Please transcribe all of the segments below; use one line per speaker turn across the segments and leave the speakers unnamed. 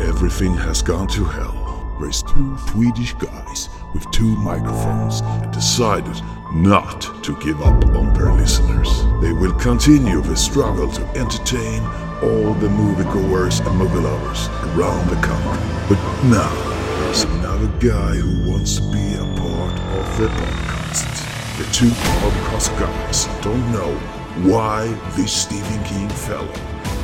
Everything has gone to hell. Raised two Swedish guys with two microphones and decided not to give up on their listeners. They will continue the struggle to entertain all the moviegoers and movie lovers around the country. But now, there's another guy who wants to be a part of the podcast. The two podcast guys don't know why this Stephen King fellow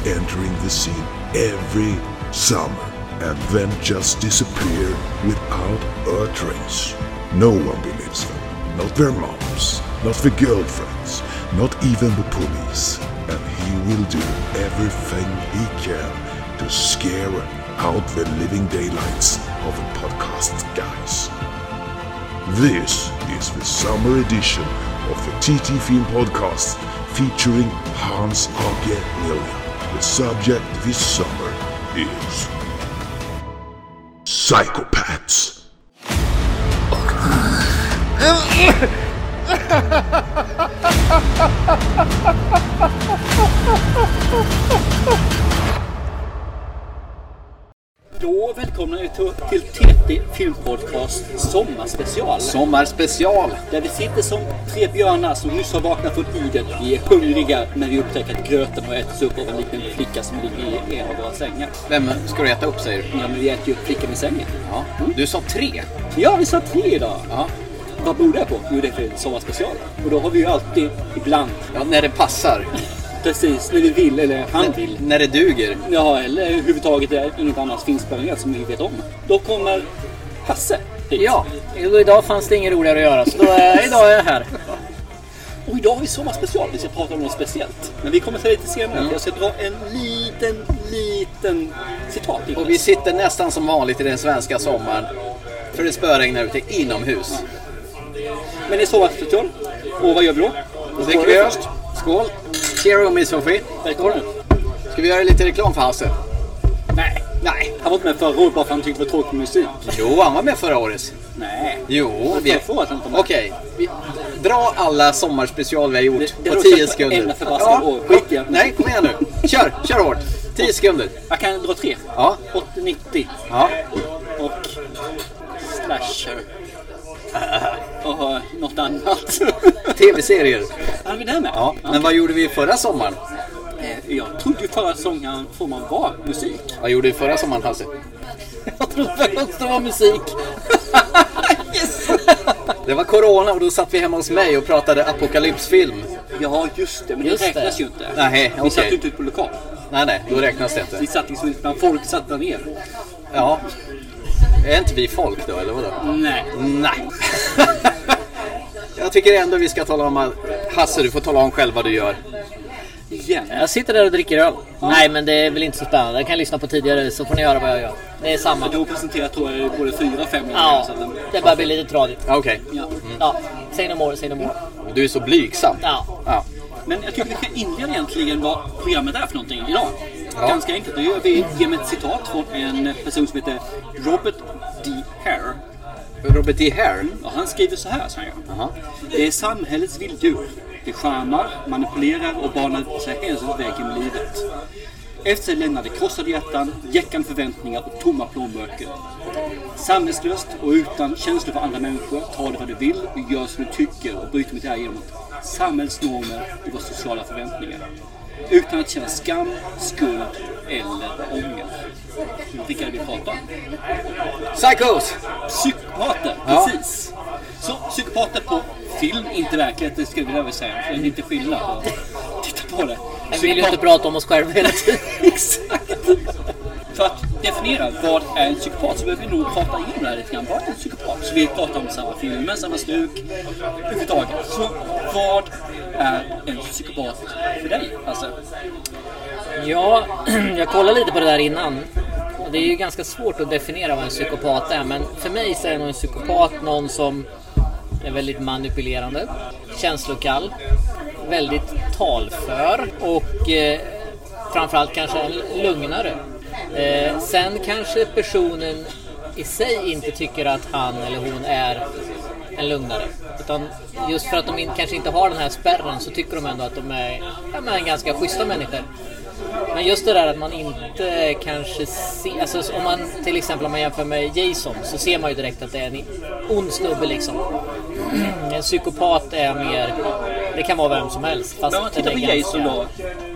entering the scene every summer and then just disappeared without a trace. No one believes them. Not their moms, not their girlfriends, not even the police. And he will do everything he can to scare out the living daylights of the podcast guys. This is the summer edition of the TT Film Podcast featuring Hans Hake Lilja. The subject this summer is psychopaths.
Då välkomnar ni till, till TT Filmpodcast Sommarspecial.
Sommarspecial.
Där vi sitter som tre björnar som nyss har vaknat från iden. Vi är hungriga när vi upptäcker att gröten har ätits upp av en liten flicka som ligger i en av våra sängar.
Vem ska du äta upp säger du?
Ja, men vi äter ju upp flickan i sängen.
Ja. Du sa tre.
Ja, vi sa tre idag!
Ja.
Vad beror det på? Jo, det är för en sommarspecial. Och då har vi ju alltid, ibland,
ja när det passar.
precis när vi vill eller han vill.
När det duger.
Ja, eller överhuvudtaget är inget annat finspelat som vi vet om. Då kommer Hasse hit.
Ja, idag fanns det inget roligare att göra så då är, idag är jag här.
Och idag har vi sommarspecial. Vi ska prata om något speciellt. Men vi kommer till det lite senare. Jag ska dra en liten, liten citat. Niklas.
Och vi sitter nästan som vanligt i den svenska sommaren. För det spöregnar ute inomhus.
Men det är sommarspecial. Och vad gör vi då?
Då dricker vi öl. Skål. Cheerio Miss Sophie.
Välkommen.
Ska vi göra lite reklam för Hasse?
Nej.
Nej.
Han var inte med förra året bara för att han tyckte det var tråkig musik.
Jo, han var med förra året.
Nej.
Jo.
Jag tror att han inte var med.
Okej. Vi- Dra alla sommarspecial vi har gjort
Det- det
på
låter
10
som
sekunder.
enda förbaskade år. Skit igen.
Nej, kom igen nu. Kör, kör hårt. 10 sekunder.
Jag kan dra tre.
Ja.
80, 90
Ja.
och slasher. Och eh, något annat.
Tv-serier.
Hade vi det med?
Ja, men vad gjorde vi förra sommaren?
Eh, Jag trodde ju förra sången får man vara musik.
Vad gjorde vi förra sommaren, Hasse?
Jag trodde också det var musik.
Det var corona och då satt vi hemma hos mig och pratade apokalypsfilm.
Ja, just det. Men
Just
det räknas
det.
ju inte.
Nej,
vi
okej.
satt ju inte ute på lokal.
Nej, nej, då räknas det
Vi
inte.
satt liksom inte bland folk, satt bland er.
Ja. Är inte vi folk då, eller vadå?
Nej.
Nej. Jag tycker ändå vi ska tala om att... Hasse, du får tala om själv vad du gör.
Igen.
Jag sitter där och dricker öl. Nej men det är väl inte så spännande. Jag kan lyssna på tidigare så får ni höra vad jag gör. Det är
Men Du
samma.
har presenterat tror jag både fyra, fem gånger.
Ja,
så att den-
det börjar bli lite tradigt.
Ja, Okej.
Ja.
Ja, say no more, say no more.
Du är så blygsam.
Ja.
Ja.
Men jag tycker vi ska inleda egentligen vad programmet är för någonting idag.
Ja.
Ganska enkelt. Det gör vi genom ett citat från en person som heter Robert D. Hare.
Robert D. Hare.
Och han skriver så här, säger han.
Jaha.
Det är samhällets vilddjur. Det charmar, manipulerar och banar sig hänsynslöst väg genom livet. Efter sig lämnar det krossade hjärtan, jäckande förväntningar och tomma plånböcker. Samvetslöst och utan känslor för andra människor tar du vad du vill och gör som du tycker och bryter mot det här genom samhällsnormer och våra sociala förväntningar. Utan att känna skam, skuld eller ånger. Vilka är det vi pratar om?
Psychos!
Psykopater,
Ja.
precis. Så psykopater på film, inte verklighet, det skulle jag vilja säga. För det är inte skillnad på titta på det.
Men Vi vill ju
Psykopat-
inte prata om oss själva hela tiden.
Exakt. För att definiera vad är en psykopat så behöver vi nog prata igenom det här lite grann. Vad är en psykopat? Så vi pratar om samma filmer, samma stuk, överhuvudtaget. Så vad är en psykopat för dig? Alltså,
Ja, jag kollade lite på det där innan. Och det är ju ganska svårt att definiera vad en psykopat är, men för mig så är nog en psykopat någon som är väldigt manipulerande, känslokall, väldigt talför och eh, framförallt kanske en lugnare. Eh, sen kanske personen i sig inte tycker att han eller hon är en lugnare. Utan just för att de in, kanske inte har den här spärren så tycker de ändå att de är ja, men ganska schyssta människor. Men just det där att man inte kanske ser... Alltså om man till exempel om man jämför med Jason så ser man ju direkt att det är en ond snubbe liksom. Mm, En psykopat är mer... Det kan vara vem som helst. Fast
Men om man tittar på
den är
Jason
ganska-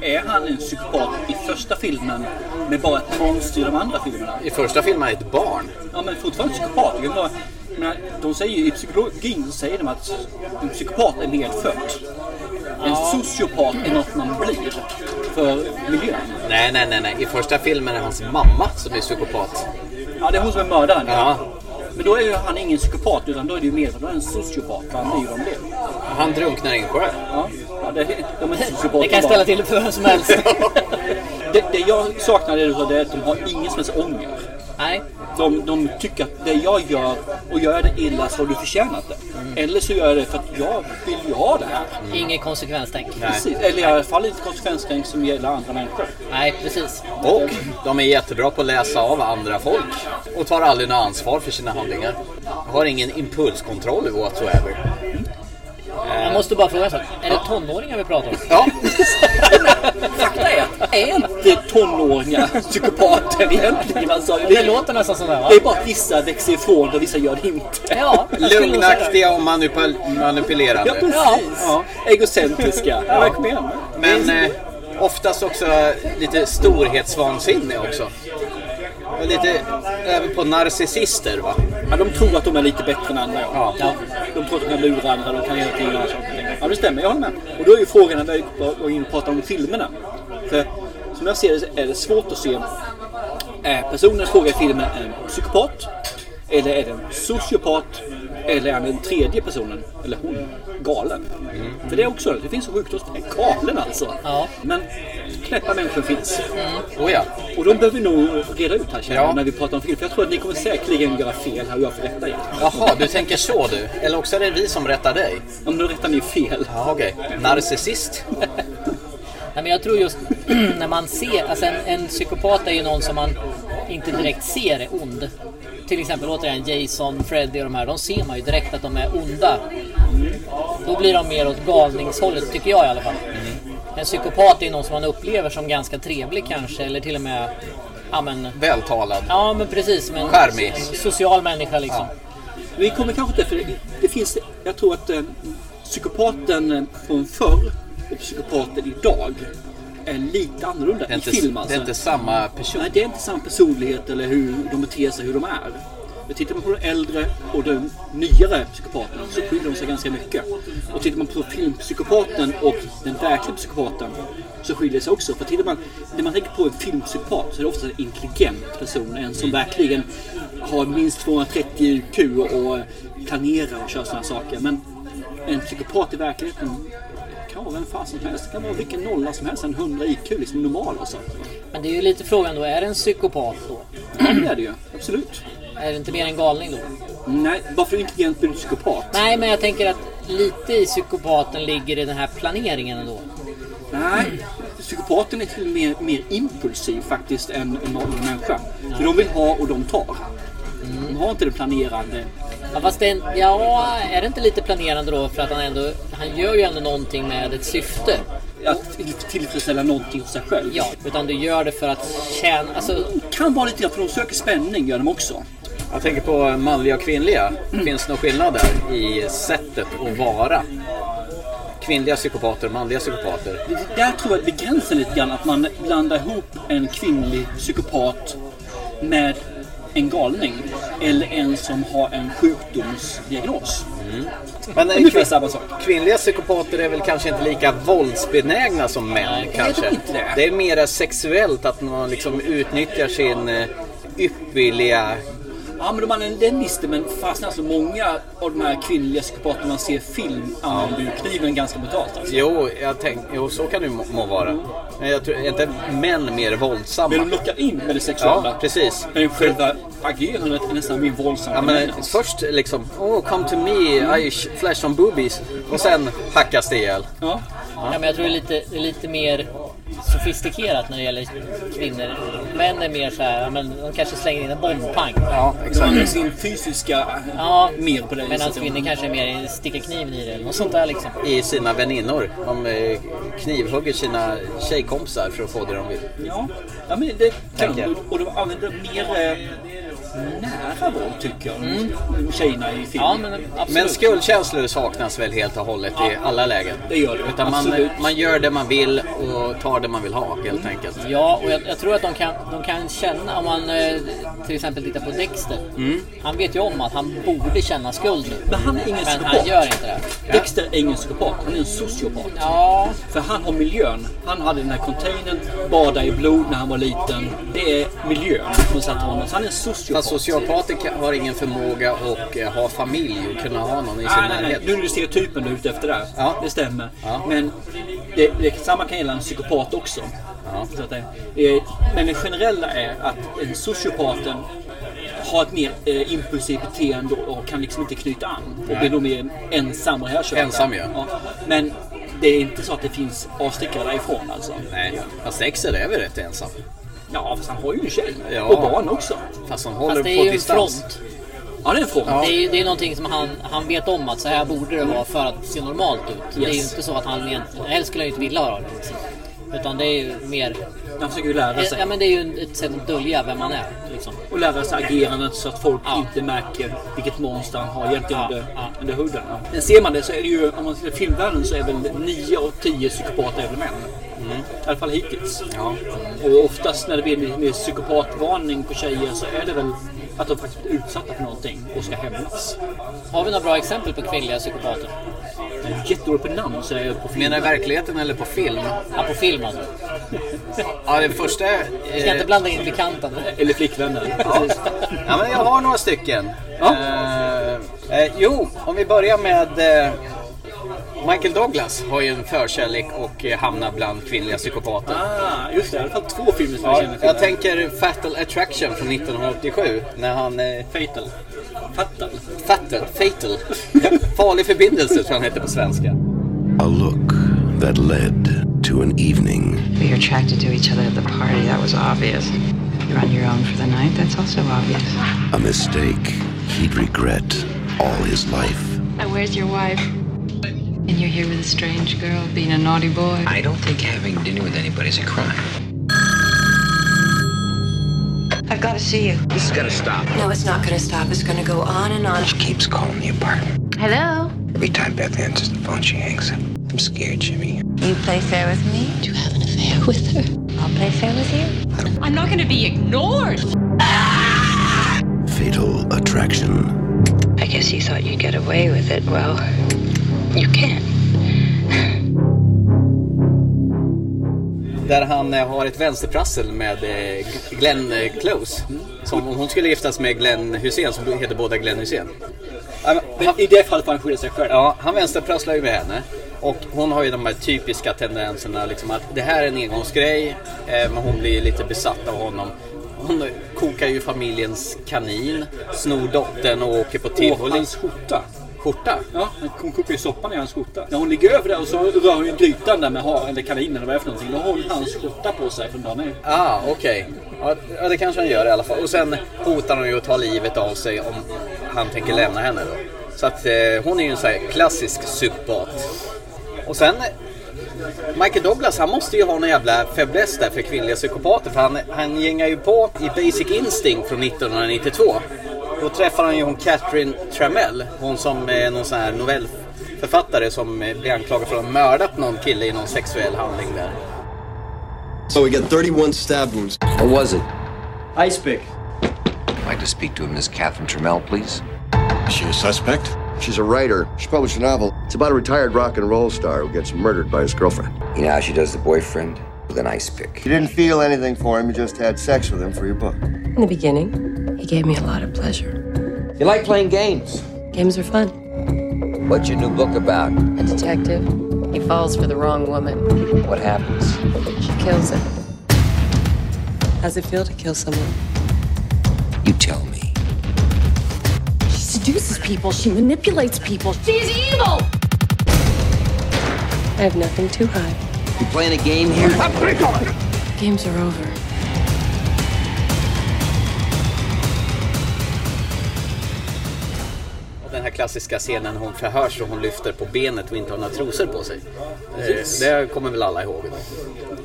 då. Är han en psykopat i första filmen med bara ett monster i de andra filmerna?
I första filmen är ett barn.
Ja men fortfarande psykopat. Jag menar, jag menar, de säger ju i psykologin så säger de att en psykopat är medfödd. En sociopat är något man blir för miljön.
Nej, nej, nej, nej. I första filmen är hans mamma som är psykopat.
Ja, det är hon som är mördaren.
Ja.
Men då är ju han ingen psykopat utan då är det ju mer då är han en sociopat. för Han är ju om det.
Han drunknar i en sjö.
Ja, ja det, de är sociopater
Det kan
bara.
ställa till det för vem som helst.
det, det jag saknar är då det är att de har ingen som helst ånger.
Nej.
De, de tycker att det jag gör, och gör jag det illa så har du förtjänat det.
Mm.
Eller så gör jag det för att jag vill ju ha det här.
Inget konsekvenstänk.
Precis. Eller i alla fall inte konsekvenstänk som gäller andra människor.
Nej, precis.
Och de är jättebra på att läsa av andra folk. Och tar aldrig något ansvar för sina handlingar. Har ingen impulskontroll whatsoever.
Jag måste bara fråga en sak. Är det tonåringar vi pratar om?
Ja,
Fakta är att är inte tonåringar psykopater egentligen? Alltså, det,
Det låter nästan sådär va?
det är bara att vissa växer ifrån det och vissa gör det inte.
Ja, jag skulle nog säga det.
lugnaktiga och manipul-
Ja,
manipulerande.
precis. Egocentriska. Ja. kom igen.
Men eh, oftast också lite storhetsvansinne också. Och lite även på narcissister va.
Ja, de tror att de är lite bättre än andra.
Ja.
Ja, de tror att de kan lura andra, de kan hela tiden göra saker. och ting. Ja, det stämmer. Jag håller med. Och då är ju frågan när vi går in och pratar om filmerna. För som jag ser det så är det svårt att se. Är personen i fråga i filmen en psykopat? Eller är det en sociopat? Eller är han den tredje personen, eller hon, galen?
Mm.
För det är också det finns en sjukdom som är galen alltså.
Ja.
Men knäppa människor finns.
Oh, ja.
Och de behöver vi nog reda ut här känner jag,
Ja.
när vi pratar om film. För jag tror att ni kommer säkerligen göra fel här och jag får rätta er.
Jaha, du tänker så du. Eller också är det vi som rättar dig.
Om nu rättar ni fel.
Ja, okej. Narcissist.
Nej, men jag tror just när man ser, alltså en, en psykopat är ju någon som man inte direkt ser är ond. Till exempel återigen Jason, Freddy och de här, de ser man ju direkt att de är onda. Då blir de mer åt galningshållet, tycker jag i alla fall. En psykopat är ju någon som man upplever som ganska trevlig kanske, eller till och med, ja men,
Vältalad.
ja, men precis, men
Charmig.
social människa liksom.
Vi kommer kanske inte, för det, det finns, jag tror att eh, psykopaten eh, från förr och psykopaten idag är lite annorlunda
Det är, inte,
i film alltså.
det är inte samma person.
Nej, det är inte samma personlighet eller hur de beter sig, hur de är. Men tittar man på de äldre och de nyare psykopaterna så skiljer de sig ganska mycket. Och tittar man på filmpsykopaten och den verkliga psykopaten så skiljer det sig också. För tittar man, när man tänker på en filmpsykopat så är det ofta en intelligent person. En som verkligen har minst 230 IQ och planerar och kör sådana saker. Men en psykopat i verkligheten kan vara vem fasen som helst. Det kan vara vilken nolla som helst. En 100 IQ, liksom normal och sånt.
Men det är ju lite frågan då, är det en psykopat då?
Ja, det är det ju. Absolut.
Är det inte mer en galning då?
Nej, varför intelligent blir du psykopat?
Nej, men jag tänker att lite i psykopaten ligger i den här planeringen ändå.
Nej. Psykopaten är till och med mer impulsiv faktiskt än en vanlig människa. För de vill ha och de tar. De har inte det planerande.
Ja, fast det, är- ja, är det inte lite planerande då för att han ändå, han gör ju ändå någonting med ett syfte.
Att till- tillfredsställa någonting hos sig själv.
Ja, utan du gör det för att tjäna, alltså
Kan vara lite grann för de söker spänning gör de också.
Jag tänker på manliga och kvinnliga. Finns det någon skillnad där i sättet att vara? Kvinnliga psykopater och manliga psykopater.
Det- Där tror jag det begränsar lite grann att man blandar ihop en kvinnlig psykopat med en galning. Eller en som har en sjukdomsdiagnos.
Men eh,
Ungefär
kvin-
samma sak.
kvinnliga psykopater är väl kanske inte lika våldsbenägna som män kanske.
inte det.
är mer sexuellt att man liksom utnyttjar sin eh, ypperliga...
Ja, men de använder den listan, men fasen alltså många av de här kvinnliga psykopaterna man ser i film använder ju kniven ganska brutalt. Alltså.
Jo, jag tänk... jo, så kan det ju må- må vara. Men jag tror är inte män mer
Men
våldsamma.
de lockar in med det sexuella.
Ja, precis.
Men själva agerandet är nästan mer våldsamt.
Ja,
än
men
männens.
först liksom, oh come to me, I sh- flash some boobies. Och sen hackas det ihjäl.
Ja.
Ja, men jag tror det är lite, det är lite mer sofistikerat när det gäller kvinnor. Män är mer så här, ja, men de kanske slänger in en bomb, pang.
Ja,
De har
exakt.
sin fysiska eh,
Ja,
mer på det
medan
viset.
kvinnor kanske är mer sticker kniven i det eller något sånt där liksom.
I sina väninnor. De eh, knivhugger sina tjejkompisar för att få det de vill.
Ja, ja men det kan
Tänker jag.
och de använder mer eh, nära våld tycker jag. Tjejerna i filmen.
Mm. Ja, men absolut.
Men skuldkänslor saknas väl helt och hållet i alla lägen?
Det gör det.
Utan man,
Absolut.
man gör det man vill och tar det man vill ha helt enkelt.
Ja, och jag, jag tror att de kan, de kan känna, om man eh, till exempel tittar på Dexter. Han vet ju om att han borde känna skuld nu.
Mm. Men han är ingen
Men han
psykopat.
gör inte det.
Dexter är ingen psykopat, han är en sociopat.
Ja,
För han har miljön. Han hade den här containern, badade i blod när han var liten. Det är miljön som satte honom. Så han är en sociopat.
Fast sociopater kan- har ingen förmåga att eh, ha familj och kunna ha någon i sin
Nej, nej, nej.
närhet.
Nu är det stereotypen du är ute efter där.
Ja.
Det stämmer.
Ja.
Men det, det, samma kan gälla en psykopat också. Så att, det- eh, men det generella är att en sociopaten har ett mer eh, impulsivt beteende och och kan liksom inte knyta an. Och blir då mer ensam och härkörd.
Ensam, ja.
Men det är inte så att det finns avstickare därifrån alltså.
Nej, fast Dexter är väl rätt ensam?
Ja, fast han har ju en tjej.
Ja.
Och barn också.
Fast han håller
fast det
på
är ju en
distans.
front.
Ja, det är en front.
Det är ju det är någonting som han, han vet om att så här borde det vara för att se normalt ut. Det är ju
Yes.
inte så att han egentligen, helst skulle han ju inte vilja ha det. Liksom. Utan det är ju mer,
Han försöker ju lära sig.
ja men det är ju ett sätt att dölja vem man är. Liksom.
och lära sig agerandet så att folk
Ja.
inte märker vilket monster han har egentligen
Ja,
under,
ja.
under huden. Men ser man det så är det ju, om man ser filmvärlden så är väl 9 av 10 psykopater även män. I alla fall hittills.
Mm. Ja.
Och oftast när det blir lite mer psykopatvarning på tjejer så är det väl att de faktiskt är utsatta för någonting och ska hämnas.
Har vi några bra exempel på kvinnliga psykopater?
Jag är jättedålig på namn så jag är på film.
Menar du verkligheten eller på film?
Ja, på film alltså.
Ja, den första...
Vi ska inte
Eh,
blanda in bekanta nu.
Eller flickvänner.
ja.
Precis.
ja, men jag har några stycken.
Ja.
Eh, eh, jo, om vi börjar med... Eh, Michael Douglas har ju en förkärlek och eh, hamnar bland kvinnliga psykopater.
Ah, just det, i alla fall två filmer som jag
Ja,
känner till.
jag tänker Fatal Attraction från 1987 när han... Eh,
Fatal. Fatal.
fatal, fatal. Farlig förbindelse tror jag han hette på svenska.
A look that led to an evening
We were attracted to each other at the party, that was obvious. You're on your own for the night, that's also obvious.
a mistake he'd regret all his life.
Now, where's your wife? And you're here with a strange girl being a naughty boy.
I don't think having dinner with anybody is a crime.
I've got to see you.
This is gonna stop.
No, it's not going to stop. It's going to go on and on.
She keeps calling the apartment.
Hello?
Every time Beth answers the phone, she hangs up. I'm scared, Jimmy.
You play fair with me. Do you have an affair with her? I'll play fair with you.
I'm not gonna be ignored.
Fatal attraction.
I guess you thought you'd get away with it. Well, you can't.
Där han eh, har ett vänsterprassel med eh, Glenn eh, Close. Som om hon skulle giftas med Glenn Hussein så heter båda Glenn Hussein. Ja, men
Men
han-
i det fallet får han skydda sig själv.
Ja, han vänsterprasslar ju med henne. Och hon har ju de här typiska tendenserna liksom att det här är en engångsgrej. eh, Men hon blir lite besatt av honom. Hon kokar ju familjens kanin, snor dottern och åker på
Och
tivoli.
hans skjorta.
Skjorta?
Ja, hon kokar ju soppan i hans skjorta. När hon ligger över där och så rör hon ju grytan där med haren eller kaninen eller vad det är för någonting. Då har hon hans skjorta på sig från dagen efter.
Ah, okej. Ja, Ja, det kanske han gör i alla fall. Och sen hotar hon ju att ta livet av sig om han tänker lämna henne då. Så att eh, hon är ju en sån här klassisk psykopat. Och sen... eh, Michael Douglas, han måste ju ha någon jävla fäbless där för kvinnliga psykopater. För han, han gängar ju på i Basic Instinct från 1992. Då träffar han ju hon Catherine Tramell. Hon som är någon sån här novellförfattare som eh, blir anklagad för att ha mördat någon kille i någon sexuell handling där.
So we got 31 stab wounds.
What was it?
Ice pick.
I'd like to speak to a Miss Catherine Trammell, please.
She a suspect?
She's a writer. She published a novel. It's about a retired rock and roll star who gets murdered by his girlfriend.
You know how she does the boyfriend? With an ice pick.
You didn't feel anything for him. You just had sex with him for your book.
In the beginning, he gave me a lot of pleasure.
You like playing games.
Games are fun.
What's your new book about?
A detective. He falls for the wrong woman.
What happens?
She kills him. How's it feel to kill someone?
You tell me.
She seduces people. She manipulates people.
She's evil!
I have nothing to hide.
You playing a game here?
Games are over.
Och den här klassiska scenen hon förhörs och hon lyfter på benet och inte har några trosor på sig. Eh,
Yes.
Det kommer väl alla ihåg.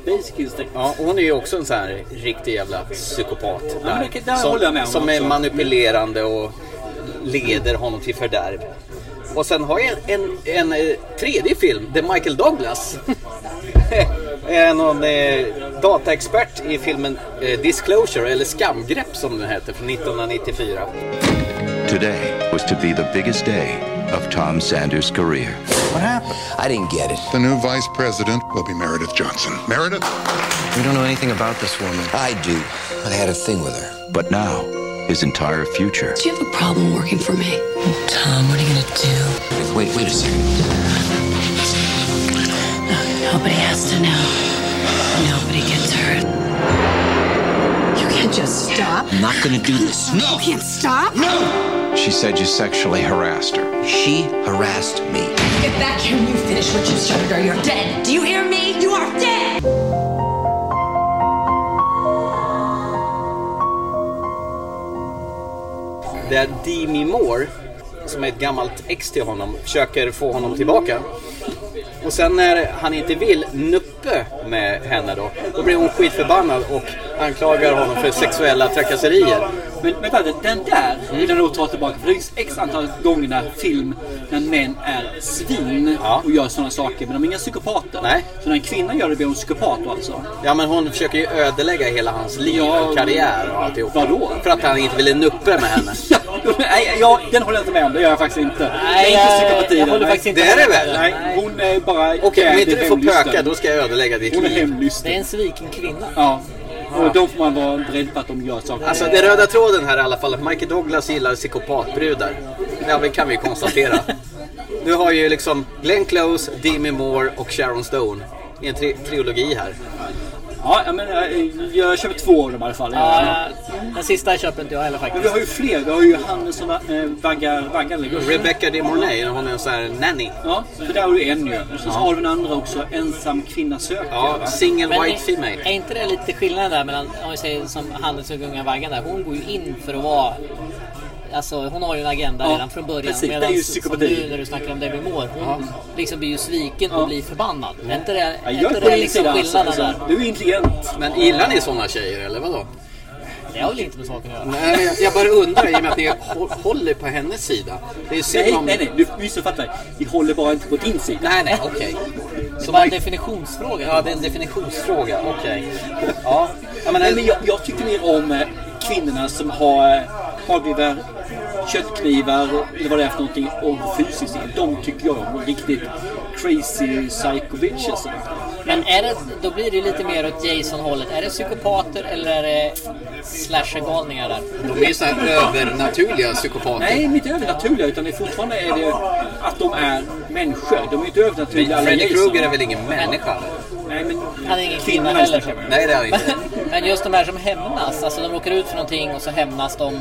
Basic instinct.
Ja, och hon är ju också en sån här riktig jävla psykopat.
men
där.
det- där
som
håller jag med om
som är
också.
manipulerande och leder honom till fördärv. Och sen har jag en, en, en eh, tredje film, där Michael Douglas är någon eh, dataexpert i filmen eh, Disclosure, eller Skamgrepp som den heter, från 1994.
Today was to be the biggest day of Tom Sanders' career.
What happened?
I didn't get it.
The new vice president will be Meredith Johnson. Meredith?
We don't know anything about this woman. I do. I had a thing with her. But now, his entire future.
Do you have a problem working for me? Tom, what are you gonna do?
Wait, wait a second.
Nobody has to know. Nobody gets hurt. You can't just stop.
I'm not gonna do this.
No. You can't stop. No.
She said you sexually harassed her. She harassed me.
Get back here and you finish what you started, or you're dead. Do you hear me? You are dead.
Där Demi Moore, som är ett gammalt ex till honom, försöker få honom tillbaka. Och sen när han inte vill nuppe med henne då, då blir hon skitförbannad och anklagar honom för sexuella trakasserier. Mm.
Men men vänta, den där vill jag nog ta tillbaka. För det finns x antal gångna film när män är svin och gör sådana saker. Men de är inga psykopater. Så när en kvinna gör det blir hon psykopat alltså.
Ja men hon försöker ju ödelägga hela hans liv
Ja,
och karriär och alltihop.
vadå?
För att han inte ville nuppe med henne.
Nej, jag, den håller jag inte med om. Det gör jag faktiskt inte. det är inte
jag-
psykopati.
eh, jag
det.
håller
Nej.
faktiskt inte Det är det med väl? det.
Nej, hon är bara...
Okej, om
jävligt
inte du får
hemlysten.
pöka då ska jag ödelägga ditt
Hon är
liv.
hemlysten.
Det är en sviken kvinna.
Ja. Och då får man vara beredd på att de gör saker.
Alltså den röda tråden här i alla fall, att Michael Douglas gillar psykopatbrudar. Ja, det kan vi ju konstatera. Du har ju liksom Glenn Close, Demi Moore och Sharon Stone i en tri- trilogi här.
Ja, jag, menar, jag, jag köper två av dem i alla fall.
Ja, den sista köper inte jag heller
Men
faktiskt.
vi har ju fler. Vi har ju han som eh, vaggar... vaggar eller-
Rebecca de Mornay, hon är en sån här nanny.
Ja, så där har du en ju. Och sen så
Ja.
har du den andra också, ensam kvinna söker.
Ja, single
Men
white
är-
female.
Är inte det lite skillnad där mellan, om vi säger som Handelshögungan Vaggan där, hon går ju in för att vara Alltså hon har ju en agenda
Ja,
redan från början.
precis. Det är ju
medans som
psykopati.
nu när du snackar om Debbie Moore, hon liksom blir ju sviken och blir förbannad. Är inte det,
Ja, jag
är inte
är på
det
din
liksom
sida alltså.
skillnaden
alltså.
där?
Du är intelligent.
Men gillar ni såna tjejer eller vadå?
Det har väl inte med saken att göra?
Nej, men jag- jag bara undrar i och med att ni hå- håller på hennes sida. Det är ju synd
Nej,
om...
nej, nej. Du missuppfattar. Vi håller bara inte på din sida.
Nej, nej, okej.
Det är bara en definitionsfråga.
Ja, det är en definitionsfråga. Okej. Ja.
Jag,
men-
Nej, men jag, jag tycker mer om eh, kvinnorna som har eh, hagelgevär, köttknivar eller vad det är för någonting och fysiskt. De tycker jag om. Riktigt crazy psycho bitches. alltså.
Men är det, då blir det lite mer åt Jason-hållet. Är det psykopater eller är det slashergalningar där?
De är ju så här övernaturliga psykopater.
Nej, de är inte övernaturliga utan det är fortfarande är det att de är människor. De är inte övernaturliga. alla
Freddy
Jason.
Krueger är väl ingen människa? eller?
Nej, men
Han är ingen kvinna
kvinnorna
heller.
snackar jag med.
Nej, det är han inte.
Men just de här som hämnas, alltså de råkar ut för någonting och så hämnas de.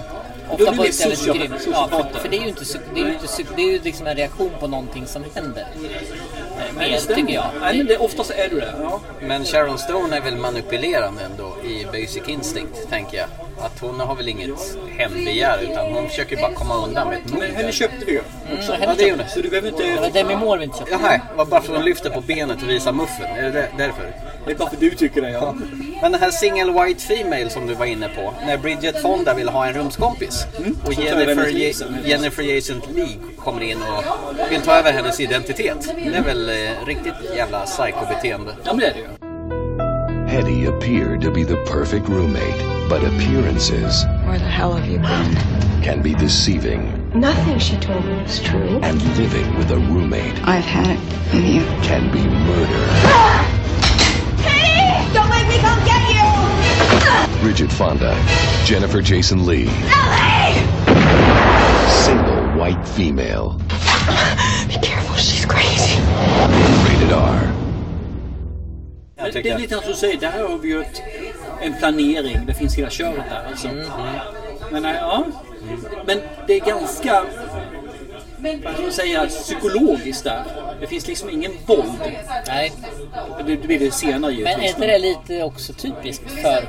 Då
Ofta
blir
på
det
ett jävligt
sociopat-
grymt... Ja,
sociopater.
för, för det är ju inte, psy- det är ju inte psy- det är ju liksom en reaktion på någonting som händer. Eh,
Nej,
Mer,
det stämmer.
tycker jag.
Nej, men det, oftast är det det. Ja.
Men Sharon Stone är väl manipulerande ändå i Basic Instinct, tänker jag. Att hon har väl inget hämndbegär, utan hon försöker bara komma undan med ett mord.
Men henne köpte vi ju. också.
ja, det gjorde
Så du behöver
Det var
inte...
Demi Moore vi inte köpte.
Jaha, var bara för att hon lyfter på benet och visar muffen. Är det där- därför?
Det är bara för du tycker det, ja.
Men den här single white female som du var inne på, när Bridget Fonda vill ha en rumskompis och
Mm. Så tar jag
Jennifer,
Venice Gibson.
Ja- Jennifer Jason League kommer in och vill ta över hennes identitet. Det är väl eh, riktigt jävla psykobeteende.
Ja, men det är det ju.
Hetty appeared to be the perfect roommate, but appearances
Where the hell have you been?
can be deceiving,
Nothing she told me was true.
and living with a roommate
I've had it with you.
can be murder.
Don't make me come get you!
Bridget Fonda, Jennifer Jason Lee, single white female.
Be careful, she's crazy.
Rated R.
Men det
tycker
är
jag.
lite som du säger, där har vi ju ett, en planering. Det finns hela köret
Mm.
eh, där. Alltså. Men, äh, ja. Men det är ganska... vad ska man säga, psykologiskt där. Det finns liksom ingen våld.
Nej.
Det det blir det senare givetvis.
Men är inte det lite också typiskt för,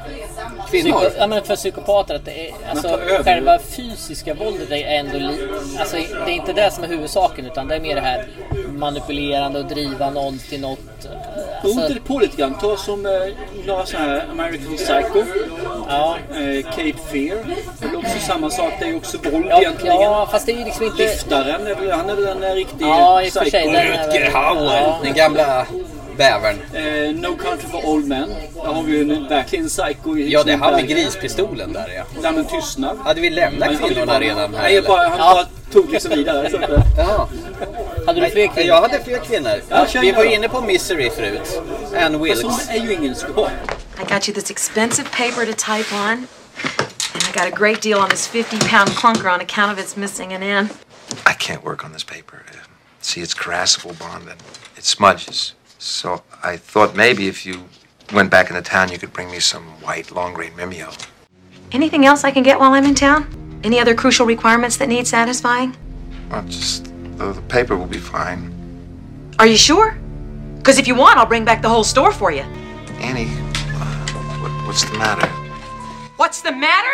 Kvinnor?
psyko- ja, men för psykopater? Att det är,
tar
alltså,
över.
själva fysiska våldet är ändå li- alltså, Det är inte det som är huvudsaken utan det är mer det här manipulerande och driva någon till något.
Alltså... Hon på lite grann. Ta som eh, några sådana här American Psycho. Eh, Cape Fear. Det är också samma sak. Det är också våld egentligen.
ja, fast det är ju liksom inte...
Lyftaren, är väl- han är väl en eh, riktig
Ja, i och för sig,
psycho.
den är väl- Rutger Hauer, Ja. den gamla
bävern.
Eh, no Country for Old Men. Där har vi ju en, verkligen psycho. i-
Ja, det är han med
där.
grispistolen där ja.
Där med tystnad.
Hade vi lämnat
Men han
kvinnorna
bara-
redan här?
Nej, jag bara- han bara tog liksom vidare.
Jaha.
Hade
du fler kvinnor? Jag hade fler kvinnor.
Ja, kör
vi
gärna
var
då.
inne på Misery förut. Ann Wilkes.
Fast Alltså, hon är ju ingen psykopat.
I got you this expensive paper to type on, and I got a great deal on this 50 pound clunker on account of its missing an end.
I can't work on this paper. See, it's caressible bond and it smudges. So I thought maybe if you went back into town, you could bring me some white long grain Mimeo.
Anything else I can get while I'm in town? Any other crucial requirements that need satisfying?
Well, just the, the paper will be fine.
Are you sure? Because if you want, I'll bring back the whole store for you.
Annie, what, what's the matter?
What's the matter?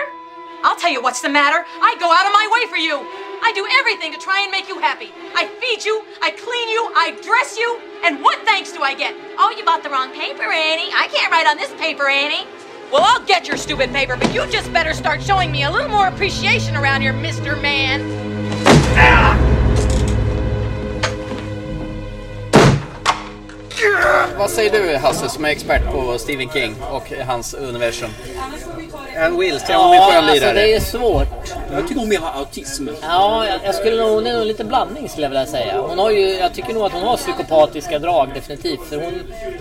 I'll tell you what's the matter. I go out of my way for you. I do everything to try and make you happy. I feed you, I clean you, I dress you, and what thanks do I get? Oh, you bought the wrong paper, Annie. I can't write on this paper, Annie. Well, I'll get your stupid paper, but you just better start showing me a little more appreciation around here, Mr. Man.
Vad säger du Hasse som är expert på Stephen King och hans universum? Ann Wilkes, är hon en skön
alltså,
lirare?
det är svårt.
Jag tycker hon mer har autism.
Ja, jag, jag skulle nog, hon är nog lite blandning skulle jag vilja säga. Hon har ju, jag tycker nog att hon har psykopatiska drag definitivt. För hon,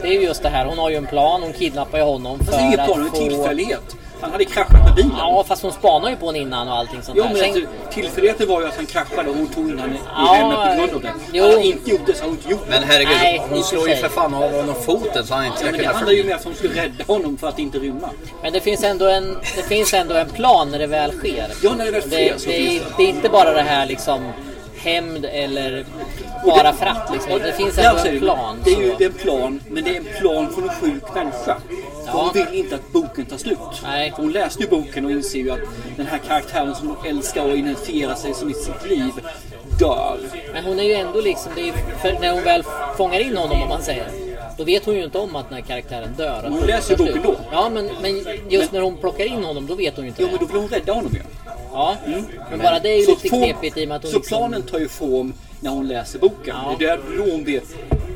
det är ju just det här, hon har ju en plan, hon kidnappar ju honom för
Fast det är inget
att
plan, det är
få...
tillfällighet. Han hade kraschat med bilen.
Ja, fast hon spanar ju på honom innan och allting sånt
Jo,
där.
men
Sen-
alltså, tillfälligheten var ju att han kraschade och hon tog in henne i
Ja,
hemmet på grund av det.
jo.
Hade han inte gjort det så hade hon inte gjort det.
Men herregud,
Nej,
hon
inte
slår ju
sig.
för fan av honom foten så han inte
Ja,
ska
men det
kunna
handlar ju
fly.
mer om att hon skulle rädda honom för att inte rymma.
Men det finns, ändå en, det finns ändå en plan när det väl sker.
Ja, när det väl sker
det,
så
det,
finns det.
är- det är inte bara det här liksom hämnd eller
Och
bara fratt liksom.
och
Det finns
där
ändå
ser du,
en plan.
Det är ju
så.
det är en plan, men det är en plan från en sjuk människa. För
Ja.
Hon vill inte att boken tar slut. För Hon läste ju boken och inser ju att den här karaktären som hon älskar och identifierar sig som i sitt liv dör.
Men hon är ju ändå liksom, det är, ju- för när hon väl fångar in honom om man säger. Då vet hon ju inte om att den här karaktären dör. att
Hon läser ju
tar
boken
slut.
då.
Ja, men, men just när hon plockar in honom då vet hon ju inte
Jo,
det.
men då vill hon rädda honom ju.
Ja, men bara det är ju
Så
lite
form-
knepigt i och med att hon
Så
liksom...
planen tar ju form när hon läser boken. Det är där då hon blir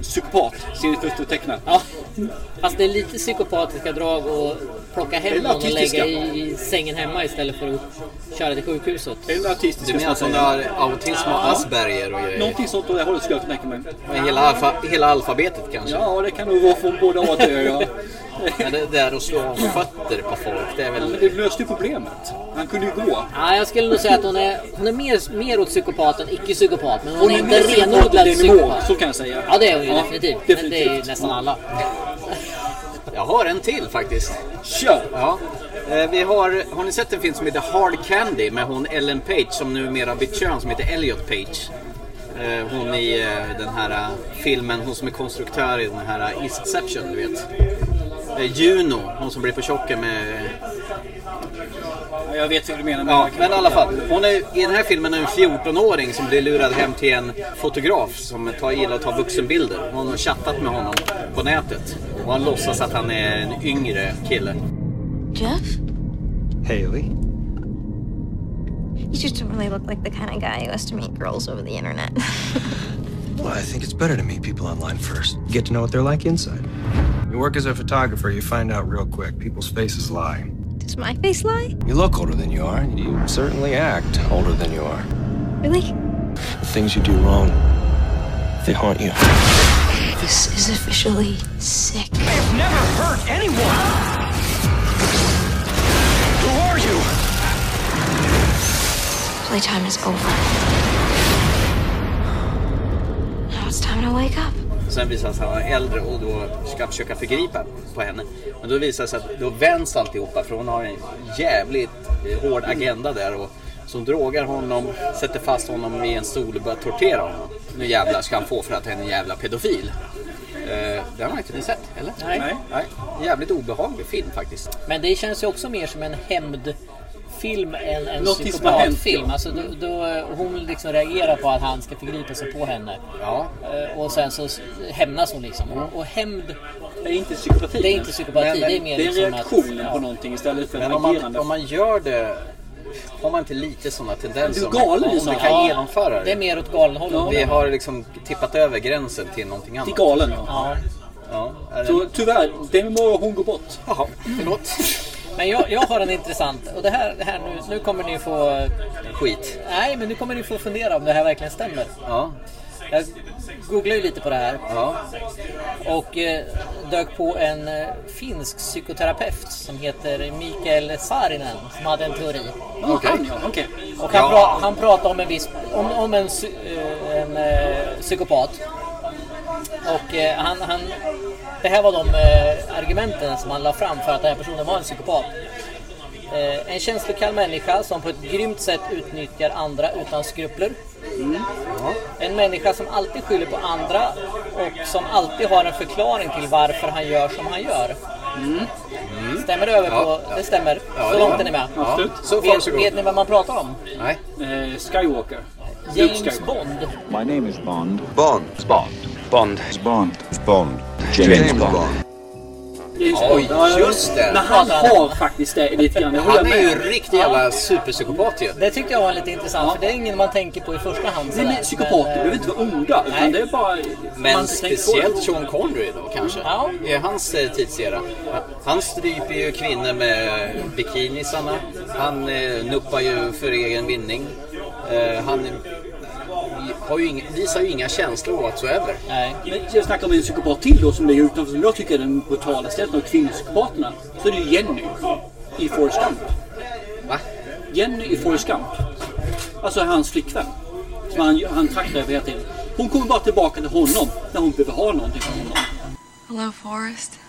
psykopat, ser det första tecknet.
Ja, fast det är lite psykopatiska drag att plocka hem
Eller
någon och
autistiska.
lägga i, i sängen hemma istället för att köra till sjukhuset.
Eller artistiska
Du menar att hon har autism och Asperger och grejer?
Någonting sånt åt det hållet skulle jag kunna tänka mig.
Men hela, alfa, hela alfabetet kanske?
Ja, det kan nog vara från båda A till Ö. ja.
Men det där att slå fötter på folk, det är
Men
väl...
det löste ju problemet. Han kunde ju gå.
Ja, jag skulle nog säga att hon är, hon är mer, mer åt psykopat än icke-psykopat. Men hon,
Hon
är
är
inte
mer psykopat
renodlad
än Demi Moore,
psykopat.
så kan jag säga.
Ja, det är hon ju
Ja,
definitivt. Men det är ju
definitivt.
nästan alla.
Jag har en till faktiskt.
Kör!
Ja. Eh, Vi har, har ni sett en film som heter Hard Candy med hon Ellen Page som numera bytt kön som heter Elliot Page? Eh, Hon i eh, den här eh, filmen, hon som är konstruktör i den här eh, Istception, du vet. Eh, Juno, hon som blir för tjock med
Ja, Jag vet hur du menar.
Ja,
jag kan-
men i alla fall. Hon är, I den här filmen är en 14-åring som blir lurad hem till en fotograf som tar, gillar att ta vuxenbilder. Hon har chattat med honom på nätet. Och han låtsas att han är en yngre kille.
Jeff?
Haley?
You just don't really look like the kind of guy who has to meet girls over the internet.
Well, I think it's better to meet people online first. You get to know what they're like inside. You work as a photographer, you find out real quick people's faces lie.
Does my face lie?
You look older than you are, and you certainly act older than you are.
Really?
The things you do wrong, they haunt you.
This is officially sick.
I've never hurt anyone! Who are you?
Playtime is over. Now it's time to wake up.
Sen visar det sig att han är äldre och då ska han försöka förgripa på henne. Men då visar det sig att då vänds alltihopa för hon har en jävligt eh, hård agenda där. Och som drogar honom, sätter fast honom i en stol och börjar tortera honom. Nu jävlar ska han få för att han är en jävla pedofil. Eh, det har man inte sett, eller?
Nej.
Nej. Jävligt obehaglig film faktiskt.
Men det känns ju också mer som en hämndfilm än en
Någonting som har hänt,
psykopatfilm.
ja.
Alltså, då, då, hon liksom reagerar på att han ska förgripa sig på henne.
Ja.
Eh, Och sen så s- hämnas hon liksom. Och hämnd...
Det är inte psykopati.
Det är inte psykopati.
Men- men
det är mer
det är
liksom
reaktionen
att,
på någonting istället för
Men om man,
agerande.
om man gör det, har man inte lite sådana tendenser?
Du är
om man-
galen,
om
Lisa.
du kan
Ja,
genomföra det.
det är
mer åt galenhållet.
Vi har liksom tippat över gränsen till någonting annat.
Till galen, ja.
Ja.
ja.
Så tyvärr, det må hon gå bort.
Jaha, förlåt.
Men jag, jag har en intressant. Och det här, det här nu, nu kommer ni få...
Skit.
Nej, men nu kommer ni få fundera om det här verkligen stämmer.
Ja.
Jag googlade ju lite på det här.
Ja.
Och eh, dök på en eh, finsk psykoterapeut som heter Mikael Saarinen som hade en teori.
Okej. Han, ja, okej.
Och han,
Ja.
pra- han pratade om en viss, om, om en, psy- eh, en eh, psykopat. Och eh, han, han, det här var de eh, argumenten som han la fram för att den här personen var en psykopat. Eh, en känslokall människa som på ett grymt sätt utnyttjar andra utan skrupler.
Mm.
En människa som alltid skyller på andra och som alltid har en förklaring till varför han gör som han gör. Stämmer det över
Ja,
på...
Mm. ja.
Det stämmer.
Ja,
så
det
långt
gör
är ni med.
det. Ja. Absolut. Så far,
Vet,
så god.
vet ni vad man pratar om?
Nej.
Eh, Skywalker. Luke
James
Skywalker.
Bond.
My name is Bond. Bond. Bond. Bond. Bond. Bond. James, Bond.
James
Oj,
Bond. Ja,
just det.
Men han har faktiskt det lite grann. Jag
Han
håller
är ju
med.
en riktig jävla superpsykopat ju.
Det tyckte jag var lite intressant för det är ingen man tänker på i första hand.
Nej, men psykopater behöver inte vara onda. Utan det är bara...
Men
inte tänker på
speciellt
det.
Sean Connery då kanske?
Ja.
I hans eh, tidsera. Han stryper ju kvinnor med bikinisarna. Han eh, nuppar ju för egen vinning. Eh, han eh, har ju inga, visar ju inga känslor whatsoever.
Nej.
Men jag snackar om en psykopat till då som ligger utanför som jag tycker är den brutalaste av kvinnopsykopaterna. Så är det ju Jenny i Forrest Gump.
Va?
Jenny i Forrest Gump. Alltså hans flickvän. Som han, han traktar över hela tiden. Hon kommer bara tillbaka till honom när hon behöver ha någonting från honom.
Hello, Forrest.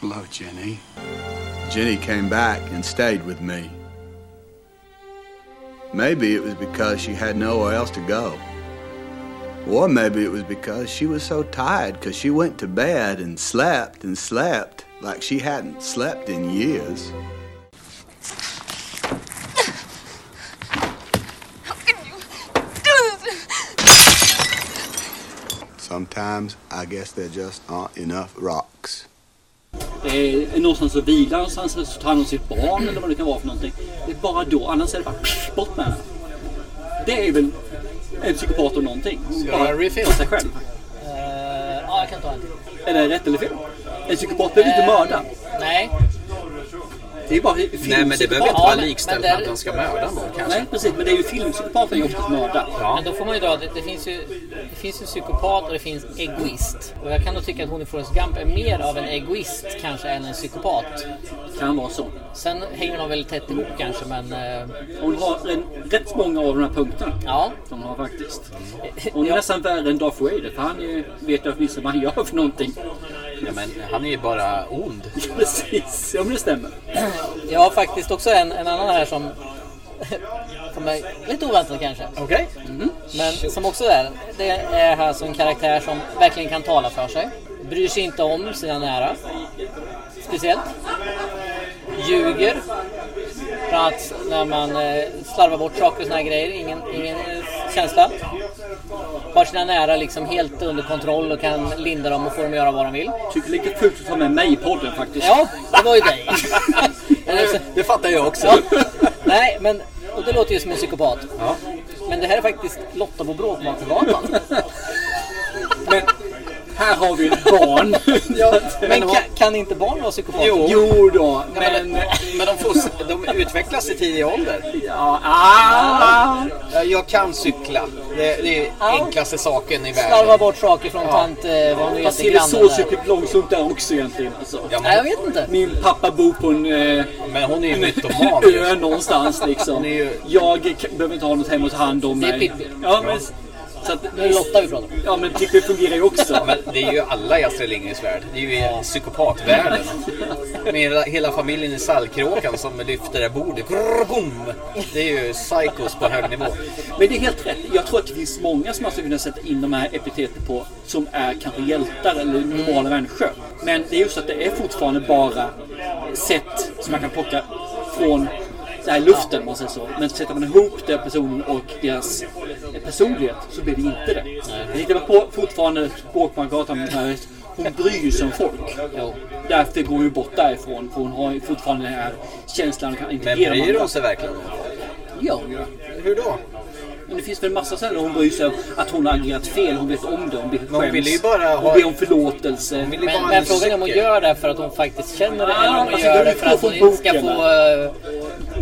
Hello, Jenny. Jenny came back and stayed with me. Maybe it was because she had nowhere else to go. Or maybe it was because she was so tired because she went to bed and slept and slept like she hadn't slept in years. Sometimes I guess there just aren't enough rocks.
Eh, någonstans så vilar han, så tar han om sitt barn eller vad det kan vara för någonting. Det är bara då, annars är det bara pff, bort med henne. Det är väl en psykopat om någonting.
Ska jag
Bara
göra refill?
för sig själv.
Eh, ja, jag kan ta en till.
Är det rätt eller fel? En psykopat behöver inte
Eh,
mörda.
Nej.
Det är bara
Nej men det behöver inte
Ja,
vara
men-
likställt
men
med
där-
att han ska mörda någon kanske.
Nej precis, men det är ju filmpsykopater som oftast mördar.
Men då får man ju dra, det, det, finns ju, det finns ju psykopat och det finns egoist. Och jag kan nog tycka att hon i Forrest Gump är mer av en egoist kanske än en psykopat.
Kan vara så.
Sen hänger de väl tätt ihop kanske men... eh,
Hon har en, rätt många av de här punkterna.
Ja.
De har faktiskt.
Mm.
Hon är nästan värre än Darth Vader för han är, vet ju åtminstone vad han gör för någonting.
Ja, men han är ju bara ond.
Precis, ja men det stämmer.
Jag har faktiskt också en, en annan här som som är lite oväntat kanske.
Okej.
Mhm. Men som också är, det är här som en karaktär som verkligen kan tala för sig. Bryr sig inte om sina nära. Speciellt. Ljuger. Bland annat när man eh, slarvar bort saker och såna här grejer. Ingen, ingen eh, känsla. Har sina nära liksom helt under kontroll och kan linda dem och få dem att göra vad de vill.
Tycker lite fult att ta med mig i podden faktiskt.
Ja, det var ju dig.
Det fattar jag också.
Ja. Nej, men och det låter ju som en psykopat.
Ja.
Men det här är faktiskt Lotta på Bråkmakargatan.
men här har vi ett barn.
ja, men kan, kan inte barn vara psykopater?
Jo.
Jo då,
men, men de, får, de utvecklas i tidig ålder.
Ja, ah.
Ja, Jag kan cykla. Det, det är enklaste saken i världen.
Slarva bort saker från
Ja.
tant... Eh, vad nu
Fast
heter,
är det så
grannen där.
psykiskt långsamt där också egentligen? Alltså.
Nej, jag vet inte.
Min pappa bor på en... Eh,
men hon är ju mytoman ju.
ö någonstans liksom. Jag k- behöver inte ha något hem att ta hand om
Det är
mig.
Pippi.
Ja, men, Så att,
Nu är det Lotta vi pratar om.
Ja, men Pippi fungerar ju också.
Men det är ju alla i Astrid Lindgrens värld. Det är ju i psykopatvärlden. Med hela, hela familjen i sallkråkan som lyfter det bordet. Grrr, boom. Det är ju psykos på hög nivå.
Men det är helt rätt. Jag tror att det finns många som man skulle kunna sätta in de här epiteten på som är kanske hjältar eller normala människor. Men det är just att det är fortfarande bara sätt som man kan plocka från det här luften, om man säger så. Men sätter man ihop den personen och deras personlighet så blir det inte det. Men tittar man på fortfarande Båkmangatan med den här hon bryr sig om folk. Därför går hon bort därifrån för hon har ju fortfarande den här känslan att kan
Men
integrera
bryr
andra.
hon sig verkligen om
Ja, ja.
Hur då?
Men det finns väl en massa ställen där hon bryr sig om att hon har agerat fel. Hon vet om det. Hon blir
hon
skäms.
ville ju bara
hon
ha-
ber om förlåtelse.
Men, men frågan är om hon gör det för att hon faktiskt känner det
Ja,
eller om hon
alltså,
gör
det
det
är
för att
från
hon inte ska
boken,
få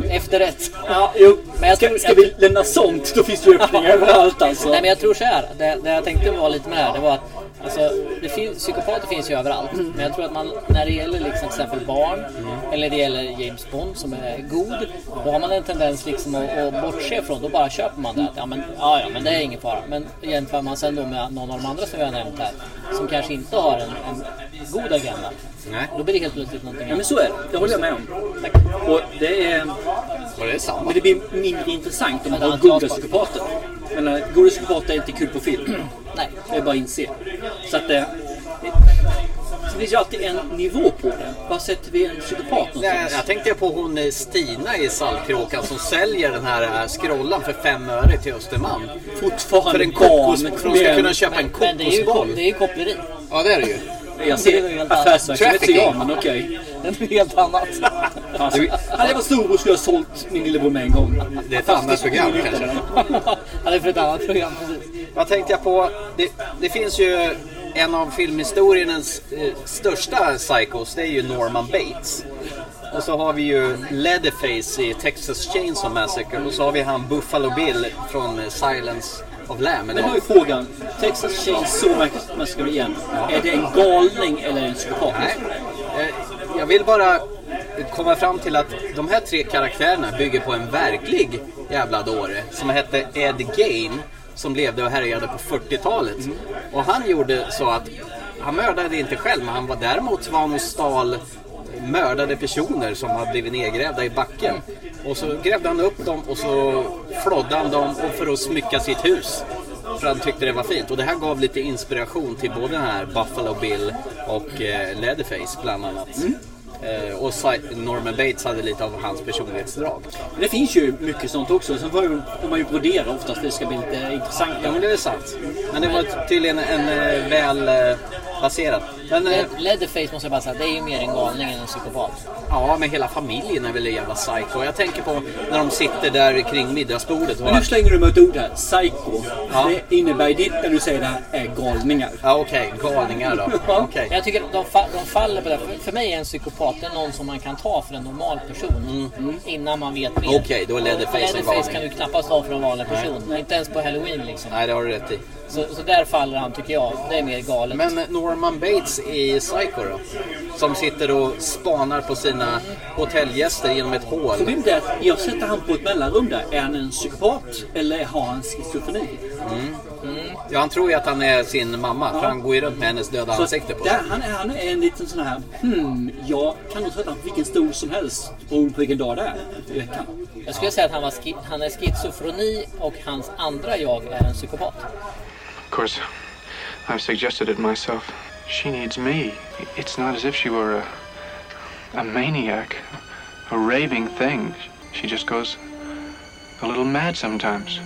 eh, efterrätt.
Ja, jo.
Men jag
Ska-
tror-
ska vi lämna sånt? Då finns det ju öppningar överallt, alltså.
Nej men jag tror så här. Det, det jag tänkte var lite med det här, det var att alltså, det finns, psykopater finns ju överallt.
Mm.
Men jag tror att man, när det gäller liksom, till exempel barn eller det gäller James Bond som är god. Då har man en tendens liksom att, att bortse från. Då bara köper man det. Att, Ja men, ja, ja, men det är ingen fara. Men jämför man sen då med någon av de andra som vi har nämnt här. Som kanske inte har en, en god agenda.
Nej.
Då blir det helt plötsligt någonting annat.
Ja, men så är det. Det håller jag med om. Och det är...
Var det samma?
Men det blir mindre intressant om man
Men
har
det är
goda
antal-
psykopater. Men goda psykopater är inte kul på film.
Nej.
Det är bara att inse. Så att det... Det finns ju alltid en nivå på det. Var sätter vi en psykopat
Nej, alltså,
någonstans?
jag tänkte på hon eh, Stina i Saltkråkan som säljer den här eh, scrollan för fem öre till Östermalm.
Fortfarande
för en kokos,
barn.
För de ska
Men-
kunna köpa en
men- men det är ju
kokosboll.
kop- det är ju koppleri.
Ja, det är det ju.
Jag ser alltså affärsverksamhet ser jag, men okej.
Det är helt annat.
Alltså, hade jag varit storbror skulle jag ha sålt min lillebror med en gång.
Det är ett
Fast
annat
skulle
program
jag inte
kanske.
göra.
Ja, det är för ett annat program. precis.
Vad tänkte jag på? Det, det finns ju en av filmhistoriens eh, största psychos, det är ju Norman Bates. Och så har vi ju Leatherface i Texas Chainsaw Massacre och så har vi han Buffalo Bill från eh, Silence of Lamb.
Men då är frågan, Texas Chainsaw Massacre igen. Är det en galning eller en psykopat?
Nej. Eh, Jag vill bara komma fram till att de här tre karaktärerna bygger på en verklig jävla dåre som hette Ed Gain som levde och härjade på 40-talet. Och han gjorde så att han mördade inte själv men han var däremot så var han och stal mördade personer som hade blivit nedgrävda i backen. Och så grävde han upp dem och så flodde han dem och för att smycka sitt hus. För han tyckte det var fint. Och det här gav lite inspiration till både den här Buffalo Bill och eh, Leatherface bland annat. Eh, och Sy- Norman Bates hade lite av hans personlighetsdrag.
Men det finns ju mycket sånt också. Sen får ju- får man ju brodera oftast för att det ska bli lite intressant.
Ja, men det är sant. Men det var tydligen en eh, väl eh, baserad. Men, eh,
Le- Leatherface måste jag bara säga, det är ju mer en galning än en psykopat.
ja, men hela familjen är väl en jävla psycho. Jag tänker på när de sitter där kring middagsbordet. och
Men
bara-
nu slänger du med ett ord här, psycho.
Ja.
Det innebär i ditt när du säger det här är galningar.
Ja, okej. Galningar då. Okej.
Jag tycker att de, fa- de faller på det. För, för mig är en psykopat det är någon som man kan ta för en normal person innan man vet mer.
Mm-hmm. Okej, då är Leatherface en
Leatherface
galning.
kan du knappast ta för en vanlig
Nej.
person. Inte ens på Halloween liksom.
Nej, det har du rätt i.
Så, så där faller han tycker jag. Det är mer galet.
Men Norman Bates i Psycho då? Som sitter och spanar på sina hotellgäster genom ett hål.
Problemet är att jag sätter han på ett mellanrum där. Är han en psykopat eller har han schizofreni?
Mm. Ja, han tror ju att han är sin mamma, för
Ja.
han går ju runt med hennes döda
Så
ansikte på sig.
där, han, är, han är en liten sån här, hmm, jag kan nog sätta vilken stol som helst beroende på vilken dag det är i veckan.
Jag skulle säga att han, var ski- han är schizofreni och hans andra jag är en psykopat.
Of course, I've suggested it myself. She needs me. It's not as if she were a, a maniac, a raving thing. She just goes a little mad sometimes.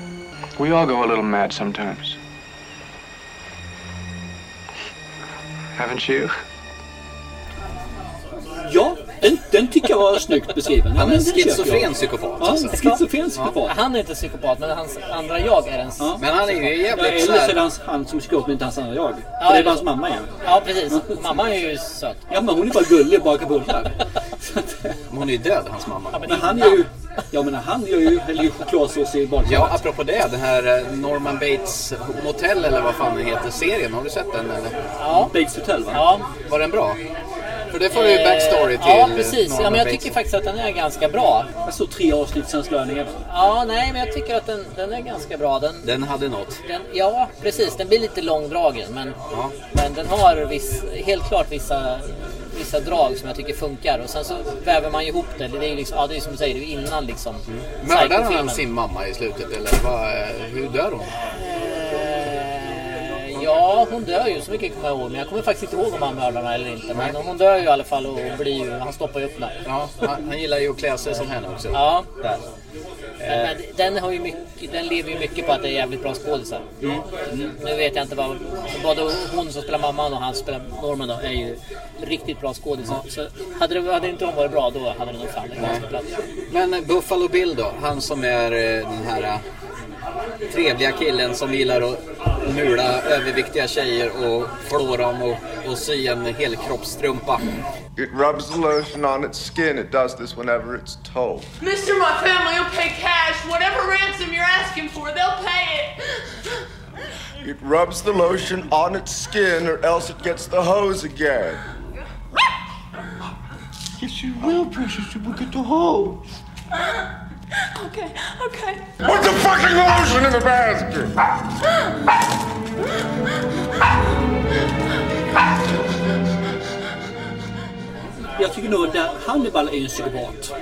We all go a little mad sometimes. Haven't you?
Ja, den, den tycker jag var snyggt beskriven. Ja,
Han är
men den köper jag.
schizofren psykopat,
Ja,
alltså.
en schizofren psykopat.
Han är inte psykopat, men hans andra jag är en
Ja.
psykopat.
Ja, Eller så är det hans, han som är psykopat, men inte hans andra jag.
Ja,
För det är
eller
bara hans
så.
mamma igen.
Ja, precis. Mamma är ju söt.
Ja, men hon är bara gullig och bakar bullar.
Men hon är ju död, hans mamma.
Men han gör ju... Jag menar, han gör ju, häller ju chokladsås i badkaret.
Ja, apropå det. Den här eh, Norman Bates Motel, eller vad fan den heter, serien. Har du sett den eller?
Ja.
Bates Hotel va?
Ja.
Var den bra? För det får du
Eh,
ju backstory till.
Ja, precis. Ja, men jag
Norman
tycker faktiskt att den är ganska bra.
Jag såg tre avsnitt sen slöningen.
Ja, nej, men jag tycker att den, den är ganska bra. Den,
Den hade något.
den, ja, precis. Den blir lite långdragen, men,
Ja.
men den har viss, helt klart vissa, vissa drag som jag tycker funkar. Och sen så väver man ju ihop det. Det är ju liksom, ja, det är som du säger, det är ju innan liksom.
Mördar han
Psycho-filmen.
sin mamma i slutet eller vad, eh, hur dör hon?
Eh, Ja, hon dör ju. Så mycket kommer jag ihåg. Men jag kommer faktiskt inte ihåg om han mördar henne eller inte. Men hon dör ju i alla fall och blir ju, han stoppar ju upp henne.
Ja, han, han gillar ju att klä sig som henne också.
Ja.
Där.
Men,
Eh,
men den, har ju mycket, den lever ju mycket på att det är jävligt bra skådisar.
Mm.
Nu vet jag inte vad... Både hon som spelar mamman och han som spelar Norman då, är ju riktigt bra skådisar. Så hade, det, hade inte de varit bra då hade det nog fallit ganska platt.
men Buffalo Bill då, han som är eh, den här eh, trevliga killen som gillar att mula överviktiga tjejer och flå dem och, och sy en helkroppsstrumpa.
It rubs the lotion on its skin. It does this whenever it's told.
Mister, my family will pay cash. Whatever ransom you're asking for, they'll pay it.
It rubs the lotion on its skin, or else it gets the hose again.
Yes, you will, precious. You will get the hose. Okay, okay.
Put the fucking lotion in the basket!
Jag tycker nog att där- Hannibal är en psykopat.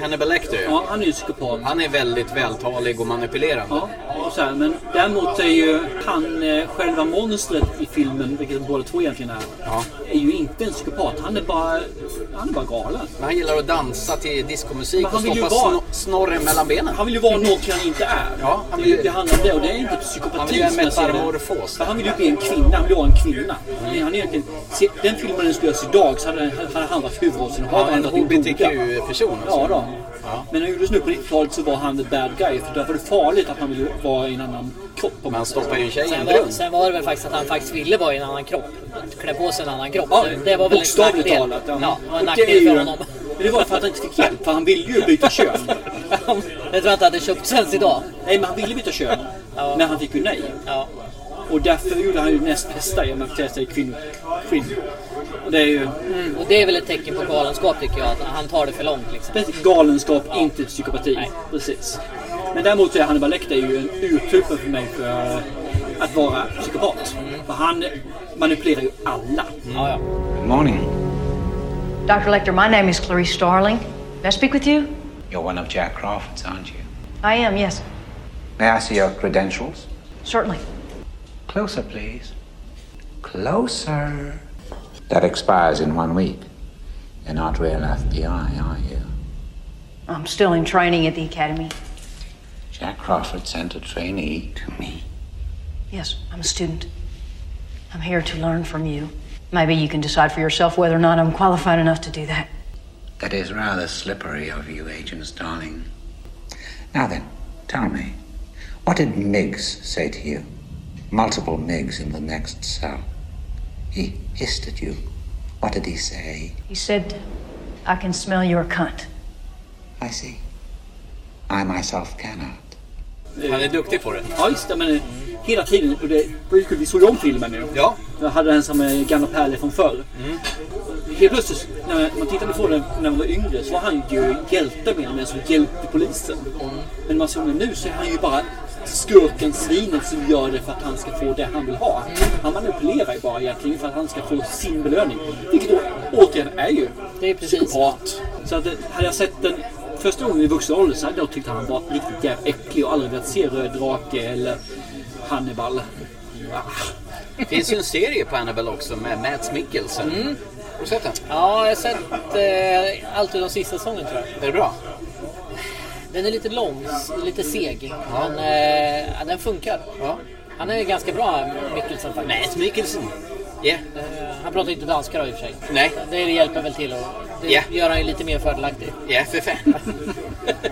Hannibal Lecter
Ja, han är en psykopat.
Han är väldigt vältalig och manipulerande.
Ja, och så här, men däremot är ju han eh, själva monstret i filmen, vilket båda två egentligen är, är ju inte en psykopat. Han är bara, han är bara galen.
Men han gillar att dansa till discomusik
Men
och
han vill ju
stoppa
vara-
snor- snorren mellan benen.
Han vill ju vara något han inte är.
Ja, han
han
vill-
vill, det handlar om det och det är inte psykopati.
Han vill göra
som jag ser det.
metamorfos. Mm.
För han vill ju bli en kvinna, han vill vara en kvinna. Han är egentligen, se, den filmen den skulle göras idag så hade, hade han varit
Ja,
huvudrollsinnehavaren.
en
och varit den goda.
HBTQ-person alltså.
Ja, då.
Ja.
Men när det gjordes nu på 90-talet så var han the bad guy. För där var det farligt att man ville vara i en annan kropp. om man säger så.
sen, var, sen var det väl faktiskt att han faktiskt ville vara i en annan kropp. Klä på sig en annan kropp.
Ja,
Så det var väl en
bokstavligt
nackdel.
talat.
Ja, det var en
Och det är
nackdel
ju-
för honom.
Men det var för att han inte fick hjälp, för han ville ju byta kön.
Jag tror inte att det köpts ens idag.
Nej, men han ville byta kön.
Ja.
Men han fick ju nej.
Ja.
Och därför gjorde han ju näst bästa genom att klä sig i kvinn- kvinn. Och det är ju
Mm, och det är väl ett tecken på galenskap tycker jag. Att han tar det för långt liksom.
precis, galenskap, inte psykopati. Precis. Men däremot så är Hannibal Lecter ju en urtyp för mig för att vara psykopat. För han manipulerar ju alla.
Good morning.
Dr. Lecter, my name is Clarice Starling. May I speak with you?
You're one of Jack Crawford's, aren't you?
I am, yes.
May I see your credentials?
Certainly.
Closer, please. Closer. That expires in one week. You're not real FBI, are you?
I'm still in training at the academy.
Jack Crawford sent a trainee to me.
Yes, I'm a student. I'm here to learn from you. Maybe you can decide for yourself whether or not I'm qualified enough to do that.
That is rather slippery of you, agents, darling. Now then, tell me, what did Miggs say to you? Multiple Miggs in the next cell. He hissed at you. What did he say?
He said, I can smell your cunt.
I see. I myself cannot.
Han är duktig på det.
Ja, just det. Men eh, hela tiden. Och det, vi såg ju om filmen nu.
Ja.
Jag hade den som eh, gamla pärlor från förr. Helt plötsligt, när man tittade på den när man var yngre så var han ju hjälte med den som hjälpte polisen. Men när man ser honom nu så är han ju bara skurken, svinet som gör det för att han ska få det han vill ha. Han manipulerar ju bara egentligen för att han ska få sin belöning. Vilket då, återigen är ju det är psykopat. Så att, eh, hade jag sett den första gången i vuxen ålder så hade jag tyckt att han var riktigt jävla äcklig och aldrig velat se Röd Drake eller Hannibal.
Det finns ju en serie på Annabelle också med Mads Mikkelsen.
Mm.
Har du sett den?
Ja, jag har sett eh, allt utom sista säsongen tror jag.
Är det bra?
Den är lite lång, s- lite seg. Men eh, ja, den funkar. Han är ganska bra, eh, Mikkelsen faktiskt. Eh,
Mads Mikkelsen. Yeah.
han pratar inte danska då i och för sig.
Nej.
Det hjälper väl till och det
Ja.
gör han ju lite mer fördelaktig.
Ja, för fan.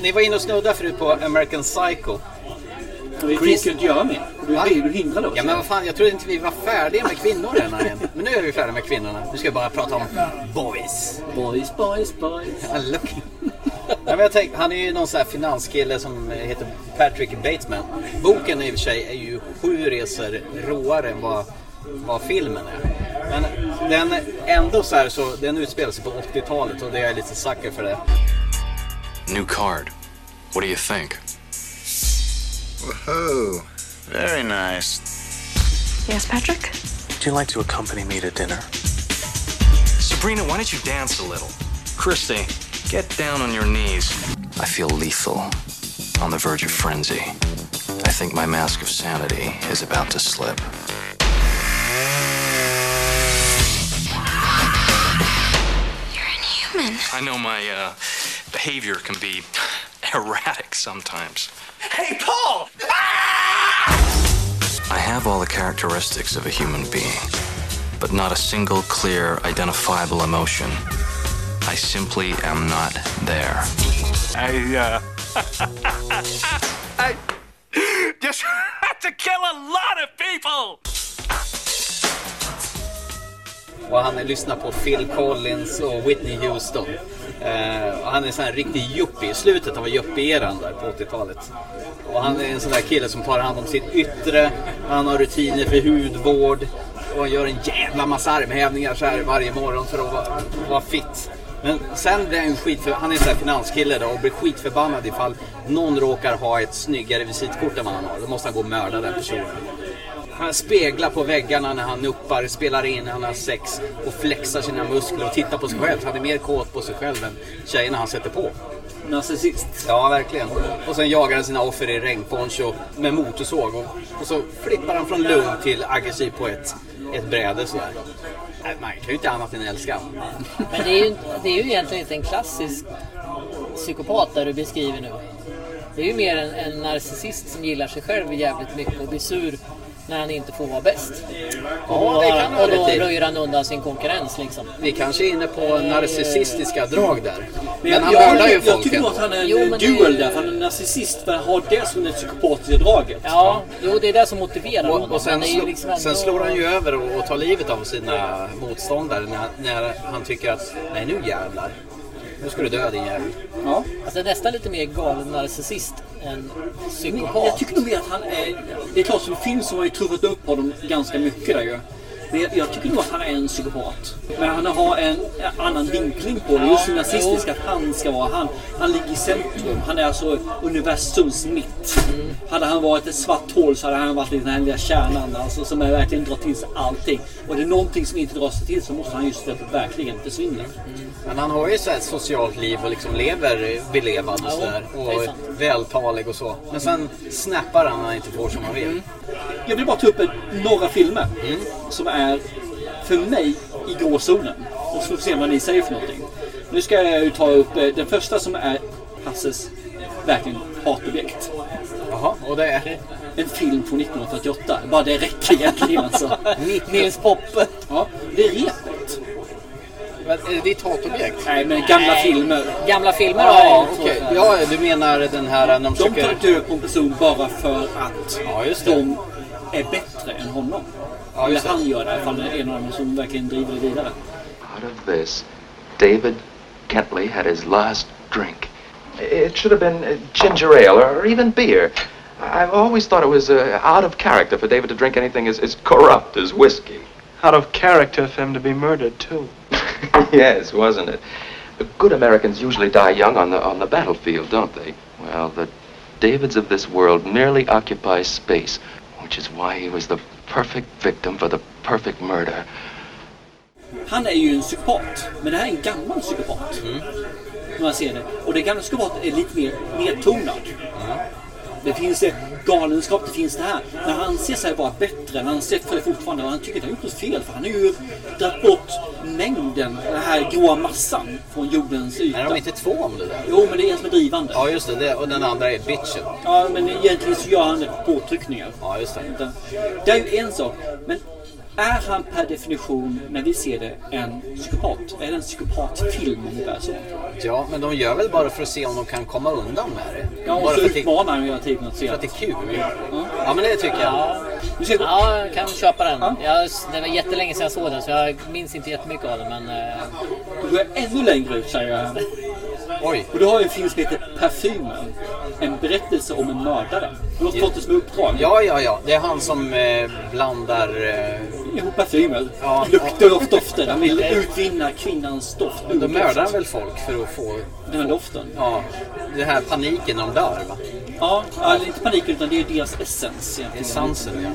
Ni var inne och snuddade förut på American Psycho.
Vi fick ju inte göra mer. Du, du hindrade oss.
Ja, men vad fan, jag trodde inte vi var färdiga med kvinnor än. Arjen. Men nu är vi färdiga med kvinnorna. Nu ska vi bara prata om boys.
Boys, boys, boys.
Ja, look. Ja, men jag tänkte, han är ju någon sån här finanskille som heter Patrick Bateman. Boken i och för sig är ju sju resor råare än vad, vad filmen är. Men den ändå så här så, den utspelar sig på 80-talet och det är jag lite sucker för det.
New card. What do you think?
Woohoo. Very nice.
Yes, Patrick?
Would you like to accompany me to dinner? Sabrina, why don't you dance a little? Christy, get down on your knees. I feel lethal, on the verge of frenzy. I think my mask of sanity is about to slip.
Human.
I know my uh, behavior can be erratic sometimes. Ah!
Hey, Paul!
I have all the characteristics of a human being, but not a single clear, identifiable emotion. I simply am not there. I, uh.
I just had to kill a lot of people!
Och han lyssnar på Phil Collins och Whitney Houston. Eh, och han är en sån här riktig yuppie, i slutet av yuppie-eran där på 80-talet. Och han är en sån där kille som tar hand om sitt yttre, han har rutiner för hudvård och han gör en jävla massa armhävningar så här varje morgon för att vara, vara fit. Men sen blir han ju skitför... Han är en sån här finanskille då och blir skitförbannad ifall någon råkar ha ett snyggare visitkort än vad han har. Då måste han gå och mörda den personen. Han speglar på väggarna när han nuppar, spelar in när han har sex och flexar sina muskler och tittar på sig själv. Han är mer kåt på sig själv än tjejerna han sätter på. Narcissist. Ja, verkligen. Och sen jagar han sina offer i regnponcho med motorsåg och, och så flippar han från lugn till aggressiv på ett, ett bräde sådär. Nej, man kan ju inte annat än älska honom.
Men det är, ju, det är ju egentligen inte en klassisk psykopat där du beskriver nu. Det är ju mer en, en narcissist som gillar sig själv jävligt mycket och blir sur när han inte får vara bäst.
Ja, det kan
och då,
vara
och då
det. typ-
röjer han undan sin konkurrens liksom.
Vi kanske är inne på narcissistiska drag där.
Men
Men han
jag-
mördar ju
jag
folk
tycker
Jag
ändå.
tror att han är en
Jo,
eh,
men det är ju-
duel där, för han är en narcissist för han har det som det psykopatiska draget.
Ja, jo det är det som motiverar honom.
Och- och sen
men det är
slå-
ju liksom ändå...
Sen slår han ju över och, och tar livet av sina motståndare när, när han tycker att nej nu jävlar, nu ska du dö din jävel.
Ja. Alltså nästan lite mer galen narcissist än
Men
psykopat.
jag tycker nog mer att han är... Det är klart som film så har ju tuffat upp honom ganska mycket där ju. Men jag, jag tycker nog att han är en psykopat. Men han har en annan vinkling på det.
Ja,
Just det nazistiska,
jo.
att han ska vara han. Han ligger i centrum. Han är alltså universums mitt.
Mm.
Hade han varit ett svart hål så hade han varit den här lilla kärnan alltså, som är verkligen drar till sig allting. Och är det någonting som inte drar sig till så måste han just verkligen försvinna.
Men han har ju så här ett socialt liv och liksom lever eh, belevad och
Ja,
sådär.
det är
Och
sant.
vältalig och så. Men sen snappar han när han inte får som han
Mm.
vill.
Jag vill bara ta upp ett, några filmer
Mm.
som är för mig i gråzonen. Och så får vi se vad ni säger för någonting. Nu ska jag ju ta upp eh, den första som är Hasses verkligen hatobjekt.
Jaha, och det är?
En film från 1948. Bara det räcker egentligen alltså.
Mm.
Nils Poppe. Ja, det är repet.
Men är det ditt hatobjekt?
Nej, men gamla
Nej.
filmer.
Gamla filmer har jag
Ja,
ju
okej.
så här.
Ja, du menar den här när de
De
försöker...
tar död på en person bara för att
Ja, just det.
de är bättre än honom.
Ja,
Eller
just
han gör det i alla fall. En av dem som verkligen driver det vidare.
Out of this, David Kentley had his last drink. It should have been uh, ginger ale or even beer. I've always thought it was uh, out of character for David to drink anything as, as corrupt as whiskey.
Out of character for him to be murdered, too.
yes, wasn't it? Good Americans usually die young on the, on the battlefield, don't they? Well, the Davids of this world merely occupy space, which is why he was the perfect victim for the perfect murder.
Han är ju en psykopat, men det här är en gammal psykopat.
Mm.
När man ser det. Och det gamla psykopat är lite mer nedtonad.
Mm.
Det finns eh, galenskap, det finns det här. Men han ser sig bara bättre, han ser för fortfarande och han tycker att han har gjort något fel. För han har ju dragit bort mängden, den här gråa massan från jordens yta.
Är de inte två om det där?
Jo, men det är en som är drivande.
Ja, just det. det. Och den andra är bitchen.
Ja, men egentligen så gör han det på påtryckningar.
Ja, just det.
Det är ju en sak, men är han per definition, när vi ser det, en psykopat? Är det en psykopatfilm ungefär så?
Ja, men de gör väl bara för att se om de kan komma undan med det.
Ja, och
bara
så
för att det,
utmanar han ju hela tiden att se.
för att det är kul.
Mm.
Ja, men det tycker jag.
Ja, jag kan köpa den. Jag, det var jättelänge sedan jag såg den så jag minns inte jättemycket av den. Men, eh,
Du går ännu längre ut säger jag.
Oj.
Och du har ju en film som heter Parfymen. En berättelse om en mördare. Du har fått det som uppdrag.
Ja, ja, ja. Det är han som eh, blandar... Eh...
Ihop parfymer.
Ja,
Lukter och dofter. Han vill utvinna kvinnans doft.
Då mördar han väl folk för att få...
Den här doften?
Ja. Den här paniken när de dör, va?
Ja, eller inte panik utan det är deras essens egentligen.
Essensen, ja.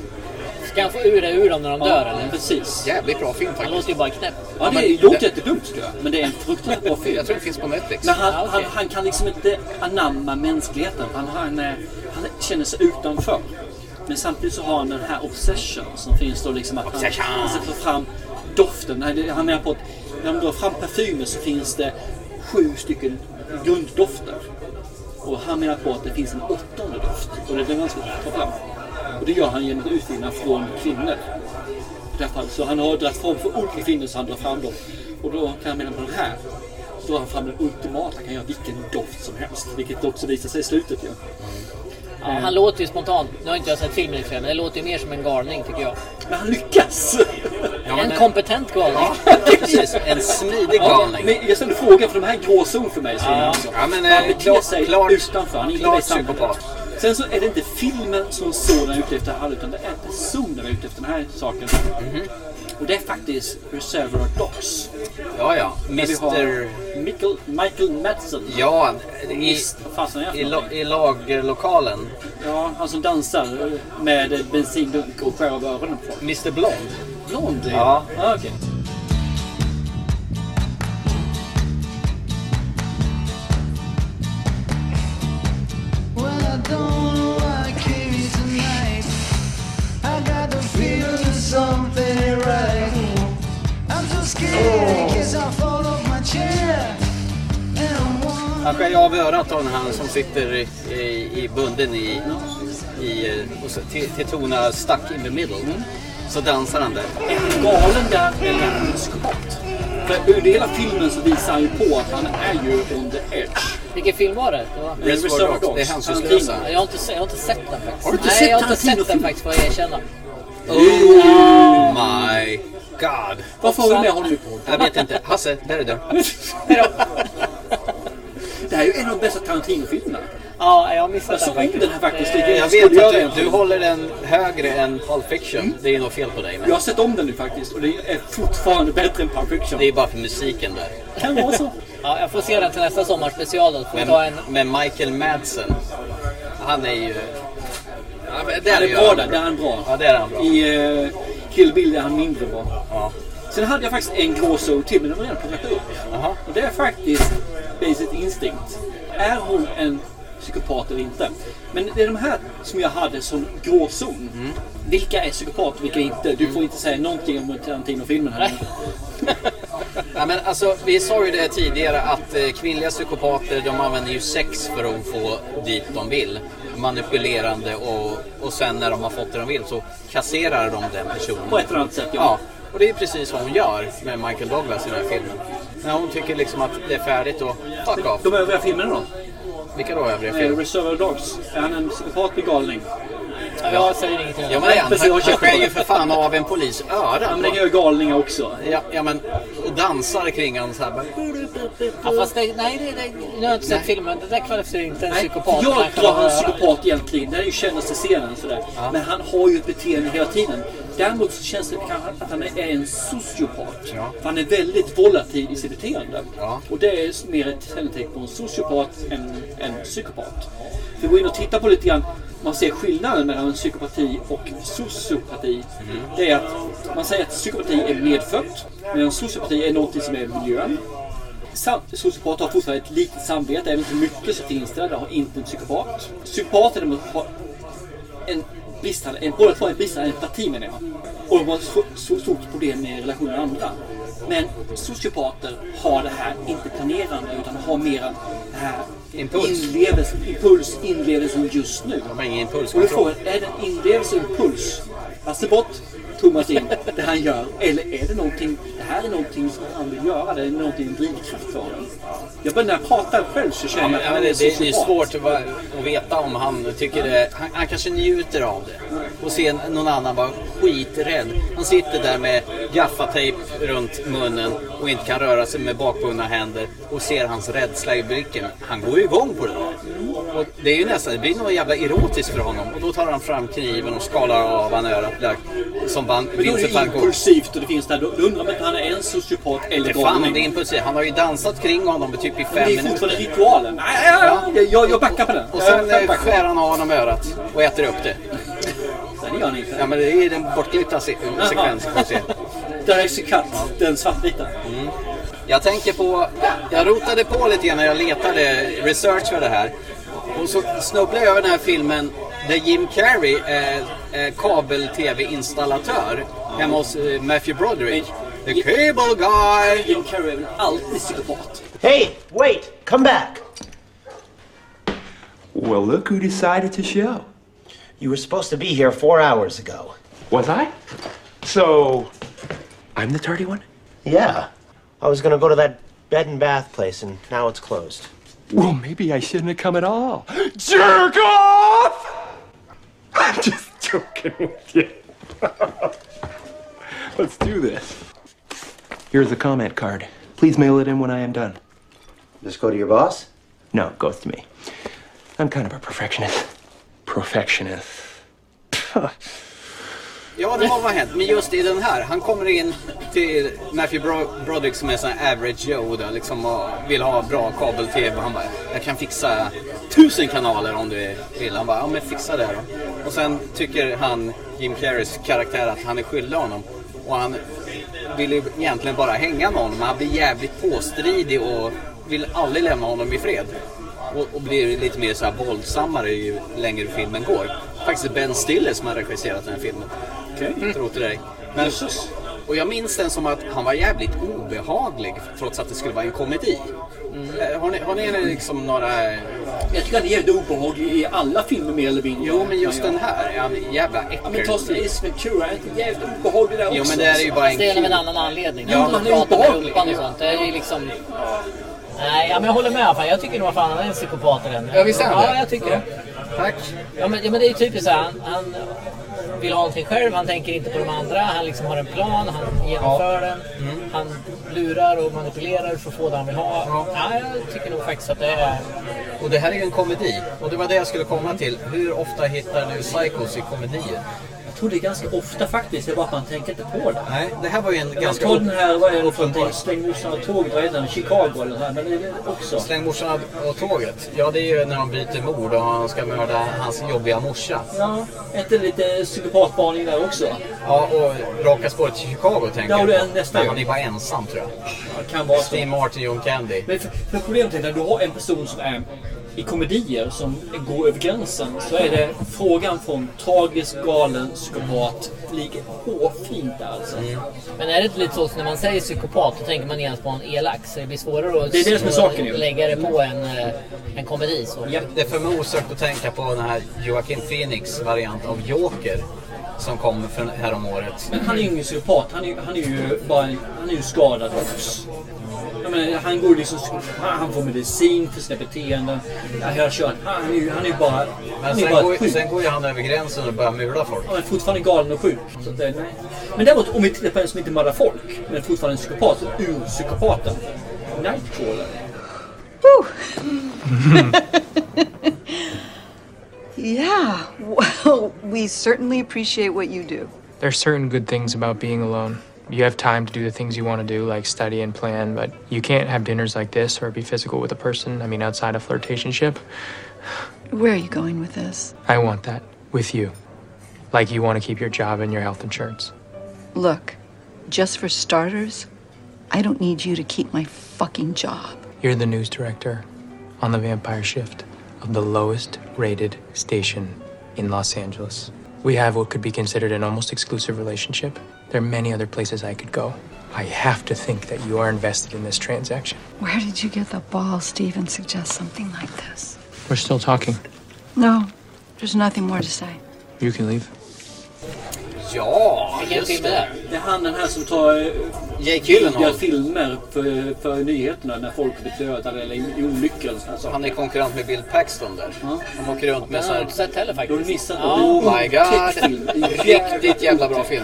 Ska han få ur det ur dem när de
Ja,
dör eller?
precis.
Jävligt bra film faktiskt.
Han låter ju bara knäpp.
Ja, det låter jättedumt tror jag, men det är en fruktansvärt bra film.
Jag tror den finns på Netflix.
Men han,
Ja, okej.
han, han kan liksom inte anamma mänskligheten. för Han, han, eh, han känner sig utanför. Men samtidigt så har han den här obsession som finns då liksom att han,
Obsession.
han sätter fram doften. Nej, det- Han menar på att när de drar fram parfymer så finns det sju stycken grunddofter. Och han menar på att det finns en åttonde doft. Och det är den han ska ta fram. Och det gör han genom att utvinna från kvinnor. Därför, så han har dragit fram för olika kvinnor så han drar fram dem. Och då kan han mena på den här. Då har han fram den ultimata, han kan göra vilken doft som helst. Vilket också visar sig i slutet ju.
Ja, han låter ju spontant, nu har inte jag sett filmen i och för sig, men det låter ju mer som en galning tycker jag.
Men han lyckas!
en kompetent galning.
precis. En smidig
Ja,
galning.
men jag ställde frågan för de här är en gråzon för mig. Så
Ja.
alltså.
Ja, men,
han
eh,
beter
klart-
sig
klart-
utanför, han är inte
klart
med i samhället.
psykopat.
Sen så är det inte filmen som sådan jag är ute efter här utan det är personen jag är ute efter den här saken.
Mhm.
Och det är faktiskt Reservoir Dogs.
Ja, ja.
Där vi har
Mr...
Michael, Michael Madsen.
Ja, i,
Mist- vad fasen är det för
i,
någonting?
lo- i lagerlokalen.
Ja, han som dansar med bensindunk och skär av öronen på folk.
Mr Blond.
Blond?
Ja.
ja okej.
Well, I don't know why I came here tonight. I got the feeling something ain't right. I'm so scared in case I fall off my chair. And I'm wondering
Han skär ju av örat av den här som sitter i, i, i bunden i, i, eh, och så- till, till tona stuck in the middle. Så dansar han där.
Galen där eller är han psykopat? För under hela filmen så visar han ju på att han är ju on the edge.
Vilken film var det? det var...
Reservoir Reservoir Dogs. Dogs. Det är hans
Tarantino.
syster.
Jag har inte, se- jag har inte sett den faktiskt.
Har du inte
Nej,
sett
jag har inte sett den
Tarantino-film?
faktiskt får jag erkänna.
Oh my god.
Varför har vi med honom i
Jag
podden?
vet inte. Hasse, där är du.
Det här är ju en av de bästa Tarantino-filmerna.
Ja, jag har missat
Jag såg om den här faktiskt. Det-
Jag
skulle
vet
göra
att du,
den.
du håller den högre än Pulp Fiction. Det är nog fel på dig. Men
Jag har sett om den nu faktiskt och det är fortfarande bättre än Pulp Fiction.
det är bara för musiken där.
Kan vara
alltså.
så. Ja, jag får se den till nästa sommarspecial då. Får
Men,
ta en...
men Michael Madsen, han är ju... Ja, men
Där är
ju
bra där, där är han bra.
Ja, där är han bra.
I uh, Kill Bill är han mindre bra.
Ja.
Sen hade jag faktiskt en gråzon till, men den var redan plockat upp. Och det är faktiskt Basic Instinct. Är hon en psykopat eller inte? Men det är de här som jag hade som gråzon.
Mm.
Vilka är psykopater och vilka inte? Du får inte säga någonting om Tarantino-filmen här.
Ja, men alltså, vi sa ju det tidigare att eh, kvinnliga psykopater de använder ju sex för att få dit de vill. Manipulerande och, och sen när de har fått det de vill så kasserar de den personen.
På ett eller annat sätt, ja.
ja. Och det är precis vad hon gör med Michael Douglas i den här filmen. När hon tycker liksom att det är färdigt och fuck off.
De övriga filmerna då?
Vilka då övriga
Eh,
filmer?
Reservoir Dogs. Är han en psykopat med galning?
Jag säger ingenting.
Ja men han,
Precis, jag
han, han
köper
skär ju
det.
för fan av en polis öra.
Ja, men det gör ju galningar också.
Ja, ja men och dansar kring honom så här. bara.
Ja, fast det, nej, det, det, nu har jag inte sett filmen. Det där kvalificerar inte en psykopat.
Jag
kan
drar han
vara-
psykopat egentligen. Det är ju kändaste scenen. Sådär. Men han har ju ett beteende hela tiden. Däremot så känns det kanske att han är en sociopat. För han är väldigt volatil i sitt beteende. Och det är mer ett kännetecken på en sociopat än en psykopat. För går in och tittar på lite grann. Man ser skillnaden mellan psykopati och sociopati.
Mm.
Det är att man säger att psykopati är medfött. Medan sociopati är någonting som är miljön. Sam- Sociopater har fortfarande ett litet samvete, även om inte mycket så finns det där. Det har inte en psykopat. Psykopater däremot har en bristande, en, båda två har en bristande empati menar jag. Och de har så, så stort problem med relationer med andra. Men sociopater har det här, inte planerande, utan har mera det här
Impuls.
Inlevelsen, impuls, inlevelsen just nu.
De har ingen
Och du
impulskontroll.
frågar, är det inlevelse och impuls? Hasse Bott, Thomas in, det han gör. Eller är det någonting, det här är någonting som han vill göra, det är någonting en drivkraft för honom. Jag bara, när jag pratar själv så känner
Ja, men,
jag
ja,
att
men
han
det, det är ju
sociopat.
svårt att, va- att veta om han tycker det. Han, han kanske njuter av det. Och ser någon annan vara skiträdd. Han sitter där med gaffatejp runt munnen och inte kan röra sig med bakbundna händer och ser hans rädsla i blicken. Han går ju igång på det där. Och det är ju nästan, det blir något jävla erotiskt för honom. Och då tar han fram kniven och skalar av han örat där, som band,
Men då är det
Vincent van Gogh.
impulsivt och det finns där. Då undrar man inte han är en sociopat eller
Det fan,
galning.
det är impulsivt. Han har ju dansat kring honom i typ i fem
Men det är
minuter.
fortfarande ritualen. Nej, ja, ja, jag, jag backar på den.
Och sen
jag
eh, skär han av honom örat och äter upp det.
Det gör han inte.
Ja, men det är den bortklippta se- sekvensen får vi se.
Direct cut, den svartvita.
Jag tänker på, jag rotade på lite grann när jag letade research för det här. Och så snubblade jag över den här filmen där Jim Carrey är, är kabel-tv-installatör hemma hos eh, Matthew Broderick. The cable guy! Jim Carrey är väl alltid psykopat?
Hey, wait, come back.
Well, look who decided to show.
You were supposed to be here four hours ago.
Was I? So, I'm the dirty one?
Yeah. I was gonna go to that bed and bath place, and now it's closed.
Well, maybe I shouldn't have come at all. Jerk off! I'm just joking with you. Let's do this. Here's a comment card. Please mail it in when I am done.
Just go to your boss?
No, it goes to me. I'm kind of a perfectionist. Perfectionist.
Ja, det var vad hänt. Men just i den här, han kommer in till Matthew Bro- Broderick som är sån här average Joe då, liksom och vill ha bra kabel-tv. Han bara, jag kan fixa tusen kanaler om du vill. Han bara, ja men fixa det då. Och sen tycker han, Jim Carreys karaktär, att han är skyldig honom. Och han vill ju egentligen bara hänga med honom. men Han blir jävligt påstridig och vill aldrig lämna honom i fred. Och, och blir lite mer så här våldsammare ju längre filmen går. Faktiskt Ben Stiller som har regisserat den här filmen. Okej. Tro till dig. Men, och jag minns den som att han var jävligt obehaglig trots att det skulle vara en komedi.
Mm.
Eh, Har ni, har ni liksom några...
Jag tycker han är jävligt obehaglig i alla filmer mer eller mindre.
Jo, men just den här är han jävla äckel.
Ja, men Torsten Ace Ventura är inte jävligt obehaglig där
Jo,
också?
men det är ju bara en
Det är av en
kul-
annan anledning.
Ja,
Ja,
men
man
det är
pratar med
obehagligt.
rumpan och sånt. Det är ju liksom... Nej, ja, men jag håller med. Fan. Jag tycker nog att fan, han är en psykopat i den.
Ja, visst är han
Ja,
det?
jag tycker det.
Tack.
Ja men, ja, men det är ju typiskt så här. Han, han vill ha någonting själv. Han tänker inte på de andra. Han liksom har en plan. Han genomför den.
Mm.
Han lurar och manipulerar för att få det han vill ha. Ja. jag tycker nog faktiskt att det är...
Och det här är ju en komedi. Och det var det jag skulle komma till. Hur ofta hittar du psychos i komedier?
Jag tror det är ganska ofta faktiskt. Det är bara att man tänker inte på det.
Nej, det här var ju en
Jag
ganska...
tror den här var en från
uppenbar.
Släng morsan och tåget. Vad heter den? Chicago eller den här. Men det är det också.
Släng morsan och tåget. Ja, det är ju när de byter mord och han ska mörda hans jobbiga morsa.
Ja, är inte lite psykopatvarning där också?
Ja, och Raka spåret till Chicago tänker
Ja,
jag
det är
på.
nästa
Men
gång.
Han är bara ensam tror jag.
kan vara så.
Steve Martin, John Candy.
Men för, för problemet är när du har en person som är i komedier som går över gränsen så är det frågan från tragisk, galen, psykopat ligger hårfint där alltså.
Mm.
Men är det inte lite så att när man säger psykopat då tänker man genast på en elak så det blir svårare att
Det är det som är saken ju.
lägga det på en, eh, en komedi. Så.
Det får mig osökt att tänka på den här Joaquin Phoenix variant av Joker som kom för häromåret.
Men han är ju ingen psykopat. Han är, ju- han är ju bara en, han är ju skadad hos. Jag menar, han går liksom... Han han får medicin för sina beteenden. Ja, Hela köret. Han är ju han är ju bara...
Men
Han är
sen
ju bara
går,
sjuk.
sen går ju han över gränsen och börjar mula folk.
Han är fortfarande galen och sjuk. Så att, det- nej. Men däremot om vi tittar på en som inte mördar folk men fortfarande en psykopat. så Urpsykopaten. Nightcrawler.
Yeah, well, we certainly appreciate what you do.
There are certain good things about being alone. You have time to do the things you want to do, like study and plan, but you can't have dinners like this or be physical with a person, I mean, outside of flirtationship.
Where are you going with this?
I want that with you. Like you want to keep your job and your health insurance.
Look, just for starters, I don't need you to keep my fucking job.
You're the news director on the vampire shift of the lowest rated station in Los Angeles. We have what could be considered an almost exclusive relationship. There are many other places I could go. I have to think that you are invested in this transaction.
Where did you get the ball, Steve, and suggest something like this?
We're still talking.
No, there's nothing more to say.
You can leave.
Ja,
Vilken film är det?
Det är han den här som tar eh,
Jake
billiga
Gyllenhaal.
filmer för, för nyheterna när folk blir dödade eller i olyckor. eller såna saker.
Han är konkurrent med Bill Paxton där. Han åker runt med
Den
sån
har
här...
jag inte sett heller faktiskt.
Då missar du.
Ja.
Oh my
Otäck film.
god! Riktigt jävla bra film.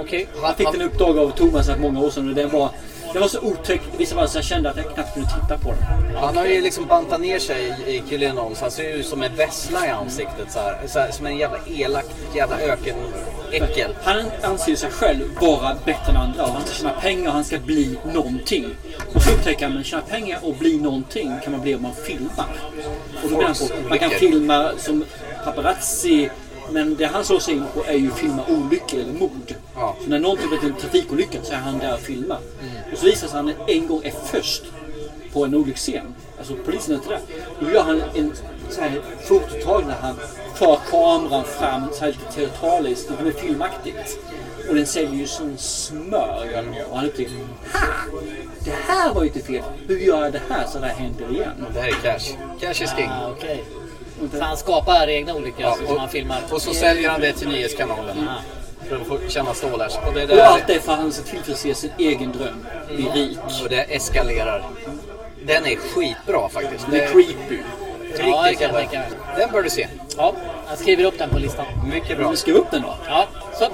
Okej. Han fick den uppdrag av Thomas för många år sedan och den var, den var så otäck i vissa fall så jag kände att jag knappt kunde titta på den.
Han har ju liksom bantat ner sig i- i Gyllenhaal så han ser ut som en vessla i ansiktet. Så här. Så här, som en jävla elak jävla ökenäckel.
Han anser sig själv vara bättre än andra och han ska tjäna pengar och han ska bli någonting. Och så upptäcker han att tjäna pengar och bli någonting kan man bli om man filmar. Och då blir han på, man kan filma som paparazzi men det han slår sig in på är ju att filma olyckor eller mord. Så när någon typ av en trafikolycka så är han där och filmar. Och så visar det sig att han en gång är först på en olycksscen. Alltså polisen är inte där. Då gör han en så här fototag när han tar kameran fram så här lite teatraliskt, lite mer filmaktigt. Och den säljer ju som smör. gör den ju. Och han upptäcker, ha! Det här var ju inte fel. Hur gör jag det här så det här händer igen?
Det här är cash. Cash is king.
Ah, okej.
Så han skapar egna olyckor
Ja,
alltså, som han filmar.
och, och så säljer han det till Nyhetskanalen. För att få tjäna stålar. Och, det där,
Och allt det är för att han ska tillfredsställa sin egen dröm. Bli rik.
Och det eskalerar. Den är skitbra faktiskt.
Den är creepy.
Ja, det
Riktigt
kan jag
jävla...
tänka mig.
Den bör du se.
Ja, jag skriver upp den på listan.
Mycket bra.
Vi skriver upp den då. Eh,
Ja, så.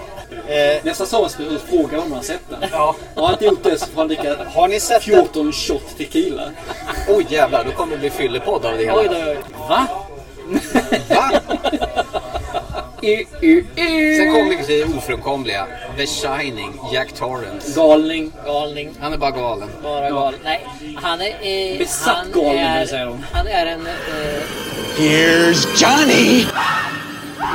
Nästa sommar ska vi fråga om han har sett den.
Ja.
Har han inte gjort det så får han dricka
Har ni sett
14 shot tequila.
Oj oh, jävlar, då kommer det bli fyllepodd av det hela.
Oj, då. Va?
Sen kommer vi till det ofrånkomliga. The Shining, Jack Torrance.
Galning.
Galning.
Han är bara galen.
Bara galen. Nej, han är... Eh,
Besatt
han
galen, vill
är,
jag säga då.
Han är en eh,
Here's Johnny!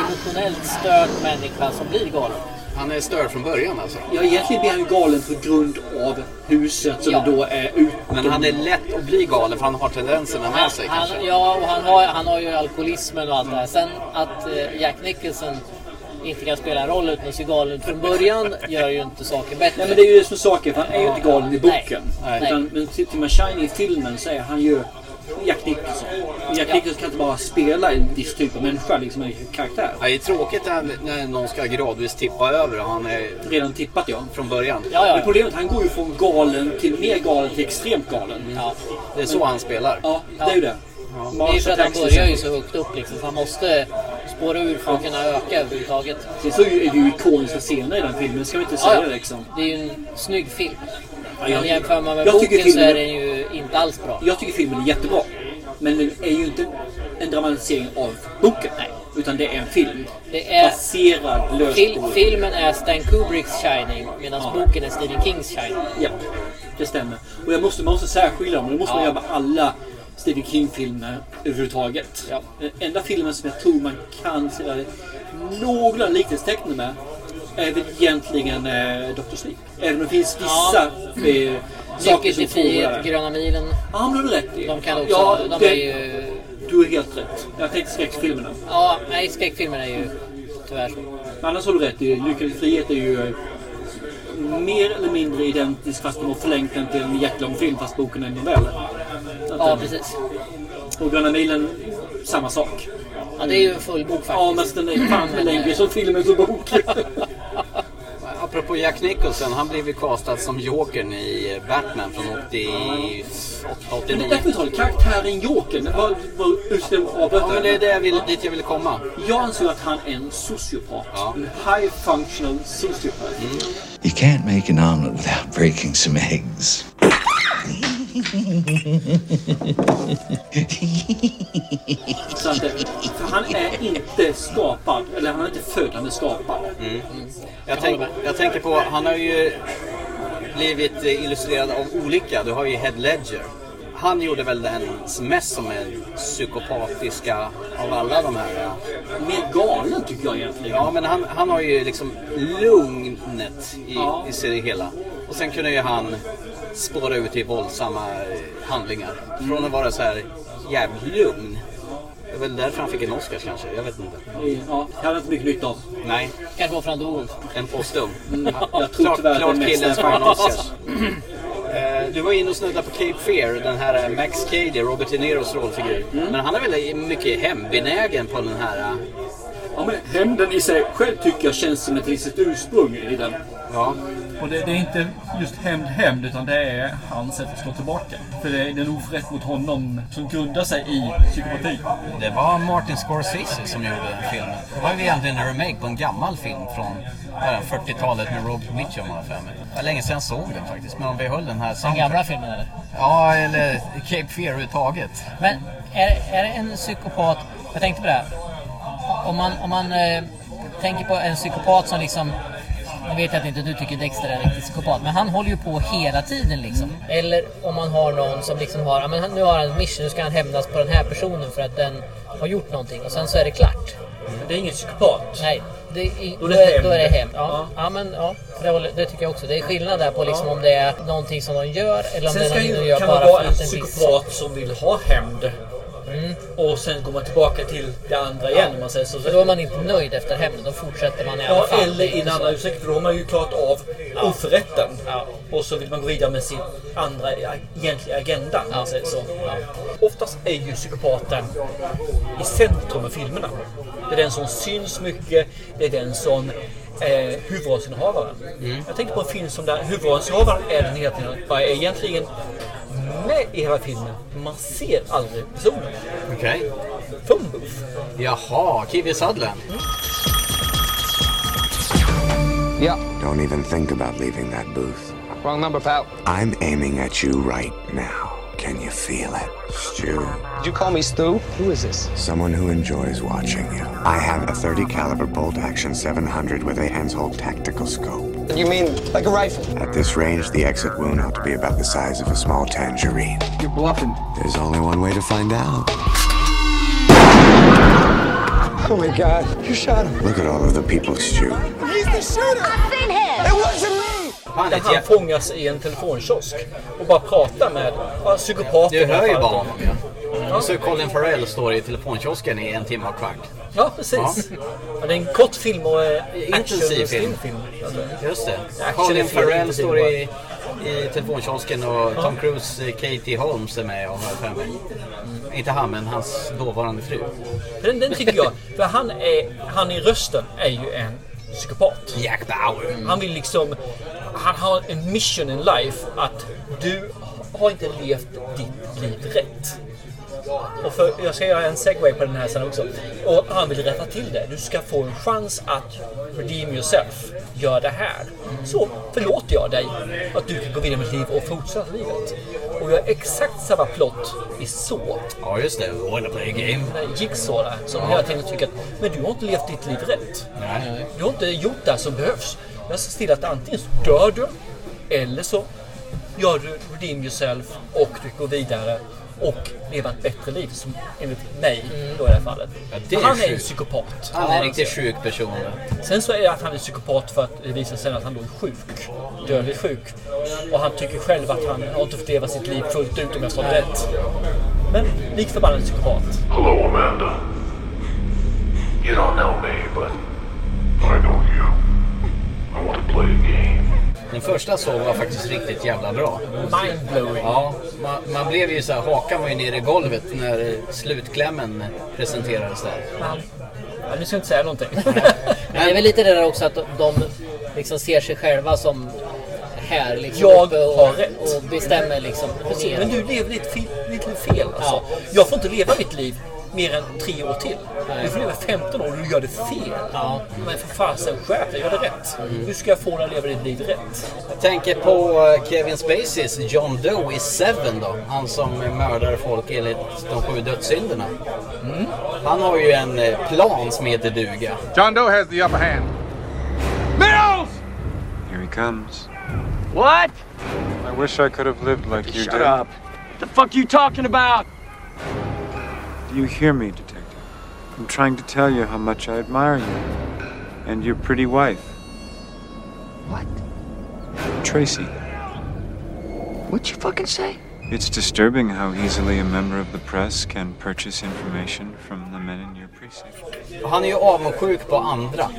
emotionellt störd människa som blir galen.
Han är störd från början alltså.
Ja, egentligen blir han ju galen på grund av huset som då är ut.
Men han är lätt att bli galen för han har tendenserna med sig
Han,
kanske.
ja, och han har, han har ju alkoholismen och allt det här. Sen att eh, Jack Nicholson inte kan spela en roll utan att se galen ut från början gör ju inte saken bättre.
Nej men det är ju det som är saken, för han är ju inte galen i boken.
Nej.
Utan, men tittar man Shining i filmen så är han ju Jack Nicholson. Och Jack Nicholson kan inte bara spela en viss typ av människa, liksom en karaktär.
Ja, det är tråkigt när, när någon ska gradvis tippa över och han är...
Redan tippat ja.
Från början.
Men problemet är att han går ju från galen till mer galen till extremt galen.
Det är så han spelar.
Ja, det är ju det.
Det är ju för att han
Marshall
börjar ju
Jackson.
så högt upp liksom. Så han måste spåra ur för att kunna öka överhuvudtaget.
Sen så är det ju ikoniska scener i den filmen, ska vi inte säga
Ja, ja.
liksom.
Det är ju en snygg film.
Ja, jag-
Men jämför man med
jag tycker
boken så
filmen-
är den ju inte alls bra.
Jag tycker filmen är jättebra. Men den är ju inte en dramatisering av boken. Utan det är en film.
Det är-
Baserad löst
Fil-
på-
filmen är Stan Kubricks Shining medan boken är Stephen Kings Shining.
Ja, det stämmer. Och jag måste, man måste särskilja dem. och Det måste man
Ja.
göra med alla Stephen King-filmer överhuvudtaget. Den enda filmen som jag tror man kan säga några likhetstecken med är väl egentligen eh, Dr. Sleep. Även om det finns vissa eh, saker
Nyckeln
som
till Mm. frihet,
fordrar
Gröna milen.
Ja, han har du rätt i.
De kan också...
Ja,
de
det-
är ju,
Du är helt rätt. Jag tänkte skräckfilmerna.
ja, nej, skräckfilmer är ju tyvärr så.
Men annars har du rätt. i. Lyckan i frihet är ju eh, mer eller mindre identisk fast de har förlängt den till en jättelång film fast boken är en novell. Så att,
Ja,
eh,
precis.
Och Gröna milen, samma sak.
Ja, det är ju en full bok faktiskt. eh,
Ja, men den är fan för längre som filmen som boken.
Apropå Jack Nicholson, han blev ju castad som Jokern i Batman från 88,
Men det är
89.
därför vi tar det. karaktären Jokern. Den var, var utställd av
Ja, men det är det jag vill, dit jag vill komma.
Jag anser att han är en sociopat. En high functional sociopat.
You can't make an omelet without breaking some eggs.
Så att, eh, för han är inte skapad, eller han är inte född, han är skapad.
Jag, tänk, jag tänker på, han har ju blivit eh, illustrerad av olika. Du har ju Head Ledger. Han gjorde väl den mest som är psykopatiska av alla de här. ja.
Mer galen tycker jag egentligen.
Ja, men han, han har ju liksom lugnet i,
Ja.
i sig det hela. Och sen kunde ju han spåra ut i våldsamma eh, handlingar. Från att vara så här jävligt lugn. Det är väl därför han fick en Oscar kanske, jag vet inte.
Eh, Ja, jag hade inte mycket nytta av.
Nej,
Kanske varför han dog.
en postum.
Mm,
Ja,
jag tror
klart-
tyvärr att
klart
det mesta
killen
är
ska ha en
faktiskt.
Oscars. Eh, Du var inne och snuddade på Cape Fear, den här eh, Max Cady, Robert De Niros rollfigur. Men han är väl mycket hembenägen på den här... eh,
Ja, men hämnden i sig själv tycker jag känns som ett litet ursprung i den.
Ja.
Och det, det är inte just hämnd, hämnd, utan det är hans sätt att slå tillbaka. För det är den oförrätt mot honom som grundar sig i psykopati.
Det var Martin Scorsese som gjorde filmen. Det var ju egentligen en remake på en gammal film från vad är det, 40-talet med Robert Mitchum har jag för mig. Det var länge sedan jag såg den faktiskt, men om vi höll den här
Den gamla filmen eller?
Ja, eller Cape Fear överhuvudtaget.
Men är, är det en psykopat, jag tänkte på det här. Om man, om man eh, tänker på en psykopat som liksom, nu vet jag att inte du tycker Dexter är en riktig psykopat, men han håller ju på hela tiden liksom. Eller om man har någon som liksom har, ja, men han- nu har han en mission, nu ska han hämnas på den här personen för att den har gjort någonting och sen så är det klart.
Det är ingen psykopat.
Nej, det är,
Då är det
då är det
hämnd.
hem. Ja, ja. men ja, det, håller, det tycker jag också. Det är skillnad där på liksom om det är någonting som de gör eller om
Sen
det är
ska
någonting de
ju,
gör
kan man
bara för
vara en
att den blir
psykopat Mm. som vill ha hämnd. Och sen går man tillbaka till det andra igen om man säger så.
För då är man inte nöjd efter hämnden, då fortsätter man i alla
Ja,
fall.
eller i en annan ursäkt, för då har man ju klarat av oförrätten. Och så vill man gå vidare med sin andra egentliga agenda. om man säger så. Oftast är ju psykopaten i centrum av filmerna. Det är den som syns mycket, det är den som är huvudrollsinnehavaren. Jag tänkte på en film som där huvudrollsinnehavaren är den hela tiden, och är egentligen med i hela filmen. Man ser aldrig personen.
Okej.
Fumbuff.
Jaha, Kiwi Sutherland.
Yeah.
Don't even think about leaving that booth.
Wrong number, pal.
I'm aiming at you right now. Can you feel it? Stu.
Did you call me Stu? Who is this?
Someone who enjoys watching you. I have a 30 caliber bolt action 700 with a Hensoldt tactical scope.
You mean like a rifle?
At this range, the exit wound ought to be about the size of a small tangerine.
You're bluffing.
There's only one way to find out.
Oh my God! You shot him.
Look at all of the people, Stu.
He's the shooter. I've seen him. It wasn't me.
Där han fångas i en telefonkiosk och bara pratar med ja, psykopater.
Du
i det här
hör ju
fallet.
bara honom ja. Och så Colin Farrell står i telefonkiosken i en timme och kvart.
Ja, precis. Ja, det är en kort film och eh, action och
Intensiv film.
stilfilm. alltså.
Just det.
Action är
Colin
fel,
Farrell
intensiv
står
bara.
i, i telefonkiosken och Tom Cruise, eh, Katie Holmes är med och har jag för mig.
Mm.
Inte han, men hans dåvarande fru.
Den, den tycker jag, för han, är, han i rösten är ju en psykopat.
Jack Bauer.
Han vill liksom, han har en mission in life att du har inte levt ditt liv rätt. Och för, jag ska göra en segway på den här sen också. Och han vill rätta till det. Du ska få en chans att redeem yourself. Gör det här. Så förlåter jag dig att du kan gå vidare med ditt liv och fortsätta livet. Och jag har exakt samma plott i så.
Ja, just det. Wanna play a game?
Jigsaw eh, där. Som
Ja.
hela tiden tycker att men du har inte levt ditt liv rätt.
Nej.
Du har inte gjort det som behövs. Jag ser till att antingen så dör du eller så gör du redeem yourself och du går vidare och lever ett bättre liv som enligt mig då i det här fallet.
Mm. det är
Men han är en
sjukt.
psykopat.
Han är en riktigt sjuk person.
Sen så är det att han är psykopat för att det visar sig att han då är sjuk. Dödligt sjuk. Och han tycker själv att han har inte fått leva sitt liv fullt ut om jag förstått rätt. Men lik förbannat psykopat.
Hello, Amanda. You don't know me, but I know you. I want to play a game.
Den första jag såg var faktiskt riktigt jävla bra.
Mindblowing.
Ja, man, man blev ju så här, hakan var ju nere i golvet när eh, slutklämmen presenterades där.
Han, ja, nu ska jag inte säga någonting.
Men det är väl lite det där också att de liksom ser sig själva som här liksom
Jag
uppe och,
har rätt.
och bestämmer liksom.
Precis,
ner.
men du lever ditt, fel- ditt liv fel alltså. Jag får inte leva mitt liv mer än tre år till. Du får leva 15 år och du gör det fel. Men för fasen skärp dig, gör det rätt.
Mm.
Hur ska jag få dig att leva ditt liv rätt?
Jag tänker på eh, Kevin Spaceys John Doe i Seven då. Han som eh, mördar folk enligt de sju dödssynderna.
Mm.
Han har ju en eh, plan som heter duga.
John Doe has the upper hand. Mills!
Here he comes.
What? I wish I could have lived like you
Shut
did.
up.
What the fuck you talking about? Do you hear me, detective? I'm trying to tell you how much I admire you and your pretty wife. What? Tracy. What'd you fucking say? It's disturbing how easily a member of the press can purchase information from the men in your precinct.
Och Han är ju avundsjuk på andra.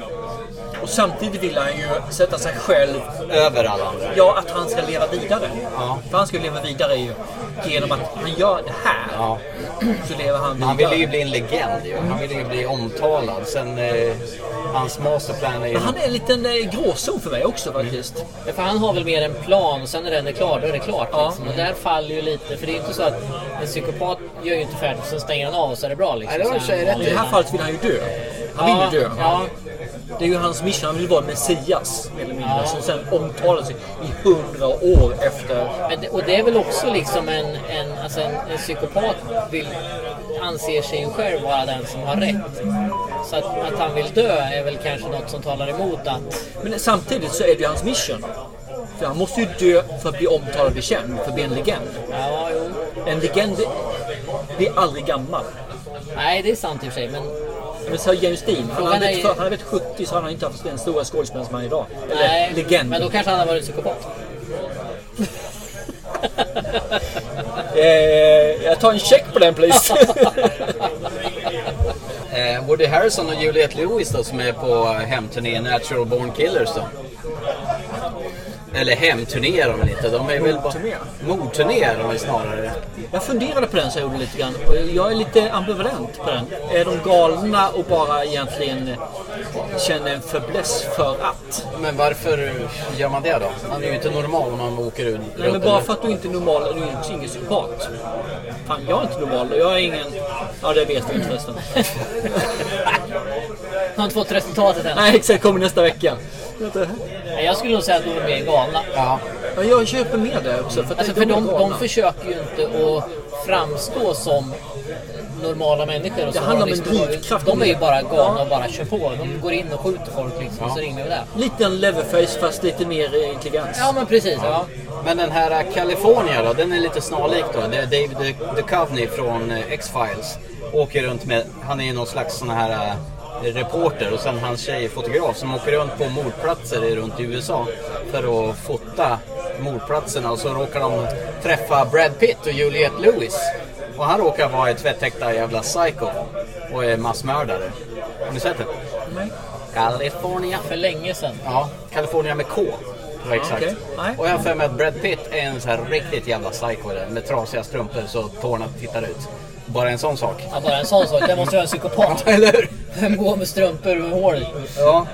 Och samtidigt vill han ju sätta sig själv
över alla andra.
Ja, att han ska leva vidare.
Ja.
För han ska ju leva vidare ju genom att han gör det här. så lever han
Han ville ju bli en legend ju. Han ville ju bli omtalad. Sen eh, hans masterplan är ju...
Men han är en liten eh, gråzon för mig också faktiskt.
Ja, för han har väl mer en plan och sen när den är klar, då är det klart. Liksom. Och där faller ju lite, för det är ju inte så att en psykopat gör ju inte färdigt och sen stänger han av och så är det bra. Liksom.
Nej, det var i och för sig rätt i. I det här fallet vill han ju dö. Han
ja,
vill ju dö.
Ja.
Det är ju hans mission. Han vill vara Messias. Eller mindre, Som sen omtalas i hundra år efter.
Men det, och det är väl också liksom en, en, alltså en, en psykopat vill, anser sig ju själv vara den som har rätt. Så att, att han vill dö är väl kanske något som talar emot att...
Men samtidigt så är det ju hans mission. För han måste ju dö för att bli omtalad och bli känd, för att bli en legend.
Ja, jo.
En legend blir aldrig gammal.
Nej, det är sant i och för sig. Men...
Men så James Dean, han
Frågan
har
är-
är... han är väl 70 så han har inte haft den stora skådespelaren som han är idag. Eller
Nej,
legend.
men då kanske han har varit psykopat.
Eh, jag tar en check på den please.
Eh, Woody Harrison och Juliette Lewis då som är på hemturné Natural Born Killers då. Eller hemturné är de väl inte. De är väl bara... Mordturné är de väl snarare.
Jag funderade på den så jag gjorde lite grann. Och jag är lite ambivalent på den. Är de galna och bara egentligen eh, känner en fäbless för att?
Men varför gör man det då? Man är ju inte normal om man åker ut.
Nej, men bara för att du inte är normal är du ingen psykopat. Fan, jag är inte normal och jag är ingen... Ja, det vet vi inte förresten.
Har inte fått resultatet än.
Nej, exakt. Kommer nästa vecka.
Nej, Jag skulle nog säga att de är mer galna.
Ja.
jag köper med det också. För, att
Alltså
det-
för
de är
de, de
galna.
försöker ju inte att framstå som normala människor. Och
Det
så
handlar om
liksom
en
bara-
drivkraft.
De är ju bara galna
Ja.
och bara kör på. De går in och skjuter folk liksom, så ringer vi där.
Liten leverface fast lite mer eh, intelligens.
Ja, men precis. Ja.
Men den här eh, California då, den är lite snarlik då. Det är David Duchovny från eh, X-Files. Åker runt med, han är ju någon slags sån här eh, reporter och sen hans tjej är fotograf som åker runt på mordplatser i- runt i USA för att fota mordplatserna och så råkar de träffa Brad Pitt och Juliette Lewis. Och han råkar vara ett tvättäkta jävla psycho och är massmördare. Har ni sett det?
Nej.
California.
För länge sedan.
Ja, California med K. Det var
Ja,
exakt.
okej. Nej.
Och jag har för mig att Brad Pitt är en så här riktigt jävla psycho i den, med trasiga strumpor så tårna tittar ut. Bara en sån sak.
Ja, bara en sån sak. Det måste vara en psykopat.
Eller hur?
Vem går med strumpor och hår i?
Ja,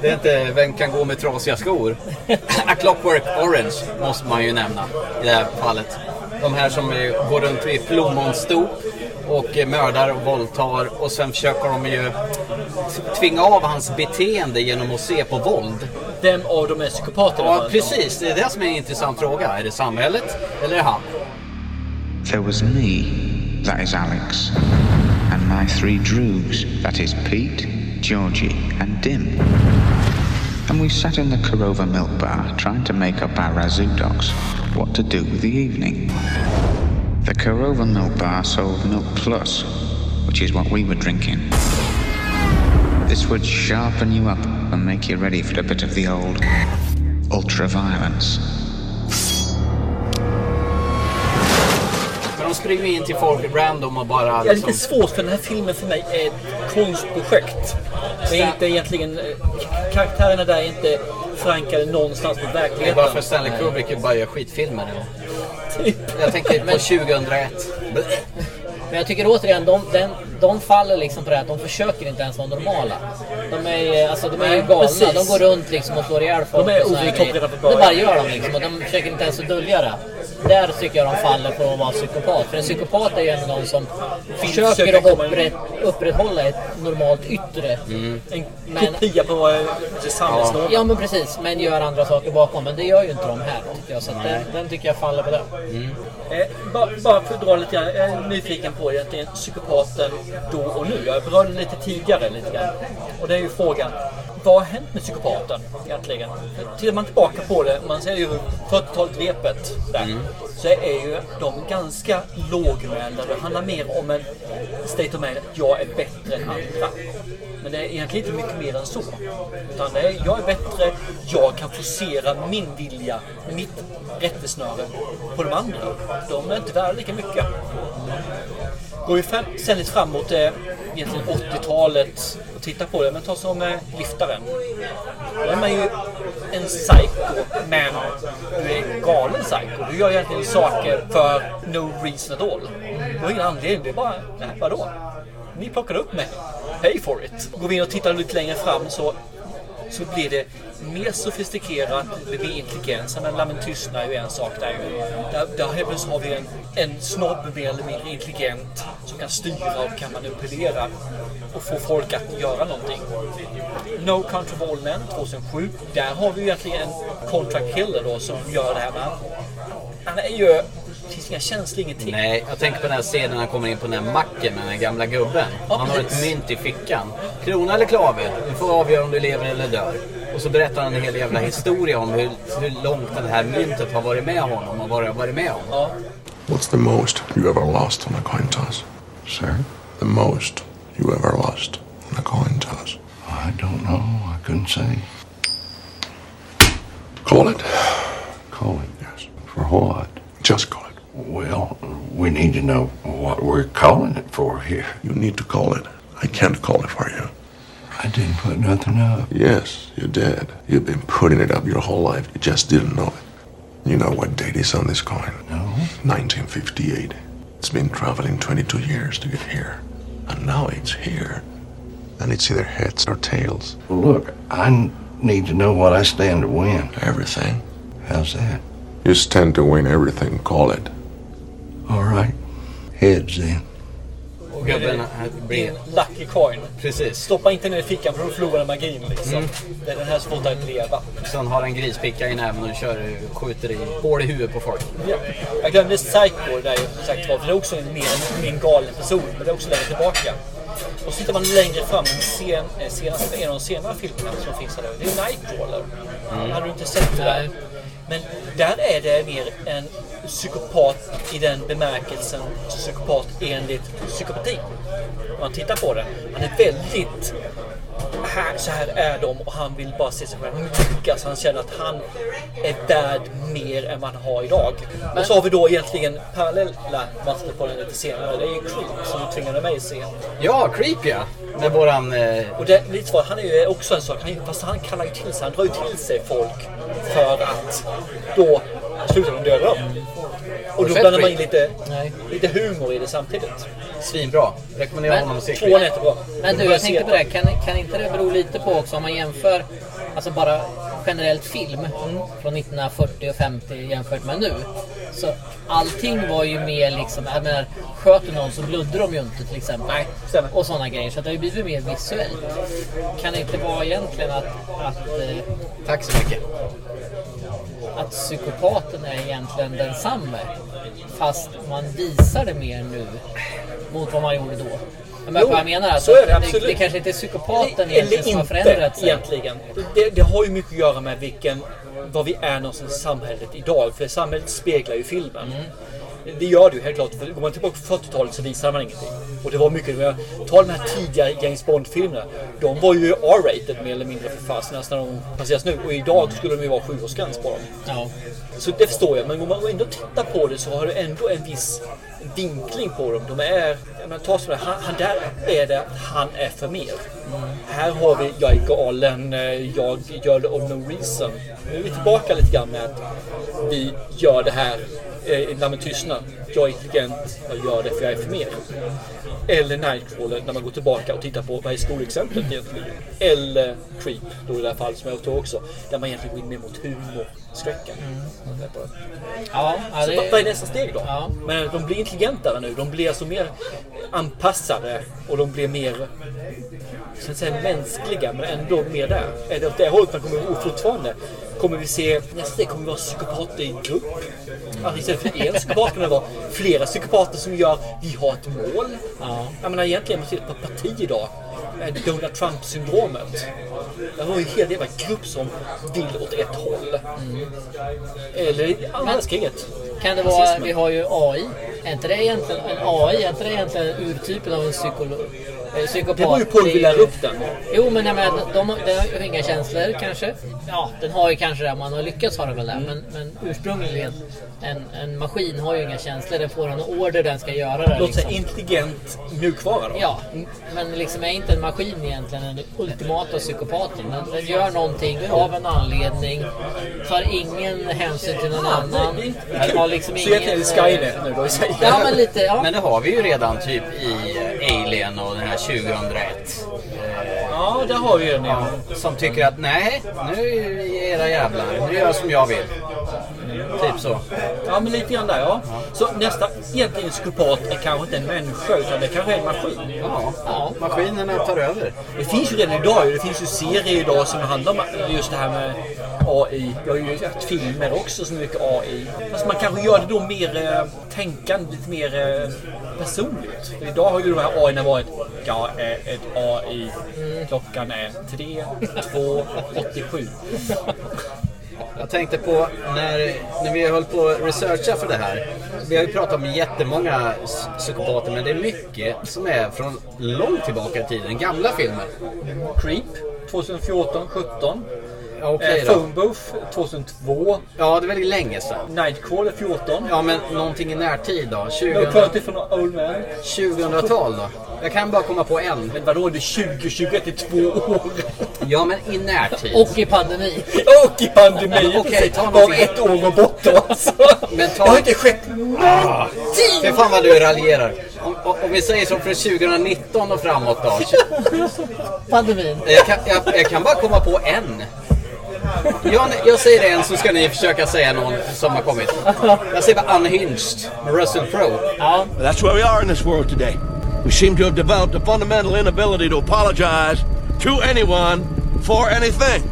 det är inte vem kan gå med trasiga skor. A Clockwork Orange måste man ju nämna i det här fallet. De här som eh, går runt i plommonstop och eh, mördar och våldtar och sen försöker de ju t- tvinga av hans beteende genom att se på våld.
Vem av dem är psykopater?
Ja, precis. Det är det som är en intressant fråga. Är det samhället eller är det han?
There was me, that is Alex, and my three droogs, that is Pete, Georgie, and Dim. And we sat in the Corova milk bar trying to make up our razoo docs what to do with the evening. The Corova milk bar sold Milk Plus, which is what we were drinking. This would sharpen you up and make you ready for a bit of the old ultra violence.
För de springer in till folk random och bara...
Det är
Liksom,
lite svårt för den här filmen för mig är ett konstprojekt. Det är inte egentligen... eh, Karaktärerna där är inte förankrade någonstans mot verkligheten.
det är bara för Stanley Kubrick ju bara gör skitfilmer nu.
Typ.
Jag tänker på 2001.
Men jag tycker återigen, de, den, de faller liksom på det här att de försöker inte ens vara normala. De är, alltså, de är ju
Nej,
galna.
precis.
De går runt liksom och slår ihjäl folk.
De är
och såna här
ovidkommande
grejer.
på
Det
början.
bara gör de liksom och de försöker inte ens att dölja det. Där tycker jag de faller på att vara psykopat. För en psykopat är ju ändå någon som försöker
försöker
att
komma in.
upprätt, upprätthålla ett normalt yttre.
En
Men-
kopia på vad det samhällsnorm.
Ja men precis, men gör andra saker bakom. Men det gör ju inte de här tycker jag. Så att den, den tycker jag faller på det.
Eh, bara, bara för att dra lite grann, jag är nyfiken på egentligen psykopaten då och nu. Jag berörde den lite tidigare lite grann. Och det är ju frågan, vad har hänt med psykopaten egentligen? Tittar man tillbaka på det, man ser ju 40-talet repet där. Så är ju de ganska lågmälda. Det handlar mer om en state of mind, att jag är bättre än andra. Men det är egentligen inte mycket mer än så. Utan det är, jag är bättre, jag kan forcera min vilja, mitt rättesnöre på de andra. De är inte värda lika mycket. Går vi fram, sen lite framåt eh, egentligen 80-talet och tittar på det, men ta som eh, liftaren. Då är man ju en psycho, men du är en galen psycho. Du gör egentligen saker för no reason at all. Det var ingen anledning. Det är bara, nej, vadå? Ni plockade upp mig. Pay for it. Går vi in och tittar lite längre fram så, så blir det mer sofistikerat. Det blir intelligens. Men lammen tystnar ju en sak där ju. Där, där helt plötsligt har vi en, en snobb mer eller mindre intelligent som kan styra och kan manipulera och få folk att göra någonting. No Country for Old Men 2007. Där har vi ju egentligen en contract killer då som gör det här med. Han är ju... Det finns inga känslor, ingenting.
Nej, jag tänker på den här scenen när han kommer in på den här macken med den här gamla gubben.
Ja,
han har
precis.
ett mynt i fickan. Krona eller klave? Du får avgöra om du lever eller dör. Och så berättar han en hel jävla historia om hur, hur långt det här myntet har varit med honom och vad det har varit med om.
What's the most you ever lost on a coin toss? Sir? The most you ever lost on a coin toss.
I don't know. I couldn't say.
Call it.
Call it. Yes. For what?
Just call it.
Well, we need to know what we're calling it for here.
You need to call it. I can't call it for you.
I didn't put nothing up.
Yes, you did. You've been putting it up your whole life. You just didn't know it. You know what date is on this coin?
No.
1958. It's been traveling 22 years to get here. And now it's here. And it's either heads or tails.
Well, look, I n- need to know what I stand to win.
Everything.
How's that?
You stand to win everything. Call it.
All right. Heads then.
Och gubben
Det är en lucky coin. Precis. Stoppa inte ner i fickan för då förlorar magin. Liksom.
Mm.
Det är den här som får dig att leva.
Sen har han grispicka i näven och kör, skjuter i hål i huvudet på folk.
Ja. Jag glömde Psycho där ju som sagt var. för Det är också en mer en- en galen person. Men det är också längre tillbaka. Och så tittar man längre fram. Sen, eh, senaste, en av de senare filmerna som finns här. Det är Nightcrawler.
Mm.
Hade du inte sett det där? Men där är det mer en psykopat i den bemärkelsen psykopat enligt psykopati. Om man tittar på det. Han är väldigt här, så här är de och han vill bara se sig själv. Han lyckas. Han känner att han är värd mer än man har idag. Och så har vi då egentligen parallella master på den lite senare. Det är ju Creep som tvingade mig att se.
Ja, Creep ja! Med våran... Eh,
Och det, lite så, han är ju också en sak. Han, är- fast han kallar ju till sig. Han drar ju till sig folk för att då slutar de döda dem. Och då
Fett
blandar man in
skit.
lite, lite humor i det samtidigt.
Svinbra. Rekommenderar honom att se Creep.
Tvåan är jättebra.
Men du,
Börja
jag
se
tänkte på
den.
det. Kan, kan inte det bero lite på också om man jämför alltså bara generellt film från 1940 och 50 jämfört med nu. Så allting var ju mer liksom, jag menar, sköt du någon så blödde de ju inte till exempel. Och sådana grejer. Så att det har ju blivit mer visuellt. Kan det inte vara egentligen att... att eh,
Tack så mycket.
Att psykopaten är egentligen densamme. Fast man visar det mer nu mot vad man gjorde då. Men
Jo,
vad jag menar alltså,
så är det
det,
absolut.
det kanske inte är psykopaten
Eller
egentligen som har förändrat sig.
egentligen. Det, det har ju mycket att göra med vilken, vad vi är någonstans i samhället idag. För samhället speglar ju filmen.
Mm.
Det gör det ju helt klart. För går man tillbaka på 40-talet så visar man ingenting. Och det var mycket, men ta de här tidiga James Bond-filmerna. De var ju R-rated mer eller mindre för fasen Alltså när de placeras nu. Och idag skulle de ju vara sjuårsgräns på dem.
Ja.
Så det förstår jag. Men om man ändå tittar på det så har du ändå en viss vinkling på dem. De är, jag menar, ta sådär, han, han där är det att han är för mer. Här har vi jag är galen, eh, jag gör det of no reason. Nu är vi tillbaka lite grann med att vi gör det här eh, när man tystnar. Jag är intelligent, jag gör det för jag är för mer. Eller Nightcrawler när man går tillbaka och tittar på vad är skolexemplet egentligen. Eller Creep då i det här fallet som jag tog också. Där man egentligen går in mer mot humorskräcken.
Ja, ja,
Så
det-
vad- vad är nästa steg då?
Ja.
Men de blir intelligentare nu. De blir alltså mer anpassade och de blir mer så att säga, mänskliga men ändå mer där. Är det åt det hållet man kommer gå fortfarande? Kommer vi se nästa steg? Kommer vi vara psykopater i grupp? Att istället för en psykopat kommer det vara flera psykopater som gör vi har ett mål.
Ja.
Jag menar egentligen, om man tittar på parti idag. eh, Donald Trump-syndromet. Det var ju en hel jävla grupp som vill åt ett håll. Eller anfallskriget.
Kan det vara, vi har ju AI. Är inte det egentligen en AI? Är inte det egentligen urtypen av en psykolog? Eh, Psykopat.
Det beror ju på hur vi lär upp den.
Jo, men jag menar, de, har- den har ju inga känslor kanske. Ja, den har ju kanske det. Man har lyckats ha det väl där.
Mm.
Men, men ursprungligen, en, en maskin har ju inga känslor. Den får en order den ska göra det.
Låt säga
liksom.
intelligent mjukvara då.
Ja, men liksom är inte en maskin egentligen den ultimata psykopaten? Den, den gör någonting av en anledning, tar ingen hänsyn till någon annan. Den har liksom
Så egentligen är det Skynet
eh,
nu då i sig.
Ja, men lite. Ja.
Men det har vi ju redan typ i eh, Alien och den här 2001.
Ja, det har vi ju en
ja. Som tycker att nej, nu är era jävlar, nu gör jag som jag vill. Typ så.
Ja, men lite grann där ja. Så nästa egentligen psykopat är kanske inte en människa utan det kanske är en maskin.
Ja, maskinerna tar över.
Det finns ju redan idag. ju. Det finns ju serier idag som handlar om just det här med AI. Jag har ju sett filmer också som är mycket AI. Fast man kanske gör det då mer eh, tänkande, lite mer eh, personligt. För idag har ju de här AI varit Jag är ett AI. Klockan är 3, 2, 87.
Jag tänkte på när, när vi höll på att researcha för det här. Vi har ju pratat om jättemånga s- psykopater men det är mycket som är från långt tillbaka i tiden. Gamla filmer.
Creep 2014, 17.
Ja, okej
eh,
då.
Phone Booth 2002.
Ja, det är väldigt länge sedan.
Nightcrawler 14.
Ja, men någonting i närtid då? 2000...
No Quality from an Old Man.
2000-tal då? Jag kan bara komma på en.
Men vadå, det är 2021 i två år.
Ja, men i närtid.
Och i pandemi.
Och i pandemi.
Okej, ta
Bara
någonting.
ett år och bort då alltså.
Men ta...
Det har inte skett
Ah,
någonting!
Fy fan vad du raljerar. Om, om om vi säger så från 2019 och framåt då.
Pandemin.
Jag kan, jag, jag kan bara komma på en. Jag, jag säger en så ska ni försöka säga någon som har kommit. Jag säger bara Unhinged med Russell Crowe.
That's where we are in this world today. We seem to have developed a fundamental inability to apologize to anyone for anything.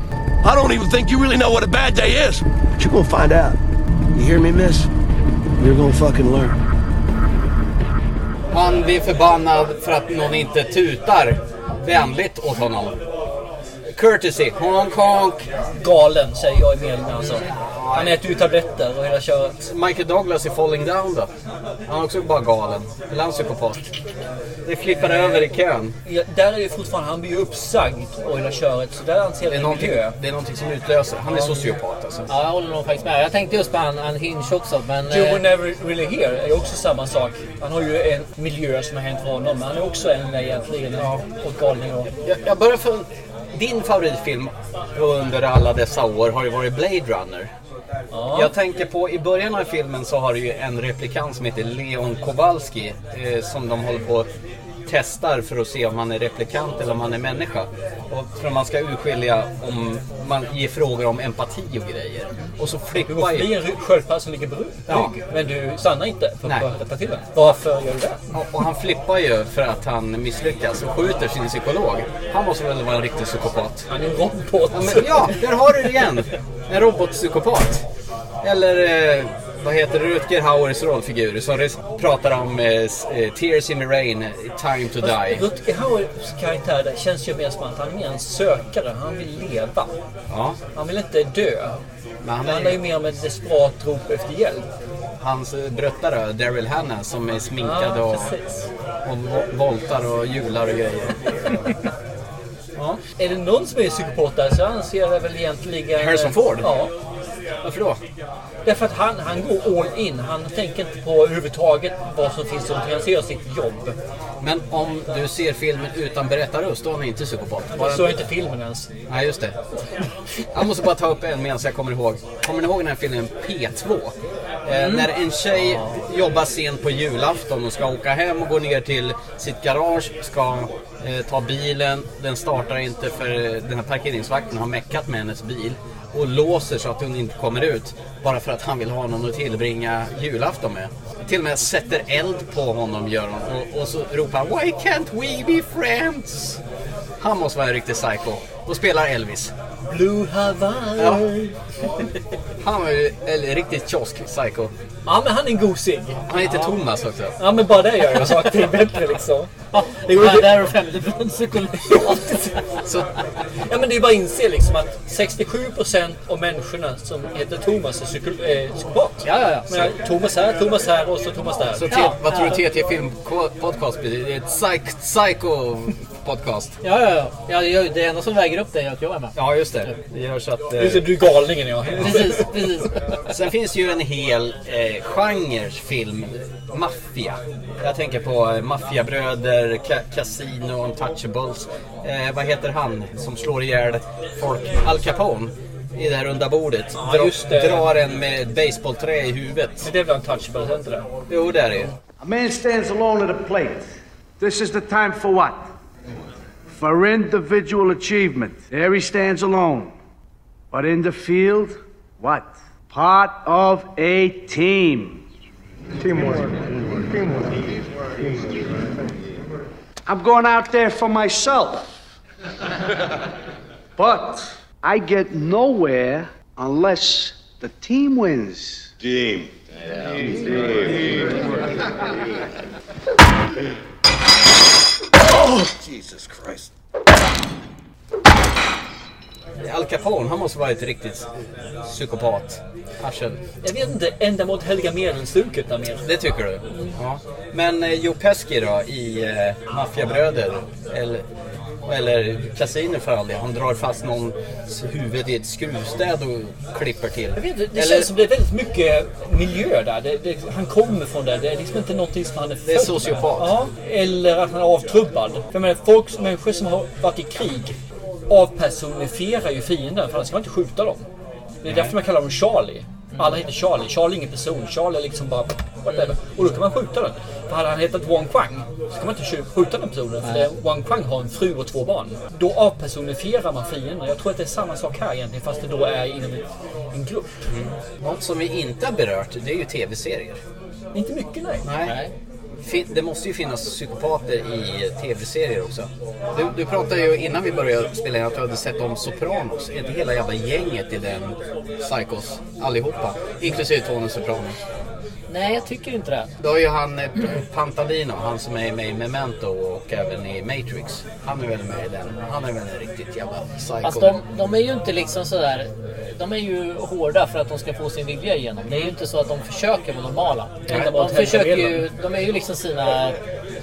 I don't even think you really know what a bad day is.
You're gonna find out. You hear me, miss? You're gonna fucking learn.
Han blir förbannad för att någon inte tutar vänligt åt honom. Courtesy, honk honk.
Galen säger jag i meningen alltså. Han äter ju tabletter och hela köret.
Michael Douglas i Falling Down då? Han är också bara galen. Eller han psykopat. Det flippar över i kön.
Ja, där är det fortfarande, han blir ju uppsagd och hela köret. Så där är hans
Det är
hela
någonting,
miljö.
det är någonting som utlöser. Han är sociopat alltså.
Ja, jag håller nog faktiskt med. Jag tänkte just på han, han Hinch också, men...
You were
eh,
never really here är ju också samma sak. Han har ju en miljö som har hänt för honom. Men han är också en egentligen. Ja. Och galning och...
Jag, jag börjar från... Din favoritfilm under alla dessa år har ju varit Blade Runner. Jag tänker på, i början av filmen så har du ju en replikant som heter Leon Kowalski eh, som de håller på och testar för att se om han är replikant eller om han är människa. Och för att man ska urskilja om man ger frågor om empati och grejer. Och så
Du
flippar
går förbi
ju...
en ry- sköldpadda som ligger på rygg.
Ja.
Men du stannar inte för
Nej.
att rätta till den. Varför gör du det?
Ja, Och han flippar ju för att han misslyckas och skjuter sin psykolog. Han måste väl vara en riktig psykopat.
Han är en robot.
Ja, men, ja där har du det igen. En robotpsykopat. Eller eh, vad heter det? Rutger Hauers rollfigur som res- pratar om eh, s- eh, Tears in the Rain, Time to Die.
Fast Alltså, Rutger Hauers karaktär där känns ju mer som att han är mer en sökare. Han vill leva.
Ja.
Han vill inte dö.
Men han
han,
är-
är ju mer om ett desperat rop efter hjälp.
Hans eh, bröttare, Daryl Hannah, som är sminkad
Ja,
och,
precis.
och vo- voltar och hjular och grejer.
Ja. Är det någon som är psykopat där så anser jag det väl egentligen...
Harrison Ford?
Ja.
Varför då?
Därför att han, han går all in. Han tänker inte på överhuvudtaget vad som finns runt omkring. Han ser sitt jobb.
Men om du ser filmen utan berättarröst, då är han inte psykopat.
Jag såg inte filmen ens.
Nej, just det. Jag måste bara ta upp en medan jag kommer ihåg. Kommer ni ihåg den här filmen P2? Eh,
Mm.
när en tjej jobbar sent på julafton och ska åka hem och gå ner till sitt garage, ska eh, ta bilen, den startar inte för eh, den här parkeringsvakten har meckat med hennes bil och låser så att hon inte kommer ut bara för att han vill ha någon att tillbringa julafton med. Till och med sätter eld på honom gör hon och, och så ropar han “Why can't we be friends?” Han måste vara en riktig psycho. Och spelar Elvis.
Blue Hawaii.
Han var ju en riktigt kiosk-psycho.
Ja, men han är en gosig.
Han heter Thomas också.
Ja, men bara det gör ju saker bättre liksom. Ja, det går ju där och 50 från psykolog. ja, men det är bara att inse liksom att 67% av människorna som heter Thomas är psyko- eh, psykopat. Ja, ja, ja. Men, Thomas här, Thomas här och så Thomas där.
Så T- vad tror du TT Film Podcast blir? Det är ett psych- psycho-podcast.
Ja, ja, ja. ja. det gör ju- Det enda som väger upp det är att jag är med.
Ja, just det. Det gör så att... eh,
Just det, du är galningen ja.
Precis, precis.
Sen finns ju en hel eh, genres film, maffia. Jag tänker på eh, maffiabröder, ka- Casino, Untouchables. Eh, vad heter han som slår ihjäl folk? Al Capone. I det här runda bordet.
Ja,
Dra,
just det.
Drar en med ett baseballträ i huvudet.
Det är väl en touchball, är inte det?
Jo, det är det
A man stands alone at a plate. This is the time for what? For individual achievement. There he stands alone. But in the field, what? Part of a team. Teamwork. I'm going out there for myself. But I get nowhere unless the team wins. Team.
Jesus Christ. Al Capone, han måste vara ett riktigt psykopat. Arsel.
Jag vet inte, ändamålet helga medlen-stuket där mer.
Det tycker du? Ja. Men eh, Joe Pesci då i eh, Maffiabröder eller, eller Casino för all del. Han drar fast någons huvud i ett skruvstäd och klipper till.
Jag vet inte, det
Eller-
känns som det är väldigt mycket miljö där. Det, det, han kommer från där. Det är liksom inte någonting som han är
Det är
född
sociopat.
med. Ja, eller att han är avtrubbad. För jag menar, folk, människor som har varit i krig avpersonifierar ju fienden för annars kan man inte skjuta dem. Det är därför man kallar dem Charlie. Alla heter Charlie. Charlie är ingen person. Charlie är liksom bara whatever. Och då kan man skjuta den. För hade han hetat Wang Quang så kan man inte skj- skjuta den personen. För
Nej.
det- Wang Quang har en fru och två barn. Då avpersonifierar man fienden. Jag tror att det är samma sak här egentligen fast det då är inom ett- en grupp.
Något som vi inte har berört, det är ju tv-serier.
Inte mycket nej.
Nej. Fin- Det måste ju finnas psykopater i tv-serier också. Du, du pratade ju innan vi började spela in att du hade sett om Sopranos. Är det hela jävla gänget i den Psychos? Allihopa. Inklusive Tony Soprano.
Nej, jag tycker inte det.
Då har ju han eh, P- Pantadino, han som är med i Memento och även i Matrix. Han är väl med i den. Han är väl en riktigt jävla psycho.
Fast de, de är ju inte liksom sådär... De är ju hårda för att de ska få sin vilja igenom. Det är ju inte så att de försöker vara normala.
Nej.
De, försöker ju... De är ju liksom sina...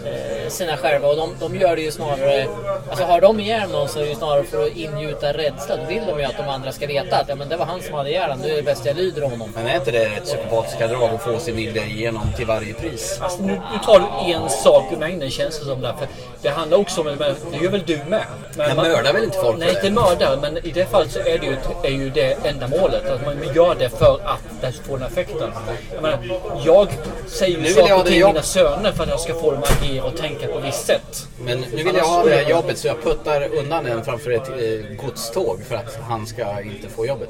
eh, Sina själva och de, de gör det ju snarare... Alltså har de ihjäl någon så är det ju snarare för att ingjuta rädsla. Då vill de ju att de andra ska veta att ja, men det var han som hade ihjäl honom. Nu är det bäst jag lyder honom.
Men är inte det ett psykopatiska drag att få sin vilja igenom till varje pris?
Alltså, nu, nu tar du en sak ur mängden känns det som där. För det handlar också om, men det gör väl du med? Men
Jag mördar väl inte folk
Nej,
för det?
inte mördar. Men i det fallet så är det ju, är ju det ändamålet. Att man gör det för att det ska få den effekten. Jag, menar, jag säger
Nu
ju
vill jag
saker
ha det
till
jobb.
mina söner för att jag ska få dem att agera och tänka på ett visst sätt.
Men nu vill jag ha det här jobbet så jag puttar undan en framför ett eh, godståg för att han ska inte få jobbet.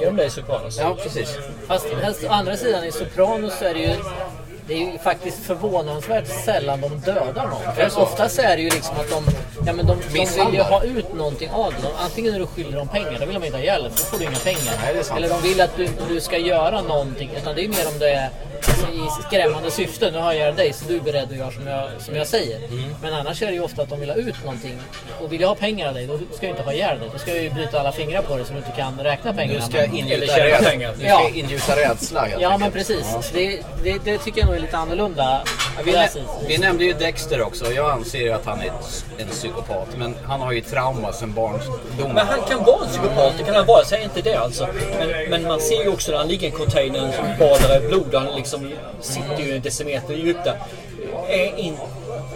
Ge dem det i Sopranos.
Ja, precis.
Fast fast å andra sidan i Sopranos så är det ju... Det är ju faktiskt förvånansvärt sällan de dödar någon.
Är det
För
så?
oftast är det ju liksom att de... Ja men de, de vill ju
Misshandlar.
ha ut någonting av dig. De- Antingen är du skyldig dem pengar, då vill de inte ha hjälp, då får du inga pengar.
Nej, det är sant.
Eller de vill att du, du ska göra någonting. Utan det är mer om det är i skrämmande syfte. Nu har jag dig så du är beredd att göra som jag, som jag säger.
Mm.
Men annars är det ju ofta att de vill ha ut någonting. Och vill jag ha pengar av dig, då ska jag inte ha ihjäl dig. Då ska jag ju bryta alla fingrar på dig så du inte kan räkna pengarna.
Du ska
Men-
ingjuta rädsla. Du ska
Ja.
ingjuta rädsla helt
Ja, men
enkelt.
precis.
Ja.
Det, det, det tycker jag nog är lite annorlunda.
Vi,
På det
nä-
här sättet.
vi nämnde ju Dexter också. Jag anser ju att han är ett- en psykopat. Men han har ju trauma sedan barnsdomen.
Men han kan vara en psykopat, det kan han vara. Jag säger inte det alltså. Men, men man ser ju också när han ligger i containern som badar i blod. Han liksom sitter ju en decimeter djupt där. Är inte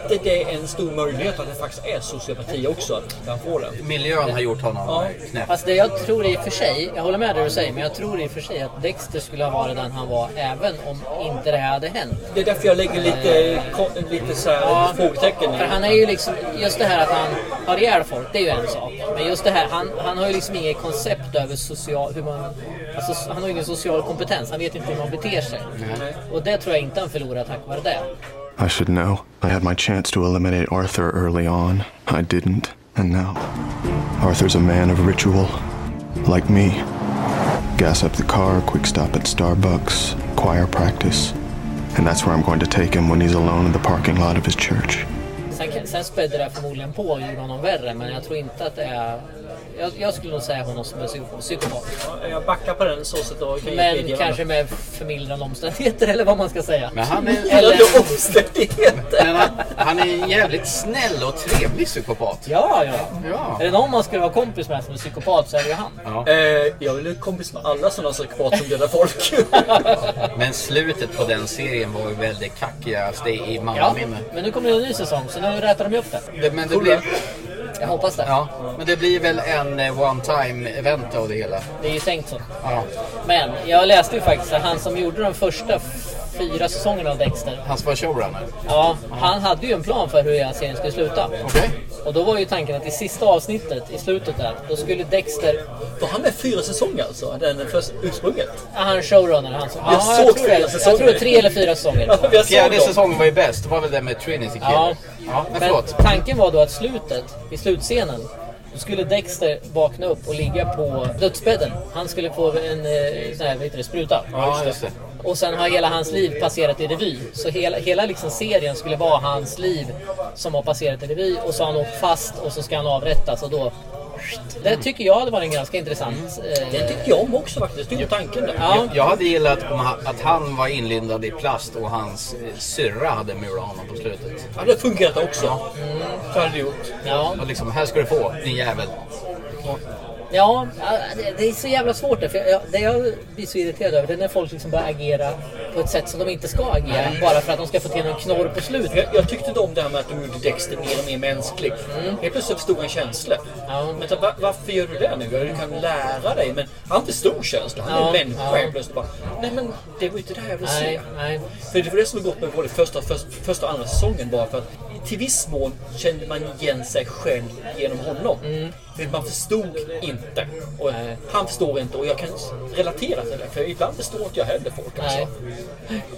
det är en stor möjlighet att det faktiskt är sociopati också? Att han får det.
Miljön har gjort honom knäpp.
Fast det jag tror i och för sig, jag håller med det du säger, men jag tror i och för sig att Dexter skulle ha varit den han var även om inte det här hade hänt. Eh,
Det är därför jag lägger lite, ko- lite så här
Ja,
frågetecken. i-
För han är ju liksom, just det här att han har ihjäl folk, det är ju en sak. Men just det här, han, han har ju liksom inget koncept över social, hur man, alltså, han har ju ingen social kompetens. Han vet inte hur man beter sig. Och det tror jag inte han förlorar tack vare det.
I should know. I had my chance to eliminate Arthur early on. I didn't. And now, Arthur's a man of ritual, like me. Gas up the car, quick stop at Starbucks, choir practice. And that's where I'm going to take him when he's alone in the parking lot of his church.
Sen, kan- sen spädde det här förmodligen på och gjorde honom värre, men jag tror inte att det är... Jag, jag skulle nog säga honom som en psyko- psykopat.
Jag backar på den så sätt och kan ge
Men
medgivande.
kanske med förmildrande omständigheter eller vad man ska säga.
Men han är-
Eller
Men han, han är en jävligt snäll och trevlig psykopat.
Ja, ja. Är det någon man skulle vara kompis med som är psykopat så är det ju han.
Eh, jag vill ju kompis med alla sådana psykopater som dödar folk.
Men slutet på den serien var ju väldigt kackigast i- i
Ja,
mammaminne.
men nu kommer det en ny säsong så nu rätar de ju upp det.
Det- men det blir-
Jag hoppas det.
Ja, men det blir väl en eh, one time event av det hela.
Det är ju tänkt så.
Ja.
Men jag läste ju faktiskt att han som gjorde de första f- fyra säsongerna av Dexter.
Han som var showrunner?
Ja, han hade ju en plan för hur hela serien skulle sluta. Och då var ju tanken att i sista avsnittet, i slutet där, då skulle Dexter...
Var han med fyra säsonger alltså? Den första ursprunget?
Ja, han showrunner, han som...
Jag
Ja,
såg
jag tror
flera
det. Jag
säsonger.
tror det är tre eller fyra säsonger.
Fjärde säsongen var ju bäst. Det var väl den med Trinity Kid?
Ja.
ja men
Men
förlåt.
tanken var då att slutet, i slutscenen, då skulle Dexter vakna upp och ligga på dödsbädden. Han skulle få en eh, sån här, vad heter det, spruta.
Ja, just det.
Och sen har hela hans liv passerat i revy. Så hela, hela liksom serien skulle vara hans liv som har passerat i revy. Och så har han åkt fast och så ska han avrättas och då... Det tycker jag hade varit en ganska intressant... Eh...
Den tycker jag om också faktiskt. Det är tanken där.
Jag, jag hade gillat om han, att han var inlindad i plast och hans eh, syrra hade murat honom på slutet.
Ja, det fungerat också. Så hade det gjort.
Ja.
Och liksom, här ska du få, din jävel.
Ja, alltså, det- det är så jävla svårt. Där, för jag, det jag blir så irriterad över det är när folk liksom börjar agera på ett sätt som de inte ska agera. Bara för att de ska få till någon knorr på slutet.
Jag, jag tyckte inte om det här med att de gjorde Dexter mer och mer mänsklig.
Mm.
Helt plötsligt förstod han känslor. Men så, va- varför gör du det nu? Ja, Du kan lära dig. Men han förstod känslor. Han är
Ja.
en människa
Ja.
helt plötsligt. Bara, nej men det var ju inte det här jag ville
Nej,
se. För det var det som var gott med både första, först, första och andra säsongen. Bara för att till viss mån kände man igen sig själv genom honom. För man förstod inte. Och han förstår inte och jag kan relatera till det. För ibland förstår inte jag heller folk. Alltså.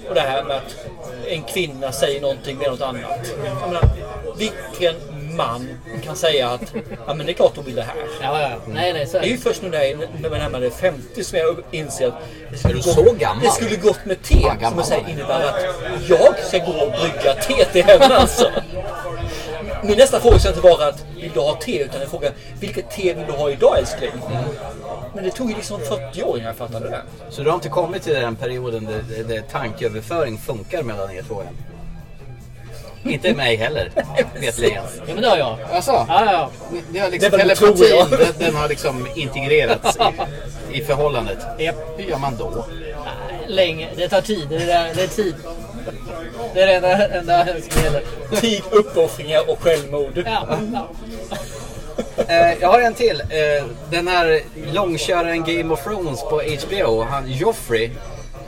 Och det här med att en kvinna säger någonting med något annat. Jag menar, vilken man kan säga att ja, men det är klart hon vill det här.
Ja, ja. Nej, nej, så är
det
det.
är ju först nu när jag är- när jag närmar mig 50 som jag inser att det
Är
skulle,
du så gammal?
det skulle gått med te.
Ja,
som
gammal.
jag säger innebär att jag ska gå och brygga te till henne alltså. Min nästa fråga ska inte vara att vill du ha te utan jag frågar vilket te vill du ha idag älskling?
Mm.
Men det tog ju liksom 40 år innan jag fattade det.
Så du har inte kommit till den perioden där, där, där tankeöverföring funkar mellan er två än? Inte mig heller, veterligen.
Ja, men det har jag.
Alltså,
ja, ja.
Det har liksom
Det är väl
telepatin,
otroligt, ja.
den, den har liksom integrerats i, i förhållandet. Hur gör man då?
Länge. Det tar tid. Det är, det är tid. Det är det enda, enda som gäller.
Tid, uppoffringar och självmord.
Ja, ja.
Eh, jag har en till. Eh, den här långköraren Game of Thrones på HBO, han Joffrey.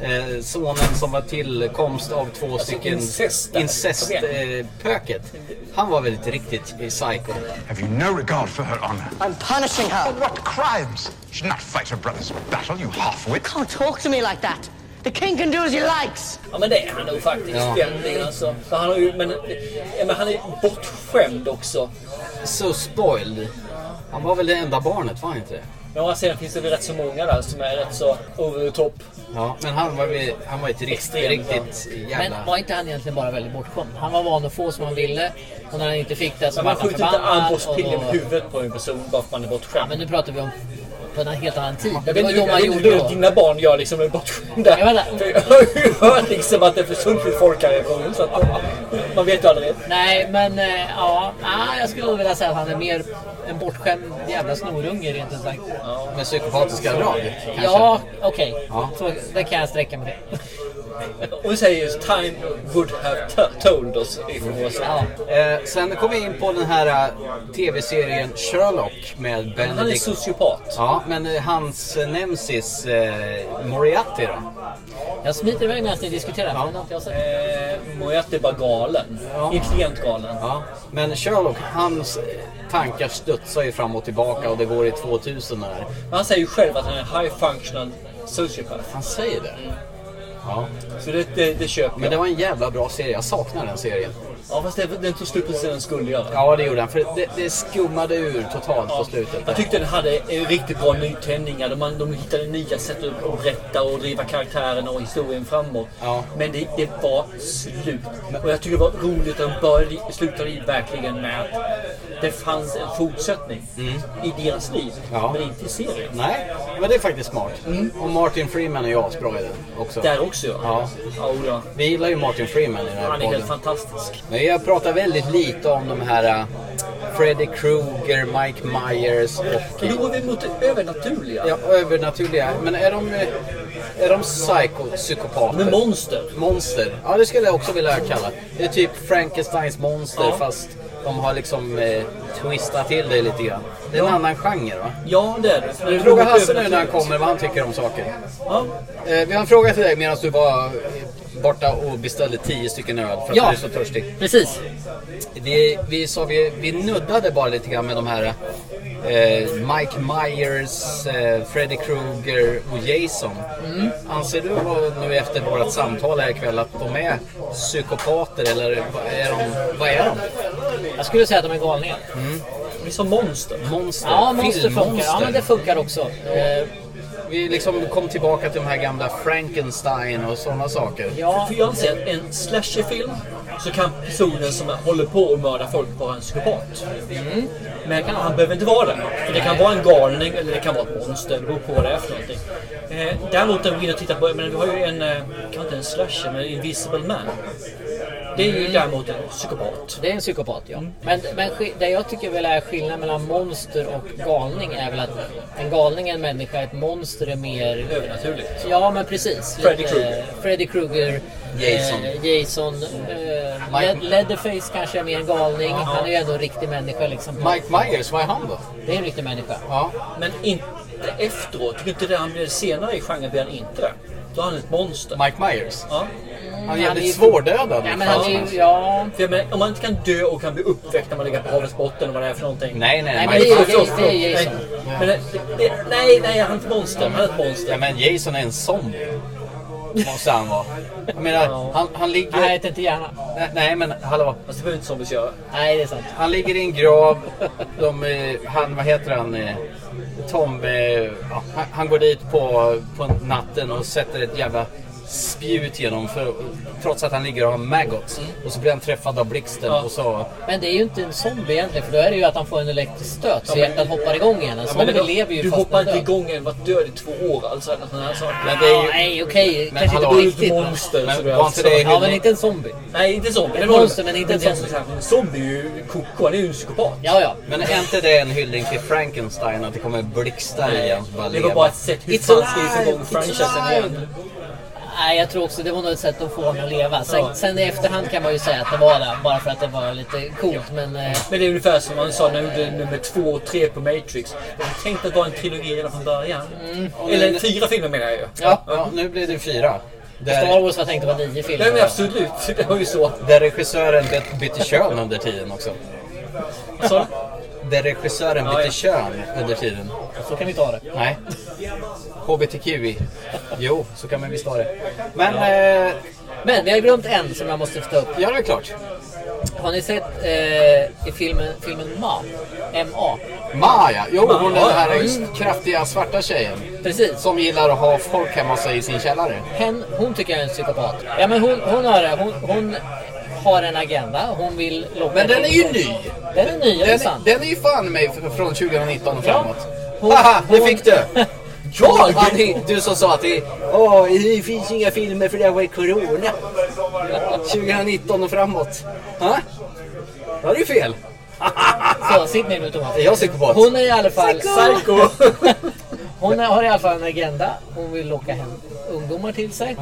Eh, sonen som var tillkomst av två stycken
incest.
incestpöket. Eh, pöket. han var väl ett riktigt psycho.
Have you no regard for her honor?
I'm punishing her.
For what crimes? Should not fight her brother's battle, you half-wit.
Can't talk to me like that. The king can do as he likes.
Ja men det är han nog faktiskt
Ja.
egentligen alltså. För han, har ju, men, ja, men han är bortskämd också.
Så spoiled. Han var väl det enda barnet, var han inte det?
Men å andra sidan finns det väl rätt så många där som är rätt så over the top.
Ja, men han var, väl- han var ett rikt,
Extremt,
riktigt jävla...
Men var inte han egentligen bara väldigt bortskämd? Han var van att få som han ville. Och när han inte fick det så
Men
var
man
han
skjuter inte
förbannad. och
armbågspiller med
då-
huvudet på en person bara för att man är bortskämd.
Men nu pratar vi om på en helt annan tid.
Jag
Det
vet
var
inte
ju då
hur- jag
man
vet inte
gjorde
hur
då.
dina barn gör liksom när de är bortskämda. För Jag har ju hört liksom att det är försumpligt folk härifrån. Så att man vet ju aldrig.
Nej, men eh, ja. Ah, jag skulle nog vilja säga att han är mer en bortskämd jävla snorunge rent ut sagt.
Med psykopatiska drag, kanske?
Ja, okej.
Ja.
Så Det kan jag sträcka mig till.
Och vi säger just time would have t- told us if it was.
Eh, sen kom vi in på den här eh, tv-serien Sherlock med Benedict...
Han är sociopat.
Ja, men eh, hans eh, nemesis eh, Moriarty då?
Jag smiter iväg medan ni diskuterar. Ja. Men jag
eh, Moriarty var galen. Intelligent galen.
Ja. Men Sherlock, hans eh, tankar studsar ju fram och tillbaka och det går i 2000 där.
Men han säger ju själv att han är high functional sociopath.
Han säger det? Ja.
Så det, det, det köper
Men det var en jävla bra serie. Jag saknar den serien.
Ja, fast det- den tog slut precis när den skulle göra.
Ja, det gjorde han. För det, det skummade ur totalt på slutet.
Jag tyckte den hade en riktigt bra nytändning. där Man, de hittade nya sätt att att berätta och driva karaktärerna och historien framåt. Men det, det var slut. Och jag tycker det var roligt att de började, slutade i- verkligen med att det fanns en fortsättning
Mm.
i deras liv. Men inte i serien.
Nej, men det är faktiskt smart. Och Martin Freeman är ju asbra i den också.
Där också
Mm. ja.
ja.
Vi gillar ju Martin Freeman i den här
Han är
podden.
helt fantastisk.
Men jag pratar väldigt lite om de här äh, Freddy Krueger, Mike Myers och...
Nu går vi mot det övernaturliga.
Ja, övernaturliga. Men är de, eh, är de psycho, psykopater?
Men monster.
Monster. Ja, det skulle jag också vilja kalla. Det är typ Frankensteins monster
Ja.
fast de har liksom eh, twistat till det lite grann. Det är en annan genre va?
Ja, det är det.
Du frågar Hasse nu när han kommer vad han tycker om saker.
Ja.
Eh, vi har en fråga till dig medan du var eh, borta och beställde tio stycken öl för att
Ja.
du är så törstig.
Precis.
Vi, vi, sa, vi, vi nuddade bara lite grann med de här eh, Mike Myers, eh, Freddy Krueger och Jason.
Mm.
Anser du vad- nu efter vårt samtal här ikväll att de är psykopater eller vad är de? Vad är de?
Jag skulle säga att de är galningar.
Det är som monster.
Monster.
Ja, monster funkar. Ja,
Filmmonster.
men det funkar också. Eh,
Vi liksom kom tillbaka till de här gamla Frankenstein och sådana saker.
För- För jag anser att en slasherfilm så kan personen som håller på att mörda folk vara en psykopat.
Mm.
Men han behöver inte vara det. För det kan vara en galning eller det kan vara ett monster. Det beror på vad det är för någonting. Eh, däremot när vi går in och tittar på, men vi har ju en, eh, kanske inte en slasher, men Invisible Man. Det är ju
Mm.
däremot en psykopat.
Det är en psykopat, ja.
Mm.
Men, men sk- det jag tycker väl är skillnaden mellan monster och galning är väl att en galning är en människa, ett monster är mer...
Övernaturligt.
Ja, men precis.
Freddy
Lite-
Krueger.
Freddy Krueger.
Jason.
Eh, Jason eh,
Mike-
Le- Leatherface kanske är mer en galning. Han är ju ändå en riktig människa liksom.
Mike Myers, vad är han då?
Det är en riktig människa.
Ja.
Men inte efteråt. Tycker inte det han blir senare i genren blir han inte det. Då är han ett monster.
Mike Myers?
Ja.
Han är jävligt svårdödad. liksom.
Ja, men han är ju-
ja.
För jag menar, om man inte kan dö och kan bli uppväckt när man ligger på havets botten och vad det är för någonting.
Nej, nej, Nej,
nej.
men det är-
nej,
det är- det är Jason.
Men det- det- nej, nej, han är ett monster. Han är ett monster.
Ja, men Jason är en zombie. Måste han vara. Jag menar, han, han ligger...
Han äter inte gärna.
Nej, nej, men hallå.
Fast det behöver inte zombies göra.
Nej, det är sant.
Han ligger i en grav. De, eh, han, vad heter han? eh, Tom. eh, Ja, han, han går dit på, på natten och sätter ett jävla spjut genom för, trots att han ligger och har maggots.
Mm.
Och så blir han träffad av blixten och så...
Men det är ju inte en zombie egentligen, för då är det ju att han får en elektrisk stöt så hjärtat hoppar igång igen. En
Ja, men
zombie
då-
lever ju
Du
fast
hoppar
den
inte
dör.
igång än, varit död i två år alltså. eller sån här sak.
Men det är ju-
Nej, okej.
Men
Kanske inte
hallå.
på riktigt.
Men-
monster.
men
så du
var inte det-
Ja, men inte en zombie.
Nej, inte zombie.
Ett
Det var-
monster, men inte en
en
zombie.
zombie. En zombie är ju koko. Han är ju en psykopat.
Ja, ja.
Men är inte det en hyllning till Frankenstein? Att det kommer blixtar i hans bara
Det var
leva?
bara ett sätt hur
It's
fan ska vi få
alive,
igång
it's
franchisen
alive.
igen.
Nej, jag tror också det var nog ett sätt att få honom att leva. Sen,
Ja.
sen i efterhand kan man ju säga att det var det, bara för att det var lite coolt. Men eh,
Men det är ungefär som man sa när man gjorde nummer två och tre på Matrix. Jag tänkte att det var en trilogi redan från början. Eller fyra filmer menar jag ju.
Ja, ja, nu blir det fyra. Där-
Star Wars var tänkt att vara nio filmer.
Nej men absolut, det var ju så.
Där regissören byt- bytte kön under tiden också.
Vad sa du?
Där regissören bytte kön under tiden.
Så kan vi ta det.
Nej. HBTQI. Jo, så kan man visst ha det. Men, eh,
men vi har glömt en som jag måste ta upp.
Ja, det är klart.
Har ni sett eh, i filmen, filmen Ma? M.A.
Maja, jo hon är den här
Mm.
kraftiga svarta tjejen.
Precis.
Som gillar att ha folk hemma sig i sin källare.
Hen, hon tycker jag är en psykopat. Ja, men hon, hon, har, det. hon, hon har en agenda. Hon vill locka
Men den är ju
till sig-
ny!
Den är ny, ja, det är
Den,
sant.
den är ju fan mig f- från 2019 och
Ja.
framåt.
Hon-
Haha, det
hon-
fick du!
Jag?
Annie, du som sa att det, åh, det finns inga filmer för det var i corona. 2019 och framåt. Ha? Då har du fel.
Så, sitt ner nu Thomas.
Är jag psykopat?
Hon är i alla fall...
Psycho.
hon är, har i alla fall en agenda. Hon vill locka hem ungdomar till sig.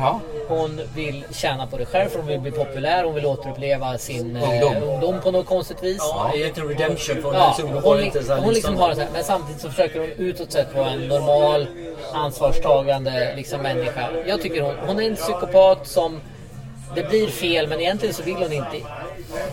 Hon vill tjäna på det själv, för hon vill bli populär. Hon vill återuppleva sin eh,
Ungdom.
ungdom på något konstigt vis.
Ja, det är inte redemption från
Ja,
hennes ungdom.
hon,
Det är inte så här
hon liksom
liksom-
har det så här, men samtidigt så försöker hon utåt sett vara en normal, ansvarstagande liksom, människa. Jag tycker hon, hon är en psykopat som det blir fel, men egentligen så vill hon inte.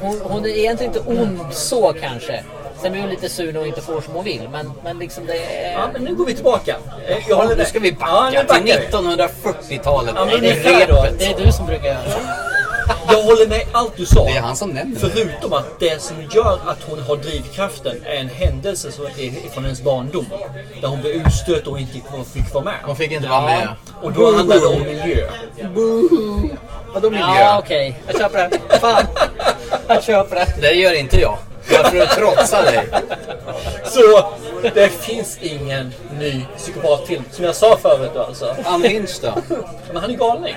Hon, hon är egentligen inte ond så kanske. Sen blir hon lite sur när hon inte får som hon vill, men, men liksom det är...
Ja, men nu går vi tillbaka. Eh, Jag håller
Nu
med.
ska vi
Ja,
backa
nu backar
till
vi.
1940-talet.
Ja, men
det
ungefär
är
då.
repet.
Det är du som brukar göra det.
Jag håller med allt du sa.
Det är han som nämner det.
Förutom att det som gör att hon har drivkraften är en händelse som är från hennes barndom. Där hon blev utstött och inte fick vara med. Hon
fick inte vara med.
Och då handlar det om miljö.
Boo. Vadå miljö?
Ja, okej. Jag köper det. Fan. Jag köper det.
Det gör inte jag. Jag tror jag trotsar dig.
Så det finns ingen ny psykopatfilm. Som jag sa förut då alltså.
Unhinged då?
Men han är galning.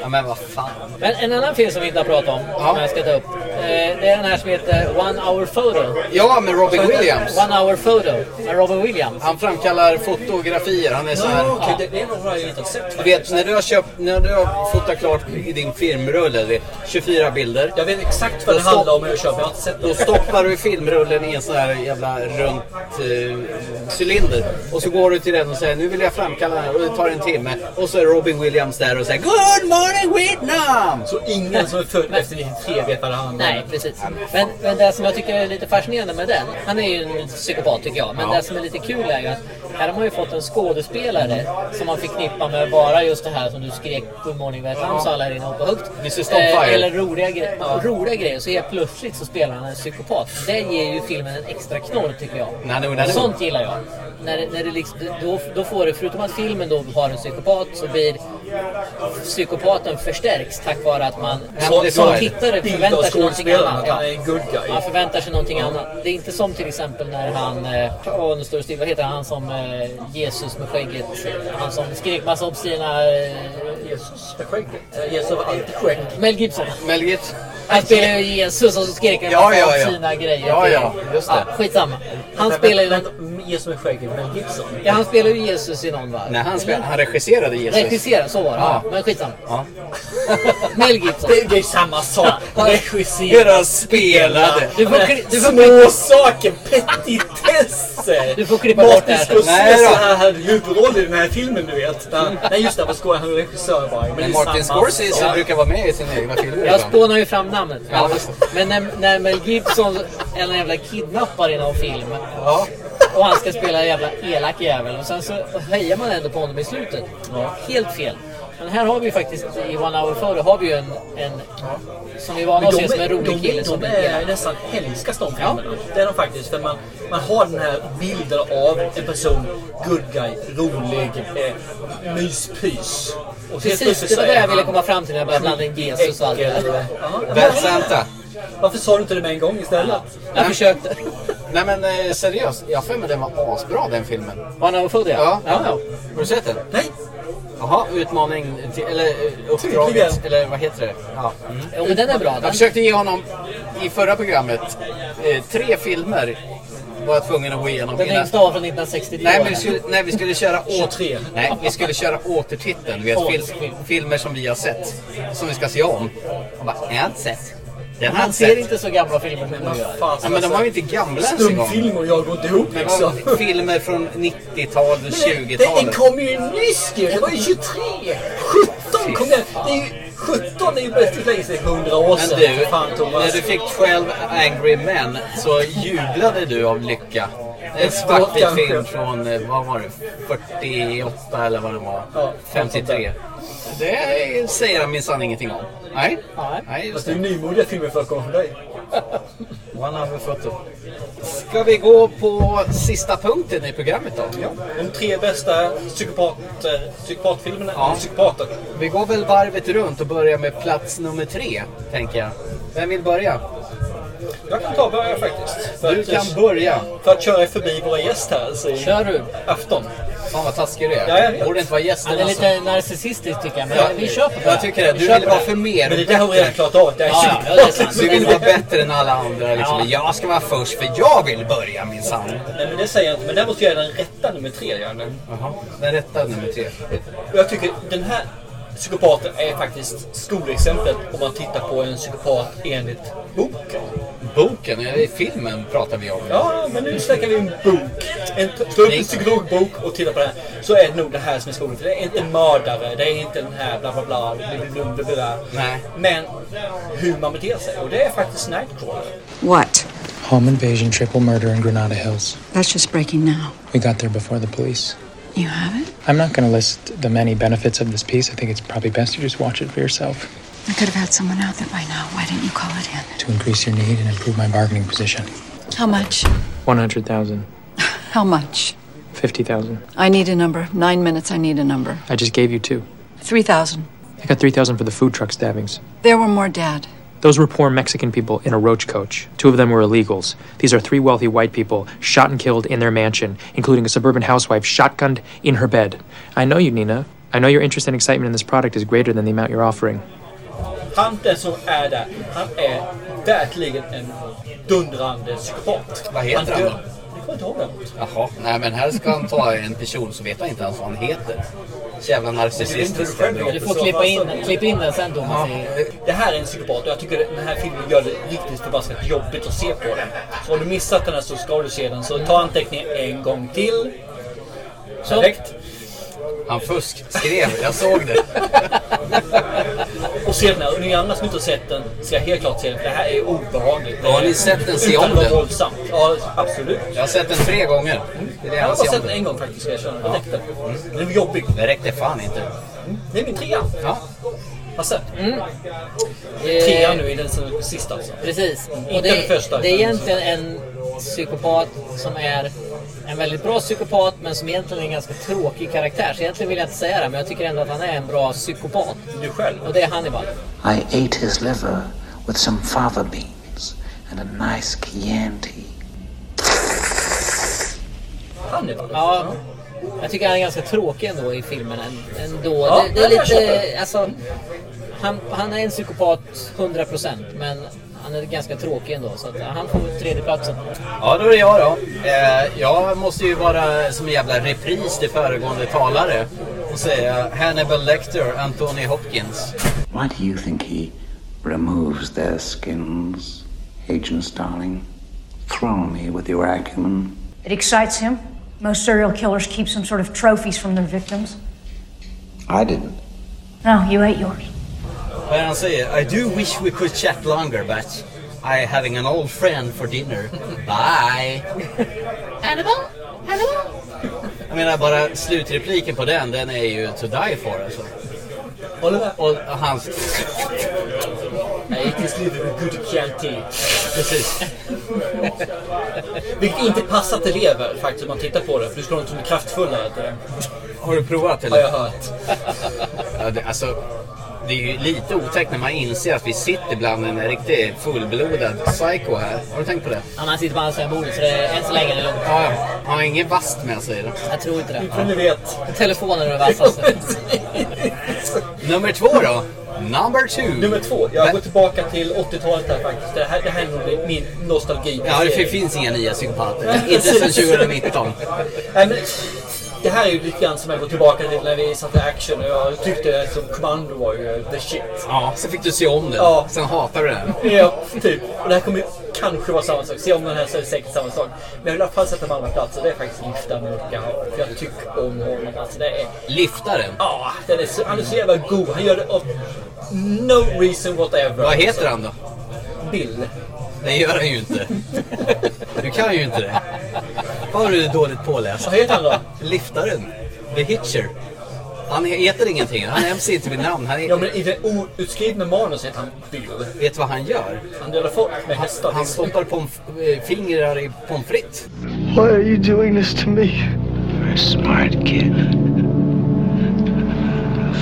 Ja, men vad fan.
Men en annan film som vi inte har pratat om, som jag ska ta upp. eh, Det är den här som heter One Hour
Ah,
Photo.
Ja, med Robin
Som heter
Williams.
One Hour Photo med Robin Williams.
Han framkallar fotografier. Han är så här...
Ja,
det är nog jag inte har sett.
Du vet, när du har, köpt, när du har fotat klart i din filmrulle, det är 24 bilder.
Jag vet exakt vad det handlar om, men jag köper- jag har inte sett det.
Då stoppar du filmrullen i en sån här jävla runt eh, cylinder. Och så går du till den och säger nu vill jag framkalla den här. Och det tar en timme. Och så är Robin Williams där och säger Good morning Vietnam!
Så ingen som är född efter 93 vet vad det handlar om.
Nej, precis. Men, men det som jag tycker är lite fascinerande med den, han är ju en psykopat tycker jag, men
Ja.
det som är lite kul är ju att här har man ju fått en skådespelare som man förknippar med bara just det här som du skrek Good morning Vietnam sa alla här inne och hoppade högt.
Mrs. Doubtfire.
Eh, eller roliga, gre- roliga grejer, så helt plötsligt så spelar han en psykopat. Det ger ju filmen en extra knorr tycker jag.
Nej, nej, nej, nej.
Sånt gillar jag. När, det- när det liksom, då, då får det, förutom att filmen då har en psykopat, så blir psykopaten förstärks tack vare att man
Så-
som
så-
tittare
bild
förväntar
av
sig någonting
skådespelaren,
annat.
att han är en good guy.
Man förväntar sig någonting annat. Det är inte som till exempel när han, eh, åh nu står det still, vad heter han som eh, Jesus med skägget? Han som skrek massa obscena... Eh,
Jesus med skägget? Eh, Jesus var alltid skägg.
Mel Gibson.
Mel Gibson.
Han spelar ju Jesus och så skrek han
Ja,
massa
ja, ja.
obscena grejer.
Ja, ja, just det.
Ja, skitsamma. Han spelar ju...
Jesus med skägget, Mel Gibson.
Ja, han spelar ju Jesus i någon va?
Nej, han, spel,
Eller?
han regisserade Jesus.
Regisserade, så var det.
Ja.
Ja. Men skitsamma.
Ja.
Mel Gibson.
Det, det är samma sak.
Regissera, spelade.
Du får, kli- du får
Små saker, petitesser.
Du får klippa bort det här.
Martin
Nej då.
Scorsese han hade huvudroll i den här filmen du vet. Men- Nej just det, vad skojar han är regissör bara. Men det är
Men Martin
samma
Scorsese
sak.
brukar vara med i sina egna filmer.
Jag
ibland.
spånar ju fram namnet.
Ja, visst.
Men när, när Mel Gibson är en jävla kidnappare i någon film. Och han ska spela en jävla elak jävel. Och sen så hejar man ändå på honom i slutet. Helt fel. Men här har vi ju faktiskt i One Hour Photo har vi ju en, en som vi är vana
Men
att
de,
se som en
är- de,
rolig kille
de,
som
de
en
är
elak.
nästan hemska de filmerna. Det är de faktiskt. För man, man har den här bilden av en person, good guy, rolig, eh, myspys. Och så helt
Precis,
plötsligt
det var
så
det
är
jag ville
han
komma fram till när jag började blanda in Jesus och allt det där.
Ja.
Bad Santa.
Varför sa du inte det med en gång istället?
Jag
försökte.
Nej men eh, seriöst, jag har för mig den var asbra den filmen.
One Hour Photo
Ja.
ja. ja.
Har du sett den?
Nej.
Jaha, utmaning till, eller eh, uppdraget,
Tydligen. Mm.
eller vad heter det? Ja.
Jo, men den är bra, den.
Jag försökte ge honom i förra programmet eh, tre filmer var jag tvungen att gå igenom.
Den
innan-
längsta var från 1962.
Nej, men vi skulle, nej, vi skulle köra åter...
23.
Nej, vi skulle köra återtiteln. Du vet, fil, filmer som vi har sett. Som vi ska se om. Och bara, jag har inte sett. Den har jag
Han
inte
ser
sett.
inte så gamla filmer som du gör.
Ja, men de var ju inte gamla ens en gång.
Stumfilm alltså, och jag går inte ihop
Men
liksom.
vad- filmer från 90-tal och
Den
20-talet.
kom ju nyss ju! Det var ju 23! 17 kom den! Det är ju, 17 är ju bättre länge sedan 100 år
Men
sedan.
du,
För fan Thomas.
när du fick själv Angry Men så jublade du av lycka. En
Ett
svartvit
Eh, kanske.
film från, eh, vad var det, 48 eller vad det var? 53. Det säger han minsann ingenting om. Nej. Nej, just
Fast
det.
det är nymodiga filmer för att komma från dig.
One hour photo. Ska vi gå på sista punkten i programmet då? Ja.
De tre bästa psykopat, eh, psykopatfilmerna.
Ja.
Psykopater.
Vi går väl varvet runt och börjar med plats nummer tre, tänker jag. Vem vill börja?
Jag kan ta och börja faktiskt. För
Du
att-
kan börja.
För att köra förbi våra gäst här. Alltså, i
Kör du?
Afton.
Fan vad taskig du är.
Ja, jag vet.
Borde inte vara gästen
Han är
alltså.
lite narcissistisk tycker jag, men
Ja,
vi köper på
Jag
det.
tycker det.
Vi
Du
köper
vill vara
det.
för mer
Men det där har vi redan klarat av. Det är
Ja, ja, det är sant. Du vill vara bättre än alla andra. Liksom.
Ja.
Jag ska vara först för jag vill börja minsann.
Nej, men det säger jag inte. Men däremot gör jag den rätta nummer tre. Gör jag den.
Jaha, den rätta nummer tre.
Och jag tycker den här psykopaten är faktiskt skolexemplet om man tittar på en psykopat enligt boken.
Boken, eller filmen pratar vi om.
Ja, men nu snackar vi en bok. En t- slå upp en psykologbok och titta på den. Så är det nog det här som är skolan. För det är inte en mördare, det är inte den här bla bla bla. bla, bla, bla, bla, bla.
Nej.
Men hur man beter sig. Och det är faktiskt Nightcrawler.
What?
Home invasion, triple murder in Granada Hills.
That's just breaking now.
We got there before the police.
You have it?
I'm not going to list the many benefits of this piece. I think it's probably best you just watch it for yourself.
I could have had someone out there by now. Why didn't you call it in?
to increase your need and improve my bargaining position.
How much?
100,000,
How much?
50,000.
I need a number. Nine minutes, I need a number.
I just gave you two.
3,000.
I got 3,000 for the food truck stabbings.
There were more, Dad.
Those were poor Mexican people in a roach coach. Two of them were illegals. These are three wealthy white people shot and killed in their mansion, including a suburban housewife shotgunned in her bed. I know you, Nina. I know your interest and excitement in this product is greater than the amount you're offering.
Hunter som är där, han är verkligen en dundrande psykopat.
Vad heter han då?
dör- Jag kommer inte ihåg det.
Jaha, nej men här ska han ta en person som vet jag inte ens vad han heter. Så jävla narcissistisk.
Du får klippa in, klipp in den sen Thomas.
Alltså, Det här är en psykopat och jag tycker den här filmen gör det riktigt förbaskat jobbigt att se på den. Så har du missat den här så ska du se den. Så ta anteckningen en gång till. Så. Direkt.
Han fusk skrev, jag såg det.
Och se den här. Och ni andra som inte har sett den ska helt klart se den. För det här är obehagligt.
Ja, har ni sett den? Se
Utan
om
att vara
den.
våldsamt. Ja, absolut.
Jag har sett den tre gånger. Det är det
Jag har
jag ser
bara
om
sett
den.
den en gång faktiskt. ska Jag känna.
Ja. Mm.
Det räckte. Den är jobbig.
Det räckte fan inte.
Det är min trea.
Ja.
Hasse.
Eh,
Trean nu är den som sista alltså.
Precis. Och
Inte
det,
den första.
det är
utan den
egentligen en psykopat som är en väldigt bra psykopat men som egentligen är en ganska tråkig karaktär. Så egentligen vill jag inte säga det men jag tycker ändå att han är en bra psykopat.
Du själv?
Och det är Hannibal.
I ate his liver with some fava beans and a nice Chianti.
Hannibal?
Ja. Jag tycker han är ganska tråkig ändå i filmen. än- Ändå.
Ja,
det, det är
jag köper
lite, alltså, han, han är en psykopat 100% men han är ganska tråkig ändå. Så att han får tredjeplatsen.
Ja, då är det jag då. Eh, jag måste ju vara som en jävla repris till föregående talare och säga Hannibal Lecter, Anthony Hopkins.
Why do you think he removes their skins, Agent Starling? Throw me with your acumen.
It excites him. Most serial killers keep some sort of trophies from their victims.
I didn't.
No, you ate yours.
Vad är det han säger? I do wish we could chat longer but I having an old friend for dinner. Bye!
Hannibal? Hannibal?
Jag menar bara slutrepliken på den, den är ju to die for alltså. Och hans...
Nej, it is little good Chianti.
Precis.
Vilket inte passar till lever faktiskt om man tittar på det. För du ska ha något som är kraftfullare.
Har du provat eller?
Har jag hört.
Ja, det, alltså, det är ju lite otäckt när man inser att vi sitter bland en riktigt fullblodad psycho här. Har du tänkt på det?
Han sitter på andra sidan bordet så det är än så länge det är lugnt.
Ja, ja. Han har ingen vast med sig. Då.
Jag tror inte det.
Men ni
vet.
Telefonen är det vassaste.
Nummer två då? Number two.
Nummer två. Jag går tillbaka till 80-talet här faktiskt. Det här, det här är nog min nostalgi.
Ja, det finns inga nya
Nej,
psykopater. Inte sedan
precis.
2019.
Nej, men det här är ju lite grann som jag går tillbaka till när vi satte action och jag tyckte som Commando var ju the shit.
Ja, sen fick du se om den.
Ja.
Sen hatar du den.
Ja, typ. Och det här kommer ju kanske vara samma sak. Se om den här så är det säkert samma sak. Men jag vill i alla fall sätta på andra plats och det är faktiskt Gifta med Åke Hauer. För jag tycker om honom. Alltså det är...
Liftaren?
Ja, den är så, han är så jävla god. Han gör det av no reason whatever. Alltså,
Vad heter han då?
Bill.
Det gör han ju inte. Du kan ju inte det. Vad har du dåligt påläst?
Vad heter han då?
Liftaren. The Hitcher. Han heter ingenting. Han nämns inte vid namn. Han är...
Ja, men i det outskrivna manuset heter han Bill.
Vet du vad han gör?
Han dödar folk med hästar.
Han stoppar pomf- eh, fingrar i pommes frites.
Why are you doing this to me? You're a smart kid.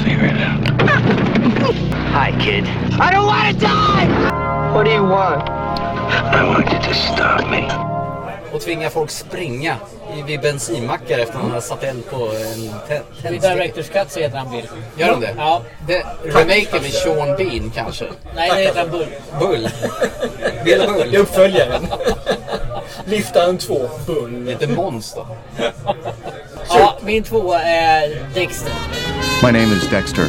Figure it out. Hi, kid.
I don't want to die! What do you want?
I want you to stop me.
Och tvingar folk springa i- vid bensinmackar efter att han har satt eld på en tä-
I
tändstick.
Directors Cut så heter han Bill.
Gör han det?
Ja.
Det, remaken med Sean Bean kanske?
Nej, det heter han Bull.
Bull. Bill Bull.
Det är uppföljaren. Liftaren 2, Bull.
Inte Måns då?
Ja, min tvåa är Dexter.
My name is Dexter.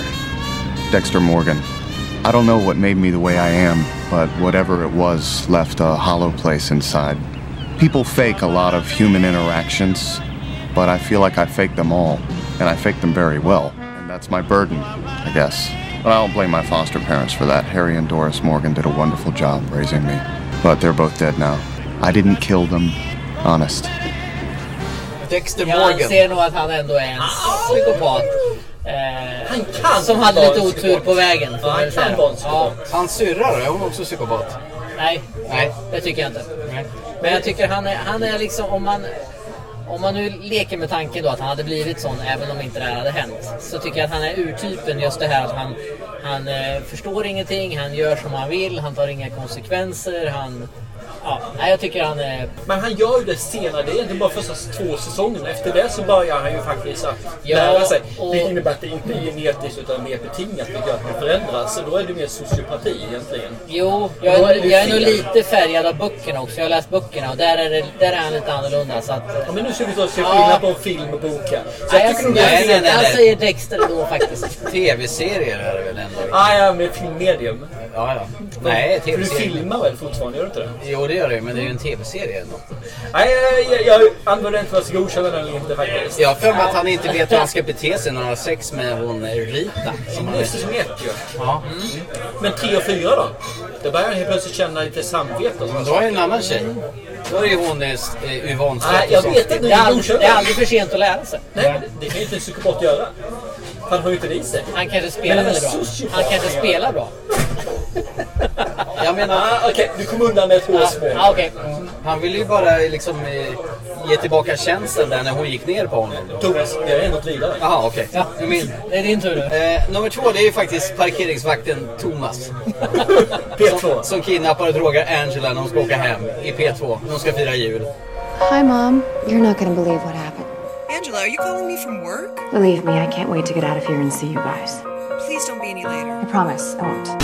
Dexter Morgan. I don't know what made me the way I am, but whatever it was left a hollow place inside. People fake a lot of human interactions, but I feel like I fake them all, and I fake them very well. And that's my burden, I guess. But I don't blame my foster parents for that. Harry and Doris Morgan did a wonderful job raising me, but they're both dead now. I didn't kill them. Honest.
Dexter
Jag
Morgan.
anser nog att han ändå är en psykopat. Eh,
Ah, Han kan
Som hade
vara
lite
en
otur
psykopat.
på vägen.
Ja, han kan vara en psykopat.
Hans syrra då, är hon också psykopat?
Nej,
Nej.
det tycker jag inte. Men jag tycker han är, han är liksom, om man, om man nu leker med tanken då att han hade blivit sån även om inte det här hade hänt. Så tycker jag att han är urtypen just det här att han, han eh, förstår ingenting, han gör som han vill, han tar inga konsekvenser, han... Ja, nej, jag tycker han är...
Men han gör ju det senare. Det är inte bara första två säsongerna. Efter det så börjar han ju faktiskt att
Ja,
lära sig.
och-
Det innebär att det inte är genetiskt utan mer betingat. Vilket gör att man förändras. Så då är det mer sociopati egentligen.
Jo, jag
Då är det
är, jag är
fel.
nog lite färgad av böckerna också. Jag har läst böckerna och där är, det, där är han lite annorlunda. Så att,
Ja, men nu ska vi ta och se skillnad på film och bok här. Så
Nej, jag,
tycker nog
jag,
det är
säger-
fel.
jag säger Dexter då faktiskt.
TV-serier är det väl ändå?
Ah, ja, med filmmedium.
Ja, ja. Nej,
För du
tv-serier.
filmar väl fortfarande? Gör du inte det?
Jo, det gör det ju, men det är ju en tv-serie ändå.
Nej, jag, jag, jag använder inte för att godkänna den eller inte faktiskt.
Jag har för mig att han inte vet hur han ska bete sig när han har sex med hon Rita. Som han
Det är så smet ju. Ja. Men tre och fyra då? Då börjar jag helt plötsligt känna lite samvete. och sånt.
Men då är det en annan tjej. Då är det ju hon eh, Yvonne
Nej, jag
Svantesson.
vet inte.
Det är aldrig- det är aldrig för sent att lära sig.
Nej, det kan ju inte en psykopat göra. Han har ju inte det i sig.
Han kanske spelar
Men en
väldigt bra.
sociopat
Han kanske
kan
spelar
göra.
bra.
Jag menar...
Ah, Okej, du kom undan med ett hårspån.
Ah, okej.
Han ville ju bara liksom eh, ge tillbaka tjänsten där när hon gick ner på honom.
Thomas, det är något vidare.
Jaha, okej. Jag min-
Det är din tur nu.
Eh, nummer två, det är ju faktiskt parkeringsvakten Thomas. Som, som kidnappar och drogar Angela när hon ska åka hem i P2. När hon ska fira jul.
Hi, Mom. You're not going to believe what happened.
Angela, are you calling me from work?
Believe me, I can't wait to get out of here and see you guys.
Please don't be any later.
I promise I won't.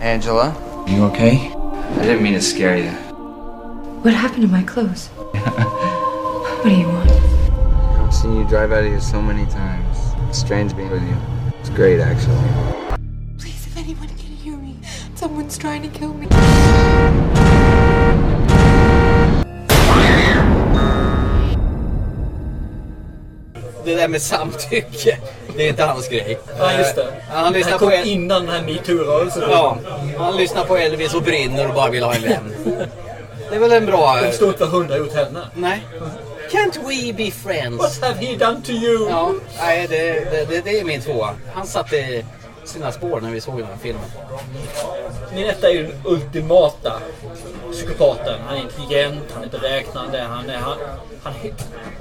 Angela? You okay? I didn't mean to scare you.
What happened to my clothes? what do you want?
I've seen you drive out of here so many times. It's strange being with you. It's great, actually.
Please, if anyone can hear me, someone's trying to kill me.
Det där med samtycke, det är inte hans grej.
Ja, just det.
Eh, Han lyssnar
Han kom
på El-
innan den här metoo-rörelsen.
Ja, han lyssnar på Elvis och brinner och bara vill ha en vän. Det är väl en bra...
De står inte för hundra gjort henne.
Nej. Can't we be friends?
What have he done to you?
Ja, nej, det, det, det, det är min tvåa. Han satte sina spår när vi såg den här filmen.
Min etta är ju den ultimata psykopaten. Han är intelligent, han är beräknande, han, är, han, han he-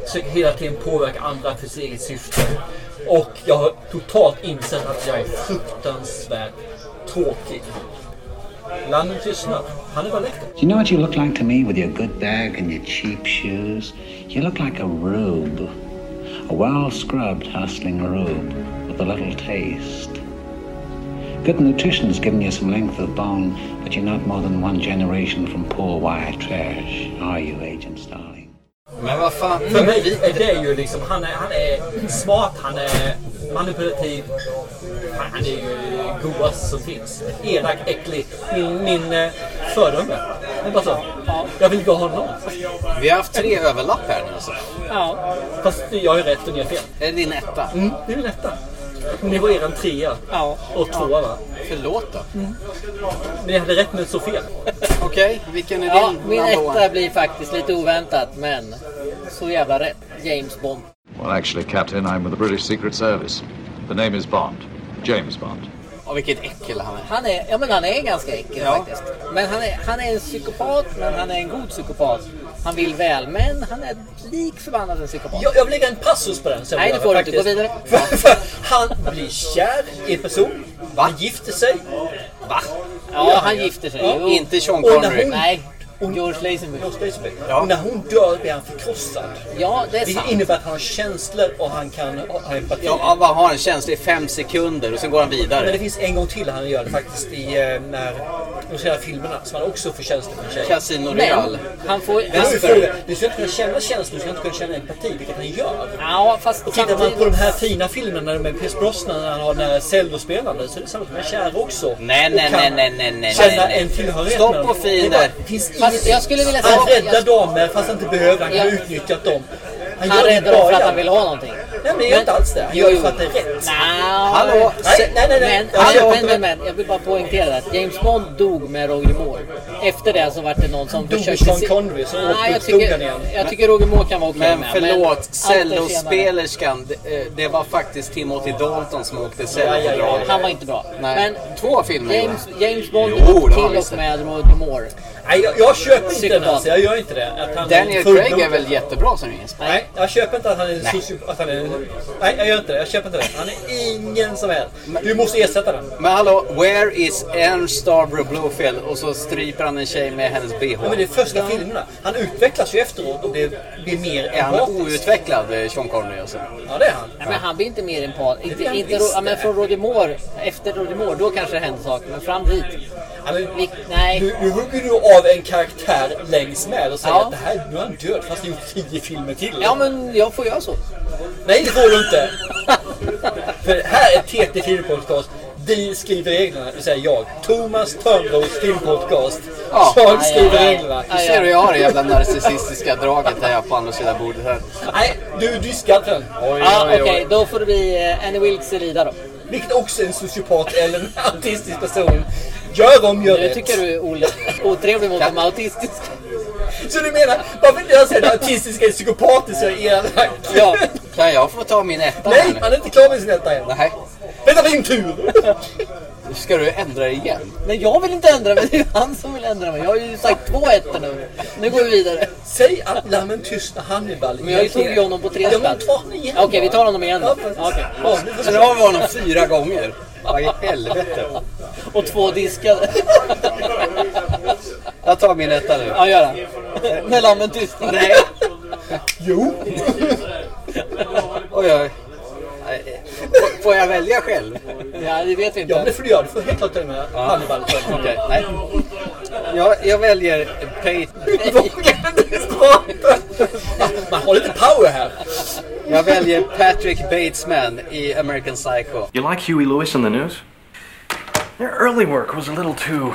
försöker hela tiden påverka andra för sitt eget syfte. Och jag har totalt insett att jag är fruktansvärt tråkig. Landet tystnar. Han är bara läcker.
You know what you look like to me with your good bag and your cheap shoes? You look like a rube. A well scrubbed hustling rube with a little taste. Good nutrition's given you some length of bone, but you're not more than one generation from poor wire trash, are you, Agent Starling?
Men vad fan.
För mig är det ju liksom, han är, han är smart, han är manipulativ. Han han är ju godast som finns. Elak, äcklig. Min, min eh, föredöme. Men bara så. Jag vill gå honom.
Vi har haft tre överlapp här nu. Så.
Ja.
Fast jag har ju rätt och ni har fel.
Är det din etta?
Mm, det är min etta. Ni var eran trea. Och tvåa va?
Förlåt då.
Ni hade rätt men så fel.
Okej, vilken är
Ja,
din
min
number one?
etta blir faktiskt lite oväntat, men så jävla rätt. James Bond.
Well, actually, Captain, I'm with the British Secret Service. The name is Bond. James Bond.
Ja, vilket äckel han är.
Han är, ja, men han är ganska äcklig
Ja.
faktiskt. Men han är, han är en psykopat, men han är en god psykopat. Han vill väl, men han är lik förbannat en psykopat.
Jag, jag vill lägga en passus på den. sen,
Nej, det får du inte. Gå
faktiskt.
vidare.
För- för han blir kär i en person. Han gifter sig.
Va?
Ja, han gifter sig.
Ja.
Jo.
Inte Sean Connery.
Och när hon- Nej, George Lazenby.
Och när hon dör blir han förkrossad.
Ja, det är
Vilket
sant.
innebär att han har känslor och han kan ha ha empati.
Ja, han bara har en känsla i fem sekunder och sen går han
Men det
vidare.
finns en gång till han gör det faktiskt i eh, när, de senare filmerna som han också får känslor för en tjej.
Casino Royale.
Han får...
Men nu är frågan, du ska inte kunna känna känslor, du ska inte kunna känna empati, vilket han gör.
Ja, fast
och tittar man
samtidigt-
på de här fina filmerna med Pierce Brosnan när han har den här cellospelande så är det samma, han är kär också.
Nej, nej,
Och kan
nej, nej, nej, nej,
Känna
nej, nej.
en tillhörighet
Stopp
med dem.
och fin
Det är bara-
där.
finns
Fast
ingenting.
jag skulle vilja
Han
säga-
räddar damer fast han inte behöver, han kan
Ja.
utnyttja dem.
Han
gör det
räddar dem för
bara.
att han vill ha någonting.
Nej, Nej, men det gör inte alls det. Han gör ju för att det är rätt.
Hallå!
Nej, nej, nej. nej.
Men, hallå, men, men, men, jag vill bara poängtera att James Bond dog med Roger Moore. Efter det så var det någon som
Dog
försökte...
Sean
se-
Connery, så
Nej,
återuppstod
jag tycker-
han igen.
Jag tycker Roger Moore kan vara okej
Men
med.
förlåt,
allt är senare.
cellospelerskan. Det, eh, det var faktiskt Timothy Dalton som åkte cello
Ja,
på
ja, ja,
drag.
ja. Han var inte bra.
Nej.
Men
Två filmer
James,
gjorde han.
James Bond
Jo, det var han
till
visst.
och med Roger Moore.
Nej, jag, jag köper inte den
Psykopat.
alltså. Jag gör inte det. Att han
Daniel
full
Craig är
blodig.
väl jättebra som James Bond?
Nej, jag köper inte att han är socio... Att han är... Nej, jag gör inte det. Jag köper inte det. Han är ingen som helst. Du måste ersätta den.
Men hallå, where is Ernst Starbro Blofeld? Och så stryper han en tjej med hennes bh.
Ja, men det är första filmerna. Han utvecklas ju efteråt och det blir mer
Är han
empatisk.
outvecklad, eh, Sean Connery? Alltså?
Ja, det är han.
Nej, men han blir inte mer en par. Inte,
blir han
inte,
visst
Ro- ja, men
det.
från Roger Moore, efter Roger Moore, då kanske det händer saker. Men fram dit. Vi- nej.
Nu, nu hugger Alltså, du av en karaktär längs med och säger
Ja.
att det här, nu är han död fast det gjort tio filmer till.
Ja, men jag får göra så.
Nej, det får du inte! För här är TT Filmpodcast. Vi skriver reglerna, det vill säga jag. Thomas Törnros Filmpodcast.
Ja.
Jag
Aj,
skriver
aj, aj.
reglerna.
Du ser hur jag har det jävla narcissistiska draget här på andra sidan bordet här.
Nej, du är diskad för den.
Ja, Okej, då får det bli eh, Annie Wilkes i Lida då.
Vilket också är en sociopat eller en autistisk person. Gör om, gör
Nu
rätt.
tycker du är ole- otrevlig mot de autistiska.
Så du menar, varför inte jag säger att autistiska är psykopater så jag är elak?
Ja, kan jag få ta min etta här
Nej,
nu?
han är inte klar med sin etta än.
Nej.
Vänta på din tur!
Ska du ändra dig igen?
Men jag vill inte ändra mig, det är ju han som vill ändra mig. Jag har ju sagt två ettor nu. Nu går vi vidare.
Säg att lammen tystnar Hannibal.
Men jag tog ju honom på tre
Ja, men
spänn.
ta honom igen
Okej, vi tar honom igen.
Ja, men-
Okej.
Ja, nu får
Så
vi-
nu Alltså, har vi honom fyra gånger. Vad i helvete?
Och två diskade.
Jag tar min etta nu.
Ja, gör det. Med lammen tystnad.
Nej.
Jo.
Oj, oj. Nej. Får- Får jag välja själv?
Ja, det vet vi inte.
Ja, men det får du göra. Du får helt klart ta med Hannibal.
Okej, nej. Jag, jag väljer Pate.
Man har lite power här.
Jag väljer Patrick Batesman i American Psycho.
You like Huey Lewis on the news? Their early work was a little too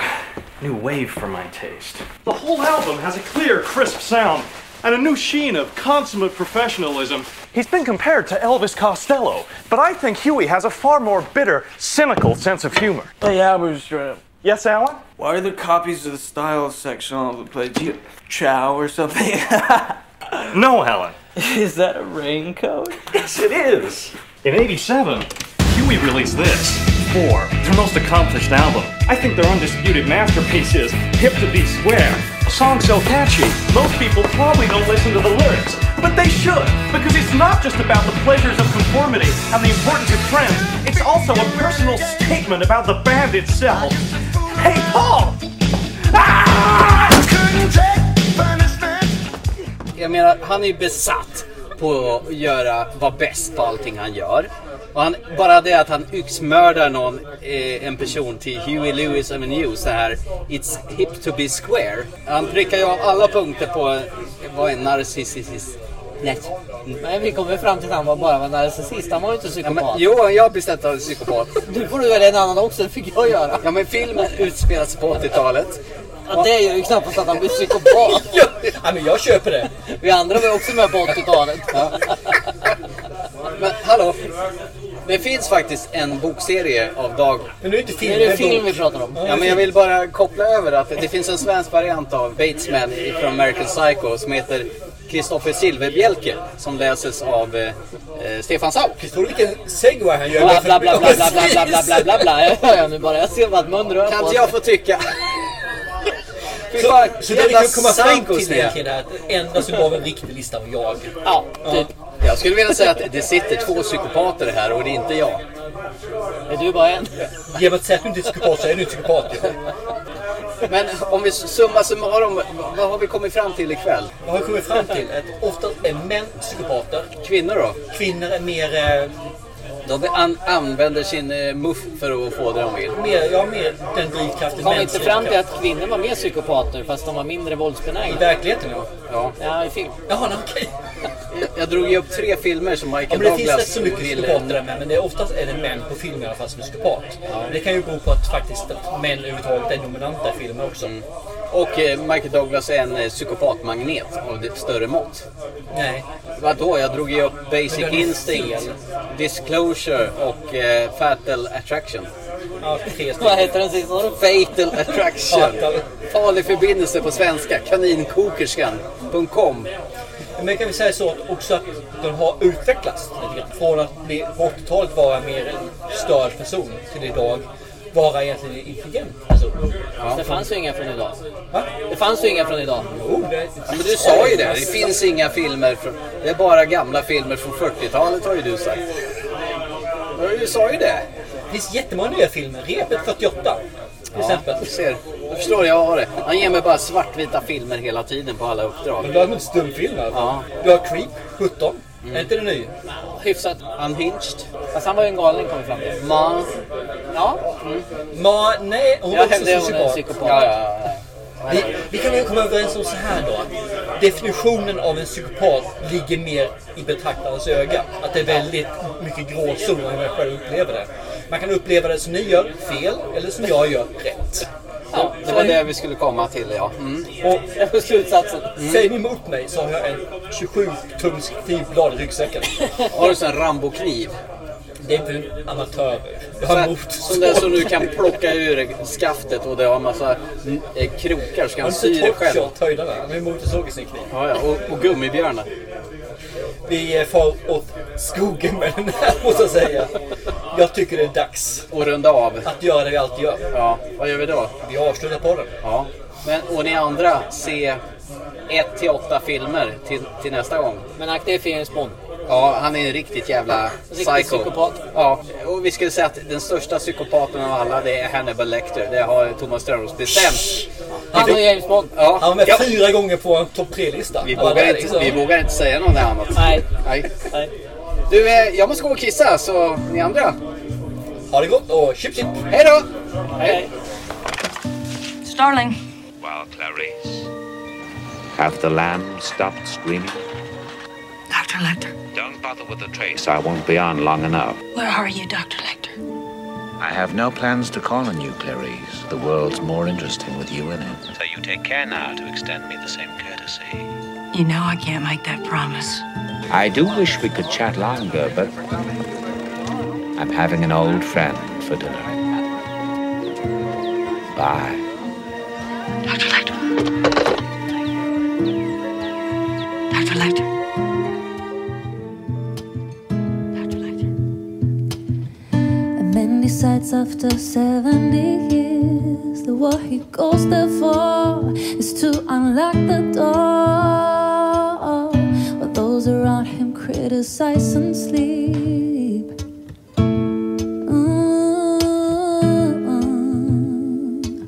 new wave for my taste.
The whole album has a clear, crisp sound and a new sheen of consummate professionalism. He's been compared to Elvis Costello, but I think Huey has a far more bitter, cynical sense of humor.
Hey, Halberstram.
Yes, Alan?
Why are there copies of the styles section all over the place? Do you chow or something?
No, Helen.
Is that a raincoat?
Yes, it is. In 87, Huey released this. Four, their most accomplished album. I think their undisputed masterpiece is Hip to Be Square. A song so catchy, most people probably don't listen to the lyrics. But they should, because it's not just about the pleasures of conformity and the importance of friends, it's also a personal statement about the band itself. Hey, Paul! Ah!
Jag menar, han är ju besatt på att göra, vara bäst på allting han gör. Och han, bara det att han yxmördar någon, eh, en person till Huey Lewis and the News, det här It's hip to be square. Han prickar ju av alla punkter på eh, vad en narcissist Nej.
Men vi kommer fram till att han var bara var narcissist. Han var ju inte
Ja, men,
psykopat.
jo, jag har bestämt att han är psykopat.
Nu får du välja en annan också, det fick jag göra.
Ja, men filmen utspelas på 80-talet.
Ja, det gör ju knappast att han blir psykopat.
Ja, men jag köper det.
Vi andra var ju också med på 80-talet.
Men hallå! Det finns faktiskt en bokserie av Dag...
Men det är inte film,
Nu är det film vi pratar om.
Ja, men jag vill bara koppla över att det finns en svensk variant av Batesman från American Psycho som heter Kristoffer Silverbjälke som läses av eh, eh, Stefan Sauk.
Tror du vilken segway han gör?
Bla, bla, bla, bla, bla, bla, bla, bla, bla, bla, bla. Jag hör jag nu bara. Jag ser vad mun rör
Kan
på
inte
sig.
jag få tycka? Fy
Så,
fan,
så där vi
jävla
kan komma fram
psychos
till
ni är.
egentligen är att det enda som gav en riktig lista var jag.
Ja, typ.
Jag skulle vilja säga att det sitter två psykopater här och det är inte jag.
Är du bara en?
Genom att säga att du inte är psykopat så är du psykopat ju.
Men om vi summa summarum, vad har vi kommit fram till ikväll?
Vad har jag kommit fram till? Att oftast är män psykopater.
Kvinnor då?
Kvinnor är mer... eh,
De an- använder sin eh, muff för att få det de vill.
mer jag har mer den drivkraften.
Kom
mäns
inte fram till
drivkraft.
att kvinnor var mer psykopater fast de var mindre
I
våldsbenägna?
verkligheten ja.
Ja.
Ja, i film.
Jaha, nej, okej.
Jag- Jag drog ju upp tre filmer som
Ja,
Michael
men det finns rätt
Douglas
så mycket psykopater där med, men det är oftast är det män på film i alla fall som är psykopat. Det kan ju bero på att faktiskt att män överhuvudtaget är dominanta i filmer också.
Och eh, Michael Douglas är en eh, psykopatmagnet av det större mått.
Nej.
Vadå, jag drog ju upp Basic
Men den är
Instinct,
fel.
Disclosure och eh, Fatal Attraction.
Ja, tre
Vad heter den sista? Fatal Attraction. Farlig förbindelse på svenska. Kaninkokerskan.com.
Men kan vi säga så att också att den har utvecklats lite grann. Från att bli, på 80-talet vara mer en störd person till idag vara egentligen en intelligent person.
Det fanns ju inga från idag.
Va?
Det fanns ju inga från idag.
Jo, det...
Ja, men du sa ju det. Det finns inga filmer. Från, det är bara gamla filmer från 40-talet har ju du sagt. Ja, Du sa ju det.
Det finns jättemånga nya filmer. Repet 48. Till exempel.
Du ser. Jag förstår, jag har det. Han ger mig bara svartvita filmer hela tiden på alla uppdrag.
Men du har en stumfilm här.
Ja.
Du har Creep 17.
Mm.
Är inte det ny?
Hyfsat.
Unhinged.
Fast han var ju en galning kom vi fram till.
Ma. Mm.
Ja.
Ma, nej, hon var
Jag
också
hävdar
psykopat.
hon är en psykopat. Ja, ja,
Vi, vi kan väl komma överens om så här då. att Definitionen av en psykopat ligger mer i betraktarens öga. Att det är väldigt mycket gråzoner hur man själv upplever det. Man kan uppleva det som ni gör, fel, eller som jag gör, rätt.
Ja, det var det vi skulle komma till, ja. Mm.
Och,
och slutsatsen.
Säger ni emot mig så har jag en 27-tums knivblad i ryggsäcken.
Har du sån här Rambo-kniv?
Det är för amatörer. Jag
Så
har
här-
mot.
Sån där som du kan plocka ur skaftet och det har en massa eh, krokar så kan du sy det själv.
Hotshot höjdarna. Han är motorsågsinstinktiv.
Ja, ja, och, och gummibjörnar.
Vi eh, far åt skogen med den här måste jag säga. Jag tycker det är dags.
Och runda av.
Att göra det vi alltid gör.
Ja, vad gör vi då?
Vi avslutar podden.
Ja. Men, och ni andra, se 1-8 filmer till, till nästa gång.
Men akta er för James Bond.
Ja, han är en riktigt jävla
Riktig
psycho.
psykopat.
Ja, och vi skulle säga att den största psykopaten av alla det är Hannibal Lecter. Det har Thomas Törnros bestämt.
Han och James Bond.
Ja.
Han var med
Ja.
fyra gånger på en topp tre-lista. liksom.
Vi vågar, inte, vi vågar inte säga något annat.
Nej.
Nej. Du, eh, jag måste gå och kissa så ni andra.
Ha det gott och chip chip!
Hej då!
Hej.
Starling.
While Clarice. Have the lamb stopped screaming?
Dr. Lecter,
Don't bother with the trace. I won't be on long enough.
where are you, Dr. Lecter?
I have no plans to call on you, Clarice. The world's more interesting with you in it.
So you take care now to extend me the same courtesy.
You know I can't make that promise.
I do wish we could chat longer, but I'm having an old friend for dinner. Bye.
Dr. Lecter. Dr. Lecter.
And many sights after 70 years. The what he goes there for is to unlock the door. While those around him criticize and sleep. Uh-uh. Mm.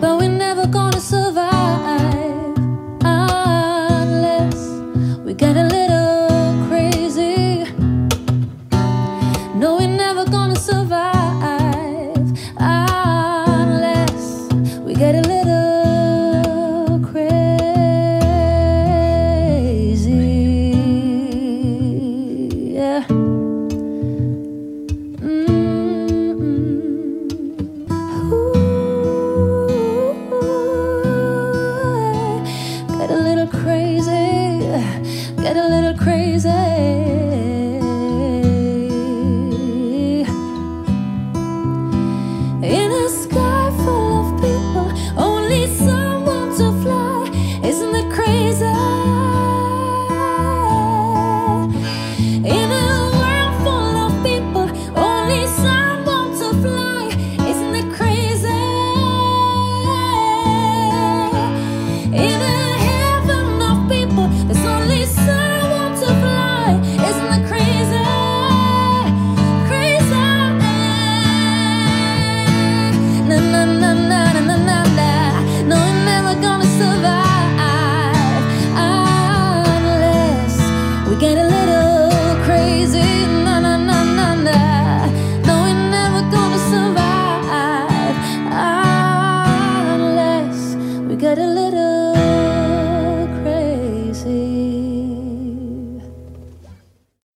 But we're never gonna survive unless we get a little crazy. No, we're never gonna survive unless we get a little crazy. Yeah. Mm-hmm. Mm-mm. Ooh, Get a little crazy. Get a little crazy in the sky.